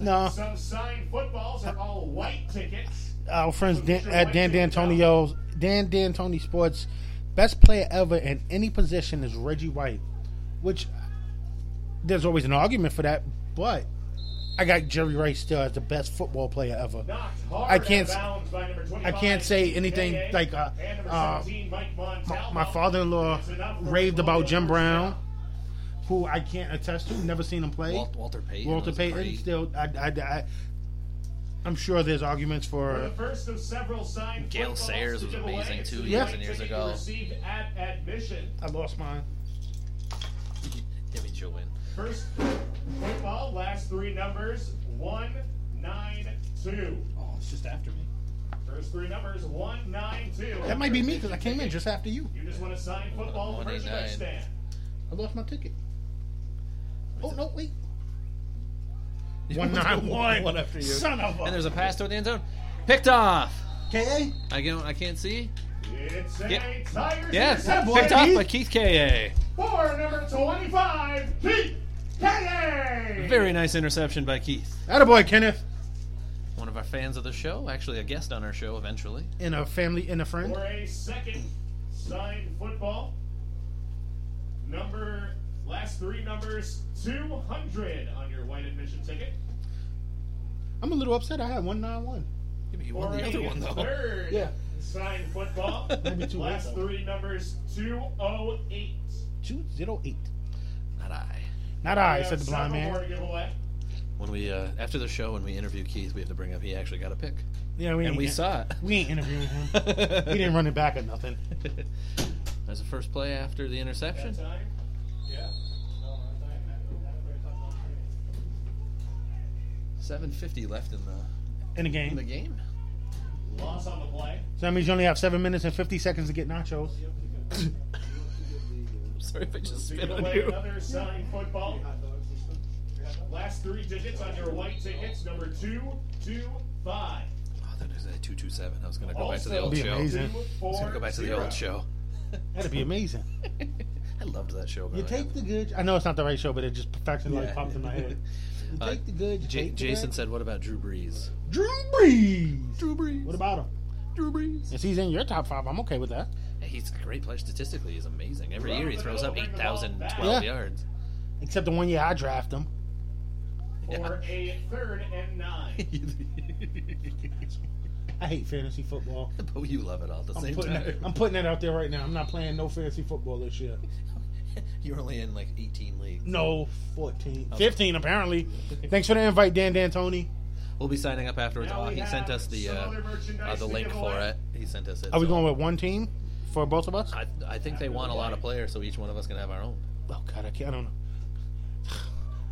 Speaker 2: No,
Speaker 1: some signed footballs are all white tickets.
Speaker 2: our friends Dan, at Dan D'Antonio's Dan D'Antoni Sports. Best player ever in any position is Reggie White, which there's always an argument for that, but I got Jerry Rice still as the best football player ever.
Speaker 1: Knocked hard
Speaker 2: I can't
Speaker 1: out of
Speaker 2: s-
Speaker 1: bounds by number 25,
Speaker 2: I can't say anything
Speaker 1: Yeye,
Speaker 2: like, uh,
Speaker 1: and number
Speaker 2: uh,
Speaker 1: 17, Mike
Speaker 2: My,
Speaker 1: Montalvo.
Speaker 2: my father-in-law raved about Jim Brown, who I can't attest to. Never seen him play.
Speaker 3: Walt, Walter Payton.
Speaker 2: Walter
Speaker 3: was
Speaker 2: Payton
Speaker 3: great.
Speaker 2: still. I, I, am sure there's arguments
Speaker 1: For
Speaker 2: for.
Speaker 1: the first of several signed
Speaker 3: Gail
Speaker 1: footballs
Speaker 3: Sayers
Speaker 1: to
Speaker 3: was
Speaker 1: give away,
Speaker 3: amazing,
Speaker 1: it's
Speaker 3: too,
Speaker 1: the
Speaker 3: years
Speaker 1: white
Speaker 3: and years
Speaker 1: ticket you
Speaker 3: ago.
Speaker 1: Received at admission.
Speaker 2: I lost mine.
Speaker 3: Give me Joe Wynn.
Speaker 1: First football, last three numbers one, nine, two.
Speaker 4: Oh, it's just after me.
Speaker 1: First three numbers one, nine, two.
Speaker 2: That might be me because I came in just after you.
Speaker 1: You just want to sign football
Speaker 3: One, eight,
Speaker 1: merchandise
Speaker 3: nine.
Speaker 1: stand.
Speaker 2: I lost my ticket. Oh no! Wait. One nine one.
Speaker 3: One after you.
Speaker 2: Son of a.
Speaker 3: And there's a pass toward the end zone. Picked off.
Speaker 2: Ka.
Speaker 3: I can't. I can't see.
Speaker 1: It's
Speaker 3: Yeah.
Speaker 1: a Tigers
Speaker 3: Yes.
Speaker 1: interception
Speaker 3: Picked off
Speaker 2: Keith.
Speaker 3: by Keith Ka.
Speaker 1: for number 25, Pete Kennedy.
Speaker 3: Very nice interception by Keith.
Speaker 2: Attaboy, Kenneth.
Speaker 3: One of
Speaker 4: of our fans of the show, actually a guest on our show eventually.
Speaker 2: And a family and a friend.
Speaker 1: for a second signed football. Number last three numbers 200 on your white admission ticket.
Speaker 2: I'm a little upset. I had one nine one.
Speaker 4: Yeah, but you
Speaker 1: For
Speaker 4: won the
Speaker 1: a
Speaker 4: other one though.
Speaker 1: third
Speaker 2: Yeah.
Speaker 1: signed football.
Speaker 2: Maybe two
Speaker 1: last
Speaker 2: eight, though.
Speaker 1: three numbers 208.
Speaker 2: Two zero eight.
Speaker 4: Not I.
Speaker 2: Not
Speaker 1: We
Speaker 2: I,
Speaker 1: have
Speaker 2: said the blind
Speaker 1: several More
Speaker 2: man.
Speaker 1: to give away.
Speaker 4: When we uh, after the show, when we interview Keith, we have to bring up he actually got a pick,
Speaker 2: Yeah, we
Speaker 4: and
Speaker 2: ain't-
Speaker 4: we saw it.
Speaker 2: We ain't interviewing him. he didn't run it back or nothing.
Speaker 4: As the first play after the interception.
Speaker 1: That time? Yeah.
Speaker 4: 750 left in the
Speaker 2: In the
Speaker 4: in the
Speaker 2: game.
Speaker 4: game.
Speaker 1: Loss on the play.
Speaker 2: So that means you only have seven minutes and fifty seconds to get nachos.
Speaker 4: I'm sorry if I just
Speaker 1: Give
Speaker 4: spit on
Speaker 1: away
Speaker 4: you.
Speaker 1: another signed football. Last three digits on your white tickets, number 225.
Speaker 4: Oh, that is a 227. I was going to go back to the
Speaker 1: Also-
Speaker 4: old
Speaker 2: Be
Speaker 4: show.
Speaker 2: amazing.
Speaker 1: Two,
Speaker 2: Let's
Speaker 4: I was
Speaker 1: four,
Speaker 4: going to go back to the old
Speaker 1: zero.
Speaker 4: show.
Speaker 2: That'd be amazing.
Speaker 4: I loved that show.
Speaker 2: You
Speaker 4: growing
Speaker 2: take
Speaker 4: up.
Speaker 2: the good. I know it's not the right show, but it just perfection like
Speaker 4: Yeah.
Speaker 2: popped in my head. You
Speaker 4: Uh,
Speaker 2: take the good. You
Speaker 4: J-
Speaker 2: take the
Speaker 4: Jason
Speaker 2: bad.
Speaker 4: said, "What about Drew Brees?"
Speaker 2: Drew Brees.
Speaker 4: Drew Brees.
Speaker 2: What about him?
Speaker 4: Drew Brees?
Speaker 2: If he's in your top five, I'm okay with that.
Speaker 4: he's a great player statistically. He's amazing. Every
Speaker 1: Run
Speaker 4: year he
Speaker 1: the
Speaker 4: throws up
Speaker 1: ball, bring the
Speaker 4: 8,000,
Speaker 1: ball back.
Speaker 4: 12
Speaker 2: Yeah.
Speaker 4: yards.
Speaker 2: Except the one year I draft him.
Speaker 1: For a third and nine.
Speaker 2: I hate fantasy football.
Speaker 4: but you love it all at the
Speaker 2: I'm
Speaker 4: same
Speaker 2: putting, that,
Speaker 4: time.
Speaker 2: I'm putting that out there right now. I'm not playing no fantasy football this year.
Speaker 4: You're only in like 18 leagues.
Speaker 2: No, 14. 15, apparently. Thanks for the invite, Dan D'Antoni.
Speaker 4: We'll be signing up afterwards.
Speaker 1: Now
Speaker 4: Uh,
Speaker 1: we
Speaker 4: he
Speaker 1: have
Speaker 4: sent us the
Speaker 1: some
Speaker 4: uh,
Speaker 1: other merchandise
Speaker 4: uh, the
Speaker 1: to
Speaker 4: link
Speaker 1: give
Speaker 4: for
Speaker 1: away.
Speaker 4: it. He sent us it.
Speaker 2: Are we
Speaker 4: so-
Speaker 2: going with one team for both of us?
Speaker 4: I, I think they want a lot of players, so each one of us can have our own.
Speaker 2: Oh, God, I can't. I don't know.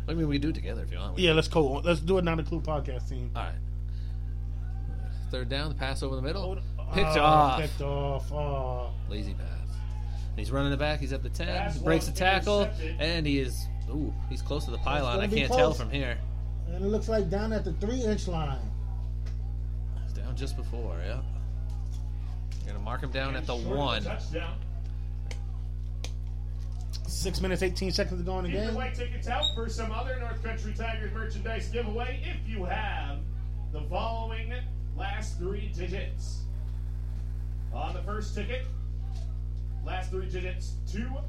Speaker 4: I mean, we do it together if you want. We-
Speaker 2: Yeah, let's go. Let's do it not include podcast team.
Speaker 4: All right. Third down, the pass over the middle. Picked
Speaker 2: Oh,
Speaker 4: off.
Speaker 2: Picked off. Oh.
Speaker 4: Lazy pass. And he's running it back. He's at the 10.
Speaker 1: Pass
Speaker 4: breaks the
Speaker 1: was
Speaker 4: tackle.
Speaker 1: intercepted.
Speaker 4: And he is, ooh, he's close to the pylon.
Speaker 2: gonna
Speaker 4: I
Speaker 2: be
Speaker 4: can't tell
Speaker 2: close.
Speaker 4: from here.
Speaker 2: And it looks like down at the three inch line.
Speaker 4: He's down just before, yeah. Going to mark him down at the
Speaker 1: Short of a
Speaker 4: 1.
Speaker 1: Touchdown.
Speaker 2: Six minutes, 18 seconds to go in the
Speaker 1: Give
Speaker 2: game.
Speaker 1: away tickets out for some other North Country Tigers merchandise giveaway if you have the following last three digits. On the first ticket, last three digits 250.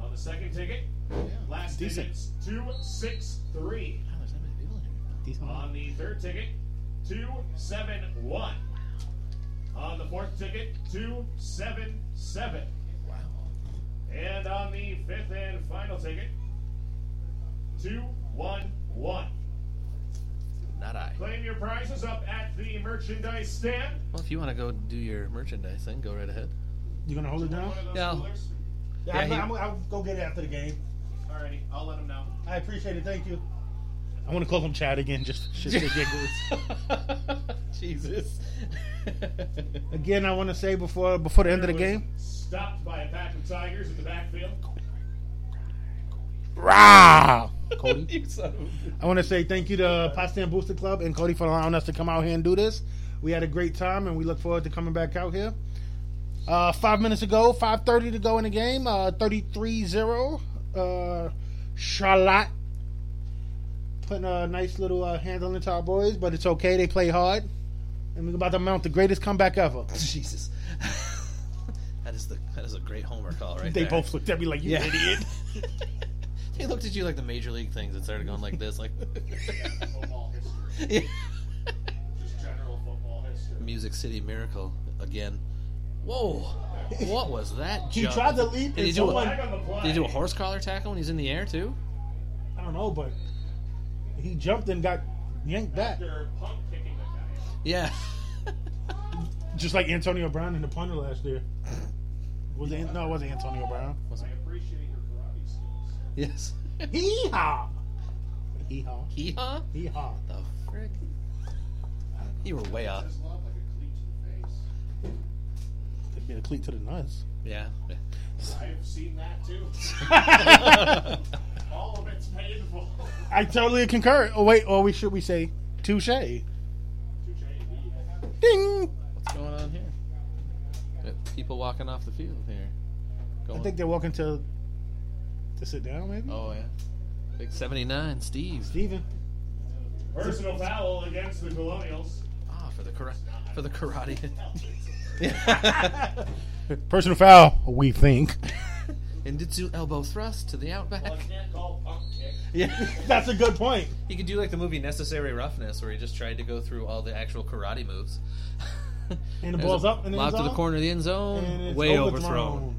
Speaker 1: On the second ticket, last
Speaker 2: decent.
Speaker 1: digits 263. On the third ticket, 271. On the fourth ticket, 277. Wow. And on the fifth and final ticket, 211.
Speaker 4: Not I.
Speaker 1: Claim your prizes up at the merchandise stand.
Speaker 4: Well, if you want to go do your merchandise thing, go right ahead.
Speaker 2: You gonna hold it down?
Speaker 1: One of those
Speaker 4: Yeah.
Speaker 1: coolers.
Speaker 4: Yeah,
Speaker 2: I'm
Speaker 4: he-
Speaker 2: not- I'm- I'll go get it after the game.
Speaker 1: Alrighty, I'll let them know.
Speaker 2: I appreciate it. Thank you. I want to call him Chad again, just just to giggles.
Speaker 4: Jesus.
Speaker 2: Again, I want to say before before the end of the game.
Speaker 1: Stopped by a pack of tigers in the backfield.
Speaker 2: Rah! Cody.
Speaker 4: you son of a-
Speaker 2: I want to say thank you to Potsdam Booster Club and Cody for allowing us to come out here and do this. We had a great time, and we look forward to coming back out here. Uh, five minutes to go, 5.30 to go in the game, uh, 33-0. Uh, Charlotte putting a nice little uh, handle into our boys, but it's okay. They play hard, and we're about to mount the greatest comeback ever.
Speaker 4: Jesus. that is the that is a great homer call right
Speaker 2: They
Speaker 4: there.
Speaker 2: both looked at me like, you
Speaker 4: Yeah.
Speaker 2: idiot.
Speaker 4: They looked at you like the major league things and started going like this, like
Speaker 1: Football history.
Speaker 4: Yeah.
Speaker 1: Just general football history.
Speaker 4: Music City Miracle again. Whoa, what was that?
Speaker 2: He
Speaker 4: jump?
Speaker 2: tried to leap and
Speaker 4: Did he do
Speaker 2: someone-
Speaker 1: Flag
Speaker 4: a,
Speaker 1: on the play.
Speaker 4: did he do a horse collar tackle when he's in the air too?
Speaker 2: I don't know, but he jumped and got yanked back.
Speaker 1: After pump kicking the guy.
Speaker 4: Yeah.
Speaker 2: Just like Antonio Brown in the punter last year. Was it, no, it wasn't Antonio Brown.
Speaker 1: I appreciate your karate skills.
Speaker 4: Yes.
Speaker 2: Hee haw! Hee haw.
Speaker 4: Hee haw.
Speaker 2: Hee haw.
Speaker 4: The frick. You were way off.
Speaker 1: That's not like a cleat to the face.
Speaker 2: Could be a cleat to the nuts.
Speaker 4: Yeah.
Speaker 1: I've seen that too. All of it's painful.
Speaker 2: I totally concur. Oh, wait, or we should we say touche? Ding!
Speaker 4: What's going on here? We have People walking off the field here.
Speaker 2: I
Speaker 4: Going.
Speaker 2: think they're walking to to sit down, maybe?
Speaker 4: oh yeah. Big seventy nine, Steve.
Speaker 2: Steven.
Speaker 1: Personal foul against the Colonials.
Speaker 4: Ah, for the karate. For the karate.
Speaker 2: Personal foul, we think.
Speaker 4: Inditsu elbow thrust to the outback. Yeah.
Speaker 12: That's a good point.
Speaker 4: He could do like the movie Necessary Roughness, where he just tried to go through all the actual karate moves.
Speaker 12: And the
Speaker 4: There's
Speaker 12: ball's
Speaker 4: a
Speaker 12: up in the end
Speaker 4: lob to the
Speaker 12: zone,
Speaker 4: corner of the end zone,
Speaker 12: and it's
Speaker 4: way overthrown
Speaker 12: overthrown.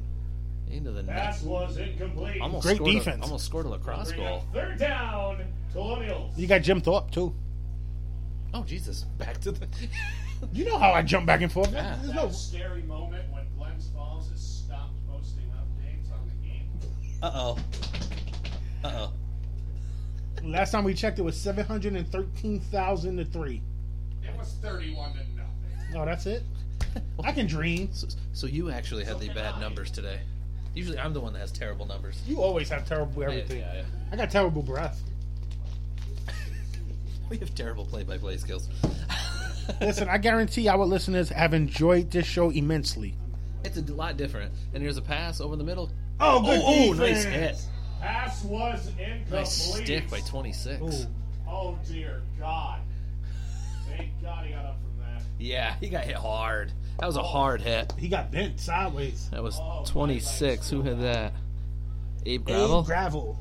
Speaker 4: into the net.
Speaker 1: Pass was incomplete.
Speaker 4: Almost
Speaker 2: Great
Speaker 4: scored a-
Speaker 2: defense.
Speaker 4: almost scored a lacrosse
Speaker 1: Bring
Speaker 4: goal.
Speaker 1: up Third down, Colonials.
Speaker 2: You got Jim Thorpe too.
Speaker 4: Oh Jesus! Back to the.
Speaker 2: You know how I jump back and forth.
Speaker 4: Yeah.
Speaker 2: There's
Speaker 1: That
Speaker 2: no
Speaker 1: scary moment when Glens Falls has stopped posting updates on the game.
Speaker 4: uh oh. Uh oh.
Speaker 2: Last time we checked, it was seven hundred and thirteen thousand to three.
Speaker 1: It was 31 to nothing.
Speaker 2: Oh, that's it. I can dream.
Speaker 4: So, so you actually had the bad numbers today. Usually I'm the one that has terrible numbers.
Speaker 2: You always have terrible everything.
Speaker 4: Yeah, yeah,
Speaker 2: I got terrible breath.
Speaker 4: yeah. We have terrible play-by-play skills.
Speaker 2: Listen, I guarantee our listeners have enjoyed this show immensely.
Speaker 4: It's a lot different. And here's a pass over the middle.
Speaker 12: Oh, good
Speaker 4: Oh, oh, nice
Speaker 12: defense.
Speaker 4: hit.
Speaker 1: Pass was incomplete.
Speaker 4: Nice stick by 26.
Speaker 1: Oh dear God. Thank God he got up from that.
Speaker 4: Yeah, he got hit hard. That was a hard hit.
Speaker 12: He got bent sideways.
Speaker 4: That was
Speaker 1: Oh,
Speaker 4: 26. Who had that? Abe Gravel?
Speaker 2: Abe Gravel.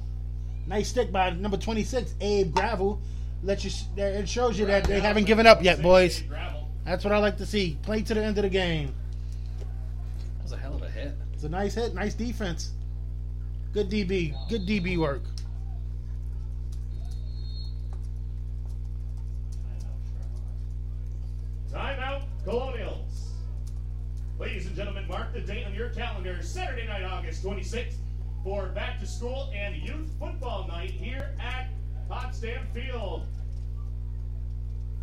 Speaker 2: Nice stick by number 26, Abe Gravel. Let you it shows you that they haven't given up yet, boys.
Speaker 1: Gravel.
Speaker 2: That's what I like to see. Play to the end of the game.
Speaker 4: that was a hell of a hit.
Speaker 2: It's a nice hit, nice defense. Good DB, good DB work.
Speaker 1: Timeout Colonials. Ladies and gentlemen, mark the date on your calendar Saturday night, August 26th, for back to school and youth football night here at Potsdam Field.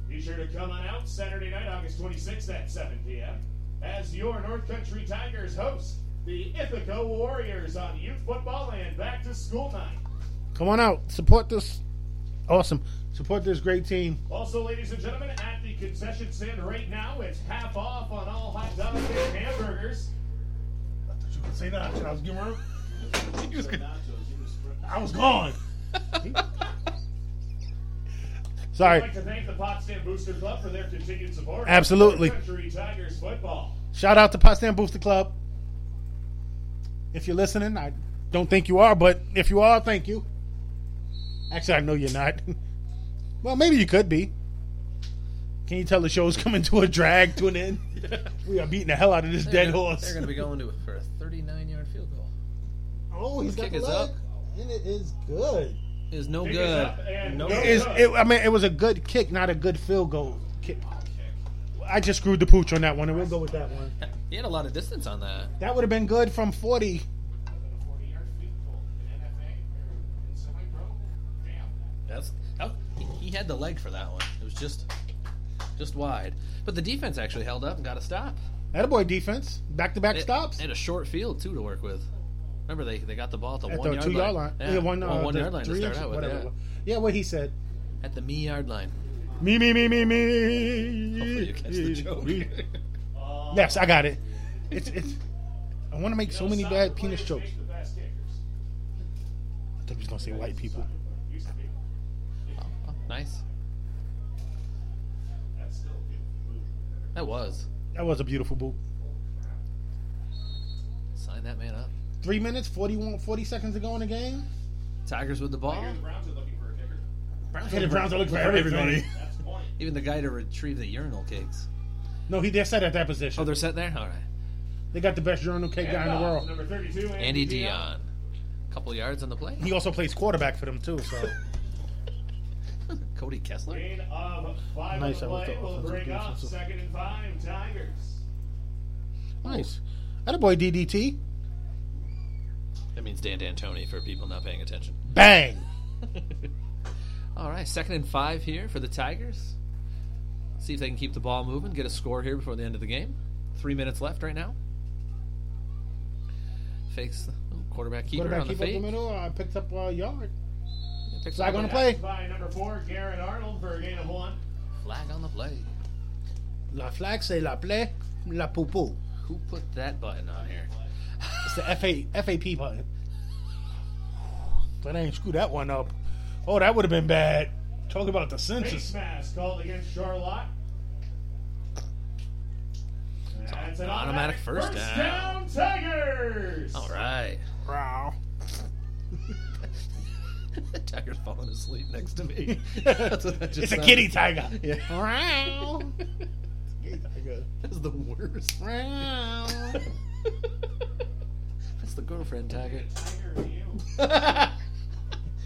Speaker 1: Be sure to come on out Saturday night, August 26th at 7 p.m. as your North Country Tigers host the Ithaca Warriors on youth football and back to school night.
Speaker 2: Come on out, support this. Awesome, support this great team.
Speaker 1: Also, ladies and gentlemen, at the concession stand right now, it's half off on all hot dogs and hamburgers.
Speaker 12: I thought you were gonna say that. I was getting ready. You was gonna- I was gone.
Speaker 1: I'd
Speaker 2: Sorry,
Speaker 1: like to thank the Potsdam Booster Club for their continued support. of
Speaker 2: Absolutely.
Speaker 1: North Country Tigers football.
Speaker 2: shout out to Potsdam Booster Club. If you're listening, I don't think you are, but if you are, thank you. Actually, I know you're not. well, maybe you could be. Can you tell the show's coming to a drag to an end? We are beating the hell out of this dead
Speaker 4: They're gonna-
Speaker 2: horse.
Speaker 4: They're going to be going to for a 39-yard field goal.
Speaker 2: Oh, he's got
Speaker 4: Kick
Speaker 2: the
Speaker 4: is
Speaker 2: leg,
Speaker 4: up.
Speaker 2: and it is good.
Speaker 4: Is no
Speaker 1: Pick us
Speaker 4: good.
Speaker 1: up and-
Speaker 4: Uh, No
Speaker 1: It
Speaker 2: It
Speaker 4: good.
Speaker 2: is. It, I mean, it was a good kick, not a good field goal kick. I just screwed the pooch on that one, and we'll go with that one.
Speaker 4: He had a lot of distance on that.
Speaker 2: That would have been good from forty.
Speaker 4: That's that, he, he had the leg for that one. It was just just wide. But the defense actually held up and got a stop.
Speaker 2: That boy defense, back to back
Speaker 4: It-
Speaker 2: stops.
Speaker 4: They had a short field too to work with. Remember they, they got the ball at the
Speaker 2: At
Speaker 4: one
Speaker 2: the
Speaker 4: yard
Speaker 2: two
Speaker 4: line.
Speaker 2: yard line,
Speaker 4: Yeah,
Speaker 2: yeah, one,
Speaker 4: well,
Speaker 2: uh,
Speaker 4: one
Speaker 2: the
Speaker 4: yard line to
Speaker 2: three
Speaker 4: start
Speaker 2: inches,
Speaker 4: out with.
Speaker 2: whatever it
Speaker 4: Yeah.
Speaker 2: was. yeah, what he said.
Speaker 4: At the me yard line.
Speaker 2: Me, me, me, me, me.
Speaker 4: Hopefully you catch the joke.
Speaker 2: Yes, I got it. It's it's. I want to make so many bad penis jokes.
Speaker 1: The best kickers.
Speaker 2: I thought he was gonna say white people.
Speaker 1: Used to be.
Speaker 4: Oh, nice.
Speaker 1: That's still a good move.
Speaker 4: That was.
Speaker 2: That was a beautiful boot.
Speaker 4: Sign that man up.
Speaker 2: Three minutes, 41, 40 seconds to go in the game.
Speaker 4: Tigers with the ball.
Speaker 1: The Browns are looking for a kicker.
Speaker 2: Hey, the Browns are looking for everybody.
Speaker 1: That's the point.
Speaker 4: Even the guy to retrieve the urinal cakes.
Speaker 2: No, he they're set at that position.
Speaker 4: Oh, they're set there? All right. Oh.
Speaker 2: They got the best journal cake guy in the
Speaker 1: Handoff,
Speaker 2: world.
Speaker 1: Number 32, Andy,
Speaker 4: Andy Dion. Couple yards on the play.
Speaker 2: He also plays quarterback for them too. So
Speaker 4: Cody Kessler.
Speaker 1: Gain of five
Speaker 2: Nice, I
Speaker 1: on the
Speaker 2: was
Speaker 1: play
Speaker 2: the
Speaker 1: will
Speaker 2: offensive
Speaker 1: bring up
Speaker 2: defensive.
Speaker 1: second and five, Tigers.
Speaker 2: nice. That boy DDT.
Speaker 4: That means Dan D'Antoni for people not paying attention.
Speaker 2: Bang.
Speaker 4: All right, second and five here for the Tigers. See if they can keep the ball moving, get a score here before the end of the game. Three minutes left right now. Fakes the oh, quarterback keeper
Speaker 2: Quarterback
Speaker 4: on the
Speaker 2: keep up the
Speaker 4: fake.
Speaker 2: middle. I picked up a yard.
Speaker 4: Picks
Speaker 2: Flag
Speaker 4: up
Speaker 2: on the
Speaker 4: a
Speaker 2: play.
Speaker 1: By number four, Garrett Arnold for a gain of one.
Speaker 4: Flag on the play.
Speaker 2: La flag say la play la poo poo.
Speaker 4: Who put that button on here?
Speaker 2: It's the FA, FAP button. But I ain't screw that one up. Oh, that would have been bad.
Speaker 13: Talk about the
Speaker 1: Face
Speaker 13: census.
Speaker 1: mask called against Charlotte. That's an
Speaker 4: automatic first down.
Speaker 1: Tigers.
Speaker 4: All right.
Speaker 2: Wow.
Speaker 4: Tiger's falling asleep next to me.
Speaker 2: It's a kitty tiger.
Speaker 4: Yeah.
Speaker 2: Wow.
Speaker 4: That's the worst.
Speaker 2: Wow.
Speaker 4: That's the girlfriend tiger.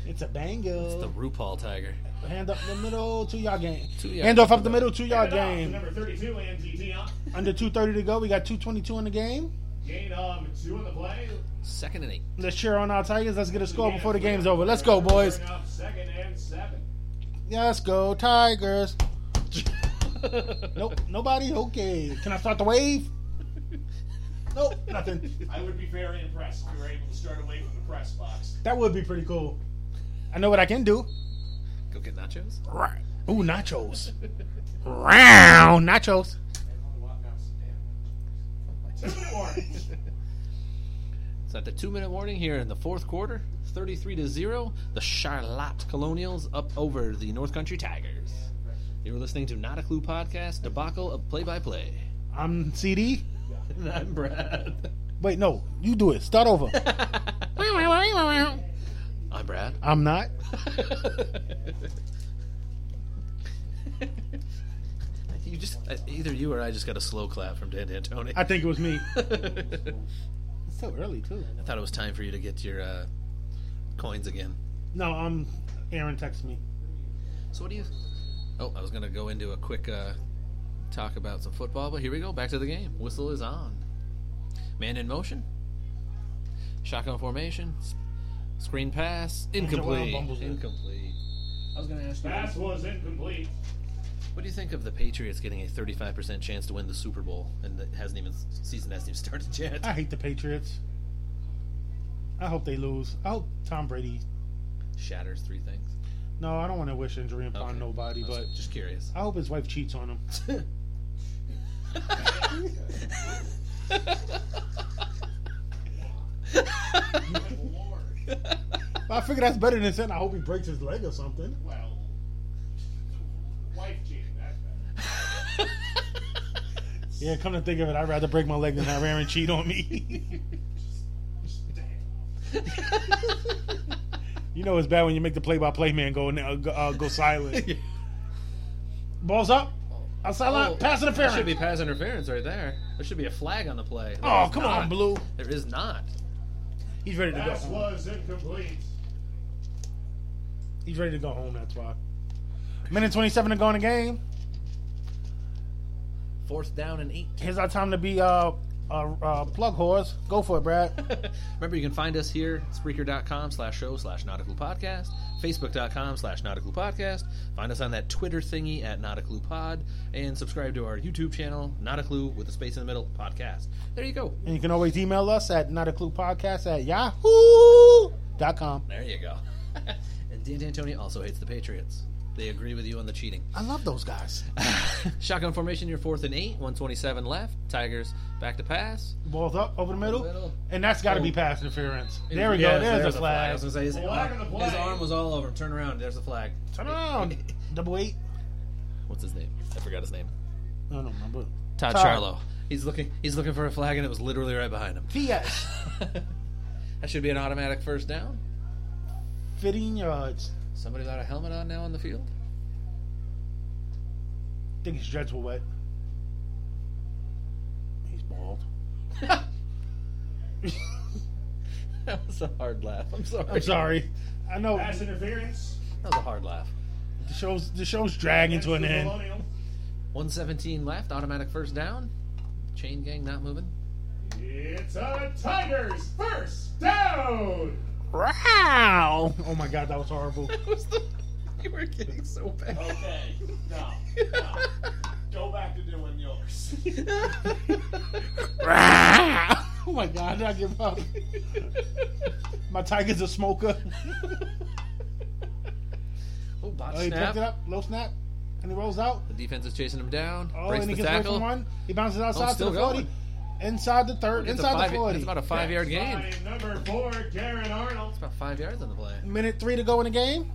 Speaker 2: It's a bango.
Speaker 4: The RuPaul tiger.
Speaker 2: Hand up the middle, two yard game.
Speaker 4: Two-yard
Speaker 2: Hand off up
Speaker 4: game.
Speaker 2: the middle, two yard
Speaker 1: Hand it off to Number
Speaker 2: game.
Speaker 1: 32, Andy Dion.
Speaker 2: Under two thirty to go. We got two twenty two in the game.
Speaker 1: Gain of two on the play.
Speaker 4: Second and eight.
Speaker 2: Let's cheer on our Tigers. Let's get a score before the game's over. Let's go, boys.
Speaker 1: Turn up Second and seven.
Speaker 2: Yes, go Tigers. Nope, nobody. Okay, can I start the wave? Nope, nothing.
Speaker 1: I would be very impressed if you were able to start away from the press box.
Speaker 2: That would be pretty cool. I know what I can do.
Speaker 4: Go get nachos.
Speaker 2: Ooh, nachos. Round nachos.
Speaker 4: So at the two minute warning here in the fourth quarter, 33 to 0, the Charlotte Colonials up over the North Country Tigers. You're listening to Not a Clue Podcast, Debacle of Play by Play.
Speaker 2: I'm CD.
Speaker 4: I'm Brad.
Speaker 2: Wait, no, you do it. Start over.
Speaker 4: I'm Brad.
Speaker 2: I'm not.
Speaker 4: you just either you or I just got a slow clap from Dan D'Antoni.
Speaker 2: I think it was me.
Speaker 4: I
Speaker 2: It's so early too.
Speaker 4: thought it was time for you to get your uh, coins again.
Speaker 2: No, um, Aaron texted me.
Speaker 4: So what do you? Oh, I was gonna go into a quick uh, talk about some football, but here we go. Back to the game. Whistle is on. Man in motion. Shotgun formation. S- Screen pass. Incomplete.
Speaker 2: Bumbles it.
Speaker 4: Incomplete. I was gonna ask you.
Speaker 1: Pass was incomplete.
Speaker 4: What do you think of the Patriots getting a 35% chance to win the Super Bowl, and it hasn't even season hasn't even started
Speaker 2: I
Speaker 4: yet?
Speaker 2: hate the Patriots. I hope they lose. I hope Tom Brady.
Speaker 4: Shatters three things.
Speaker 2: No, I don't want to wish injury upon
Speaker 4: Okay.
Speaker 2: nobody,
Speaker 4: I was
Speaker 2: but
Speaker 4: just curious.
Speaker 2: I hope his wife cheats on him. But I figure that's better than saying I hope he breaks his leg or something.
Speaker 1: Well, wife cheating. That's bad.
Speaker 2: Yeah, come to think of it, I'd rather break my leg than have Aaron cheat on me. you know it's bad when you make the play-by-play man go uh, go- uh, go silent. Balls up, outside line, pass
Speaker 4: That should be
Speaker 2: interference.
Speaker 4: pass interference right there. There should be a flag on the play. There
Speaker 2: Oh,
Speaker 4: is
Speaker 2: come
Speaker 4: not.
Speaker 2: on, Blue.
Speaker 4: There is not.
Speaker 2: He's ready to go.
Speaker 1: Pass
Speaker 2: home.
Speaker 1: was incomplete.
Speaker 2: He's ready to go home. That's why. Minute twenty-seven to go in the game.
Speaker 4: Fourth down and eight.
Speaker 2: Here's our time to be uh, uh, uh plug whores. Go for it, Brad.
Speaker 4: Remember, you can find us here, Spreaker.com slash show slash Nautical Podcast, Facebook.com slash Nautical Podcast. Find us on that Twitter thingy at Nautical Pod, and subscribe to our YouTube channel, Nautical with a space in the middle podcast. There you go.
Speaker 2: And you can always email us at not a clue podcast at yahoo.com.
Speaker 4: There you go. and Dan D'Antoni also hates the Patriots. They agree with you on the cheating.
Speaker 2: I love those guys.
Speaker 4: Shotgun formation, your fourth and eight, 127 left. Tigers back to pass.
Speaker 2: Balls up over the middle,
Speaker 4: middle.
Speaker 2: and that's got to
Speaker 4: Oh.
Speaker 2: be pass interference. There we
Speaker 4: Yeah,
Speaker 2: go. There's, a
Speaker 4: I
Speaker 2: flag.
Speaker 4: was gonna say, his,
Speaker 1: Flag on the play.
Speaker 4: his arm was all over him. Turn around. There's a flag.
Speaker 2: Turn around. Double eight.
Speaker 4: What's his name? I forgot his name.
Speaker 2: I don't remember.
Speaker 4: Todd,
Speaker 2: Todd.
Speaker 4: Charlo. He's looking. He's looking for a flag, and it was literally right behind him.
Speaker 2: P.S.
Speaker 4: that should be an automatic first down.
Speaker 2: 15 yards.
Speaker 4: Somebody got a helmet on now on the field.
Speaker 2: think his dreads were wet. He's bald.
Speaker 4: That was a hard laugh. I'm sorry.
Speaker 2: I'm sorry. I know
Speaker 1: Pass interference.
Speaker 4: That was a hard laugh.
Speaker 2: the show's the show's dragging to an
Speaker 1: Against the
Speaker 2: end.
Speaker 1: Colonial.
Speaker 4: 117 left. Automatic first down. Chain gang not moving.
Speaker 1: It's a Tigers first down.
Speaker 2: Wow! Oh my god, that was horrible.
Speaker 4: What's the? You were getting so bad.
Speaker 14: Okay, no, no. Go back to doing yours.
Speaker 2: oh my god, I give up. My tiger's a smoker.
Speaker 4: oh, bot
Speaker 2: Oh, he
Speaker 4: snap.
Speaker 2: picked it up, low snap, and he rolls out.
Speaker 4: The defense is chasing him down.
Speaker 2: Oh,
Speaker 4: breaks
Speaker 2: and
Speaker 4: the
Speaker 2: he gets away
Speaker 4: tackle.
Speaker 2: from one. He bounces outside to
Speaker 4: still
Speaker 2: the 40.
Speaker 4: going.
Speaker 2: Inside the third,
Speaker 4: It's a
Speaker 2: inside
Speaker 4: five-
Speaker 2: the 40.
Speaker 4: It's about a five-yard game.
Speaker 1: By number four, Darren Arnold.
Speaker 4: About five yards on the play.
Speaker 2: Minute three to go in the game.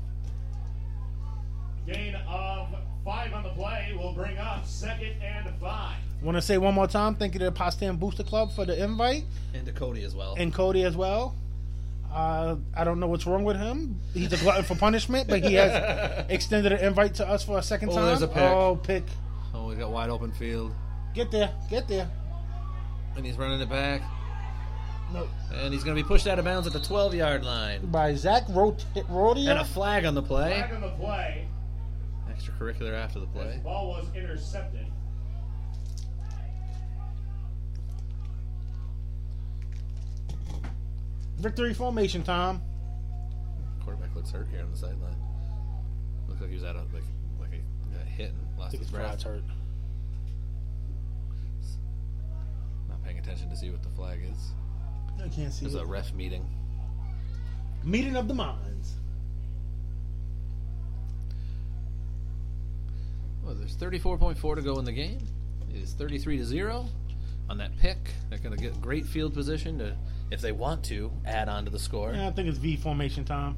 Speaker 1: Gain of five on the play will bring up second and five.
Speaker 2: Want to say one more time, thank you to the Potsdam Booster Club for the invite
Speaker 3: And to Cody as well.
Speaker 2: and Cody as well. Uh, I don't know what's wrong with him. He's a glutton for punishment, but he has extended an invite to us for a second
Speaker 3: Oh,
Speaker 2: time.
Speaker 3: there's a pick.
Speaker 2: Oh, pick.
Speaker 3: oh, we got wide open field.
Speaker 2: Get there. Get there.
Speaker 3: And he's running it back.
Speaker 2: No.
Speaker 3: And he's going to be pushed out of bounds at the 12 yard line.
Speaker 2: By Zach Rot- Rodia.
Speaker 3: And a flag on the play.
Speaker 1: Back on the play,
Speaker 3: Extracurricular after the play.
Speaker 1: ball was intercepted.
Speaker 2: Victory formation, Tom.
Speaker 3: Quarterback looks hurt here on the sideline. Looks like he was out of like like he got hit and lost his breath.
Speaker 2: hurt.
Speaker 3: Not paying attention to see what the flag is.
Speaker 2: I can't see
Speaker 3: It was
Speaker 2: it.
Speaker 3: a ref meeting.
Speaker 2: Meeting of the minds.
Speaker 3: Well, there's 34.4 to go in the game. It is 33 to zero on that pick. They're going to get great field position to, if they want to, add on to the score.
Speaker 2: Yeah, I think it's V formation, Tom.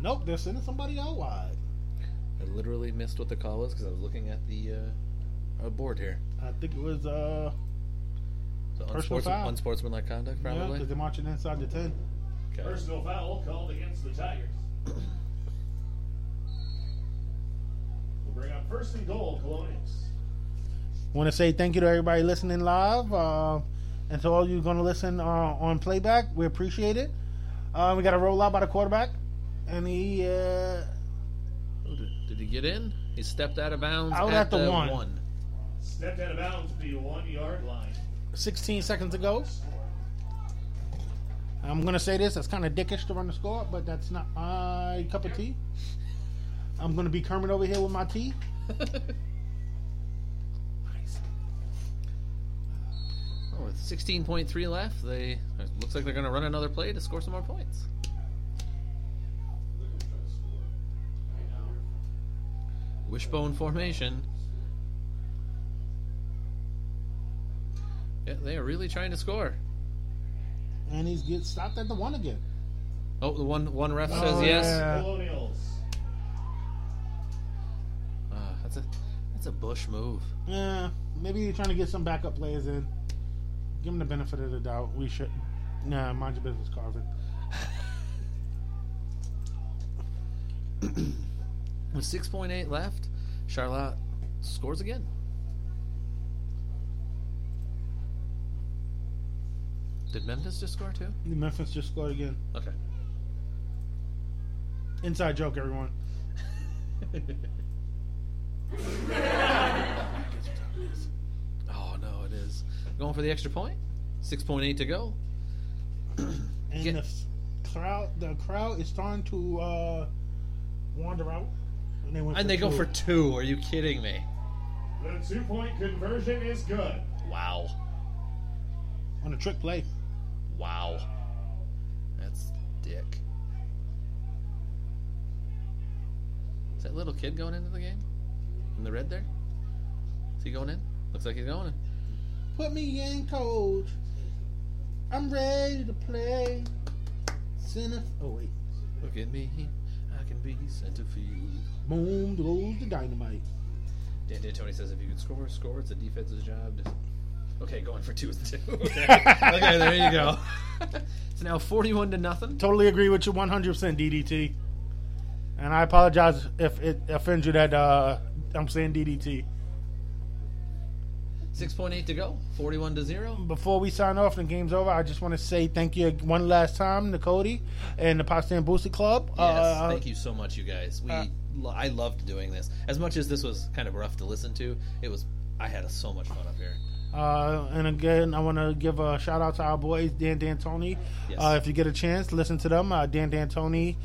Speaker 2: Nope, they're sending somebody out wide.
Speaker 3: I literally missed what the call was because I was looking at the uh, uh, board here.
Speaker 2: I think it was uh
Speaker 3: So
Speaker 2: Personal
Speaker 3: unsports-
Speaker 2: foul.
Speaker 3: unsportsmanlike conduct,
Speaker 2: yeah,
Speaker 3: probably.
Speaker 2: because they're marching inside the ten.
Speaker 3: Okay.
Speaker 1: Personal foul called against the Tigers. We'll bring up first and goal, Colonials.
Speaker 2: Want to say thank you to everybody listening live, uh, and to all you going to listen uh, on playback. We appreciate it. Uh, we got a roll out by the quarterback, and he uh,
Speaker 3: Oh, did, did he get in? He stepped out of bounds
Speaker 2: Out
Speaker 3: at,
Speaker 2: at the one.
Speaker 1: Stepped out of bounds at the one yard line.
Speaker 2: 16 seconds ago. I'm gonna say this. That's kind of dickish to run the score, up, but that's not my cup of tea. I'm gonna be Kermit over here with my tea.
Speaker 3: Oh, with 16.3 left, they it looks like they're going to run another play to score some more points.
Speaker 5: They're gonna try to score. Right now.
Speaker 3: Wishbone formation. Yeah, they are really trying to score.
Speaker 2: And he's get stopped at the one again.
Speaker 3: Oh, the one one ref
Speaker 2: Oh,
Speaker 3: says yes.
Speaker 2: yeah.
Speaker 1: Colonials.
Speaker 3: Ah, that's a that's a Bush move.
Speaker 2: Yeah, maybe you're trying to get some backup players in. Give him the benefit of the doubt. We should. Nah, mind your business, Carvin.
Speaker 3: With 6.8 left, Charlotte scores again. Did Memphis just score too?
Speaker 2: Memphis just scored again.
Speaker 3: Okay.
Speaker 2: Inside joke, everyone.
Speaker 3: Oh no, it is going for the extra point. 6.8 to go.
Speaker 2: And
Speaker 3: Get-
Speaker 2: the f- crowd, the crowd is starting to uh, wander out. And they, went
Speaker 3: And they go
Speaker 2: two.
Speaker 3: for two. Are you kidding me?
Speaker 1: The two point conversion is good.
Speaker 3: Wow.
Speaker 2: on a trick play.
Speaker 3: Wow. That's dick. Is that little kid going into the game? In the red there? Is he going in? Looks like he's going in.
Speaker 2: Put me in, coach. I'm ready to play. Center. Oh wait.
Speaker 3: Look at me. I can be center field.
Speaker 2: Boom goes the dynamite.
Speaker 3: Dan D'Antoni says if you can score, score. It's a defense's job. to- Okay, going for two is two. Okay, okay there you go. it's now 41 to nothing.
Speaker 2: Totally agree with you, 100 percent DDT. And I apologize if it offends you that uh, I'm saying DDT.
Speaker 3: 6.8 to go. 41 to 0.
Speaker 2: Before we sign off and the game's over, I just want to say thank you one last time to Cody and the Potsdam Booster Club.
Speaker 3: Yes, thank you so much, you guys. We,
Speaker 2: uh,
Speaker 3: lo- I loved doing this. As much as this was kind of rough to listen to, it was. I had so much fun up here.
Speaker 2: Uh, and again, I want to give a shout out to our boys, Dan D'Antoni.
Speaker 3: Yes.
Speaker 2: Uh, if you get a chance, listen to them. Uh, Dan D'Antoni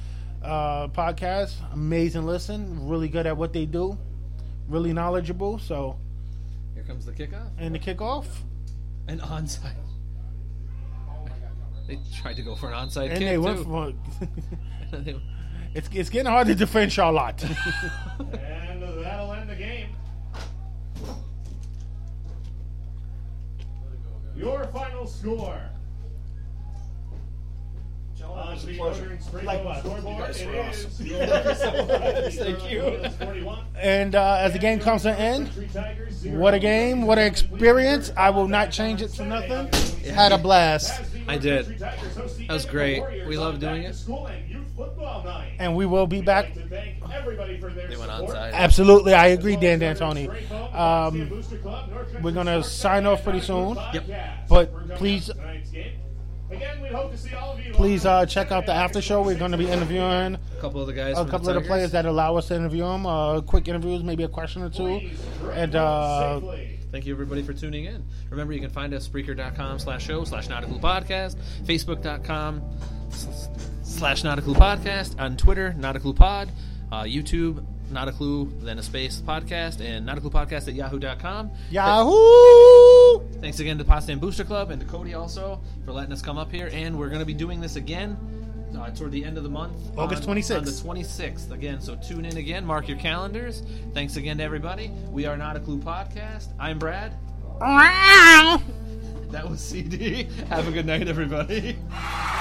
Speaker 2: uh, podcast, amazing listen. Really good at what they do. Really knowledgeable. So,
Speaker 3: Here comes the kickoff
Speaker 2: and the kickoff
Speaker 3: an onside. They tried to go for an onside
Speaker 2: and
Speaker 3: kick
Speaker 2: they went
Speaker 3: too.
Speaker 2: for.
Speaker 3: They-
Speaker 2: it's it's getting hard to defend Charlotte.
Speaker 1: And that'll end the game. Your final score.
Speaker 4: Tell
Speaker 1: Uh, Acknowledge the
Speaker 15: pleasure.
Speaker 1: order and spring
Speaker 15: Likewise.
Speaker 1: on the
Speaker 15: You guys were awesome.
Speaker 1: Thank you.
Speaker 2: And uh, as the game comes to an end, what a game, what an experience. I will not change it for nothing. Had a blast.
Speaker 3: I did. That was great. We love doing it.
Speaker 2: And we will be back.
Speaker 3: They went onside.
Speaker 2: Absolutely. I agree, Dan D'Antoni. Um, we're going to sign off pretty soon.
Speaker 1: Yep.
Speaker 2: But please-
Speaker 1: Again, we hope to see all of you.
Speaker 2: Please uh, check out the after show. We're going to be interviewing
Speaker 3: A couple of the guys.
Speaker 2: a
Speaker 3: from
Speaker 2: couple of the
Speaker 3: Tigers.
Speaker 2: players that allow us to interview them. Uh, quick interviews, maybe a question or two. And uh,
Speaker 3: Thank you, everybody, for tuning in. Remember, you can find us Spreaker.com slash show slash Nautical Podcast, Facebook.com s- slash Nautical Podcast, on Twitter, Nautical Pod, uh, YouTube, Nautical, then a space podcast, and Nautical Podcast at Yahoo.com.
Speaker 2: Yahoo!
Speaker 3: Thanks again to Pasta and Booster Club and to Cody also for letting us come up here. And we're going to be doing this again uh, toward the end of the month.
Speaker 2: August
Speaker 3: on-
Speaker 2: 26th.
Speaker 3: On the 26th again. So tune in again. Mark your calendars. Thanks again to everybody. We are Not a Clue Podcast. I'm Brad. That was CD. Have a good night, everybody.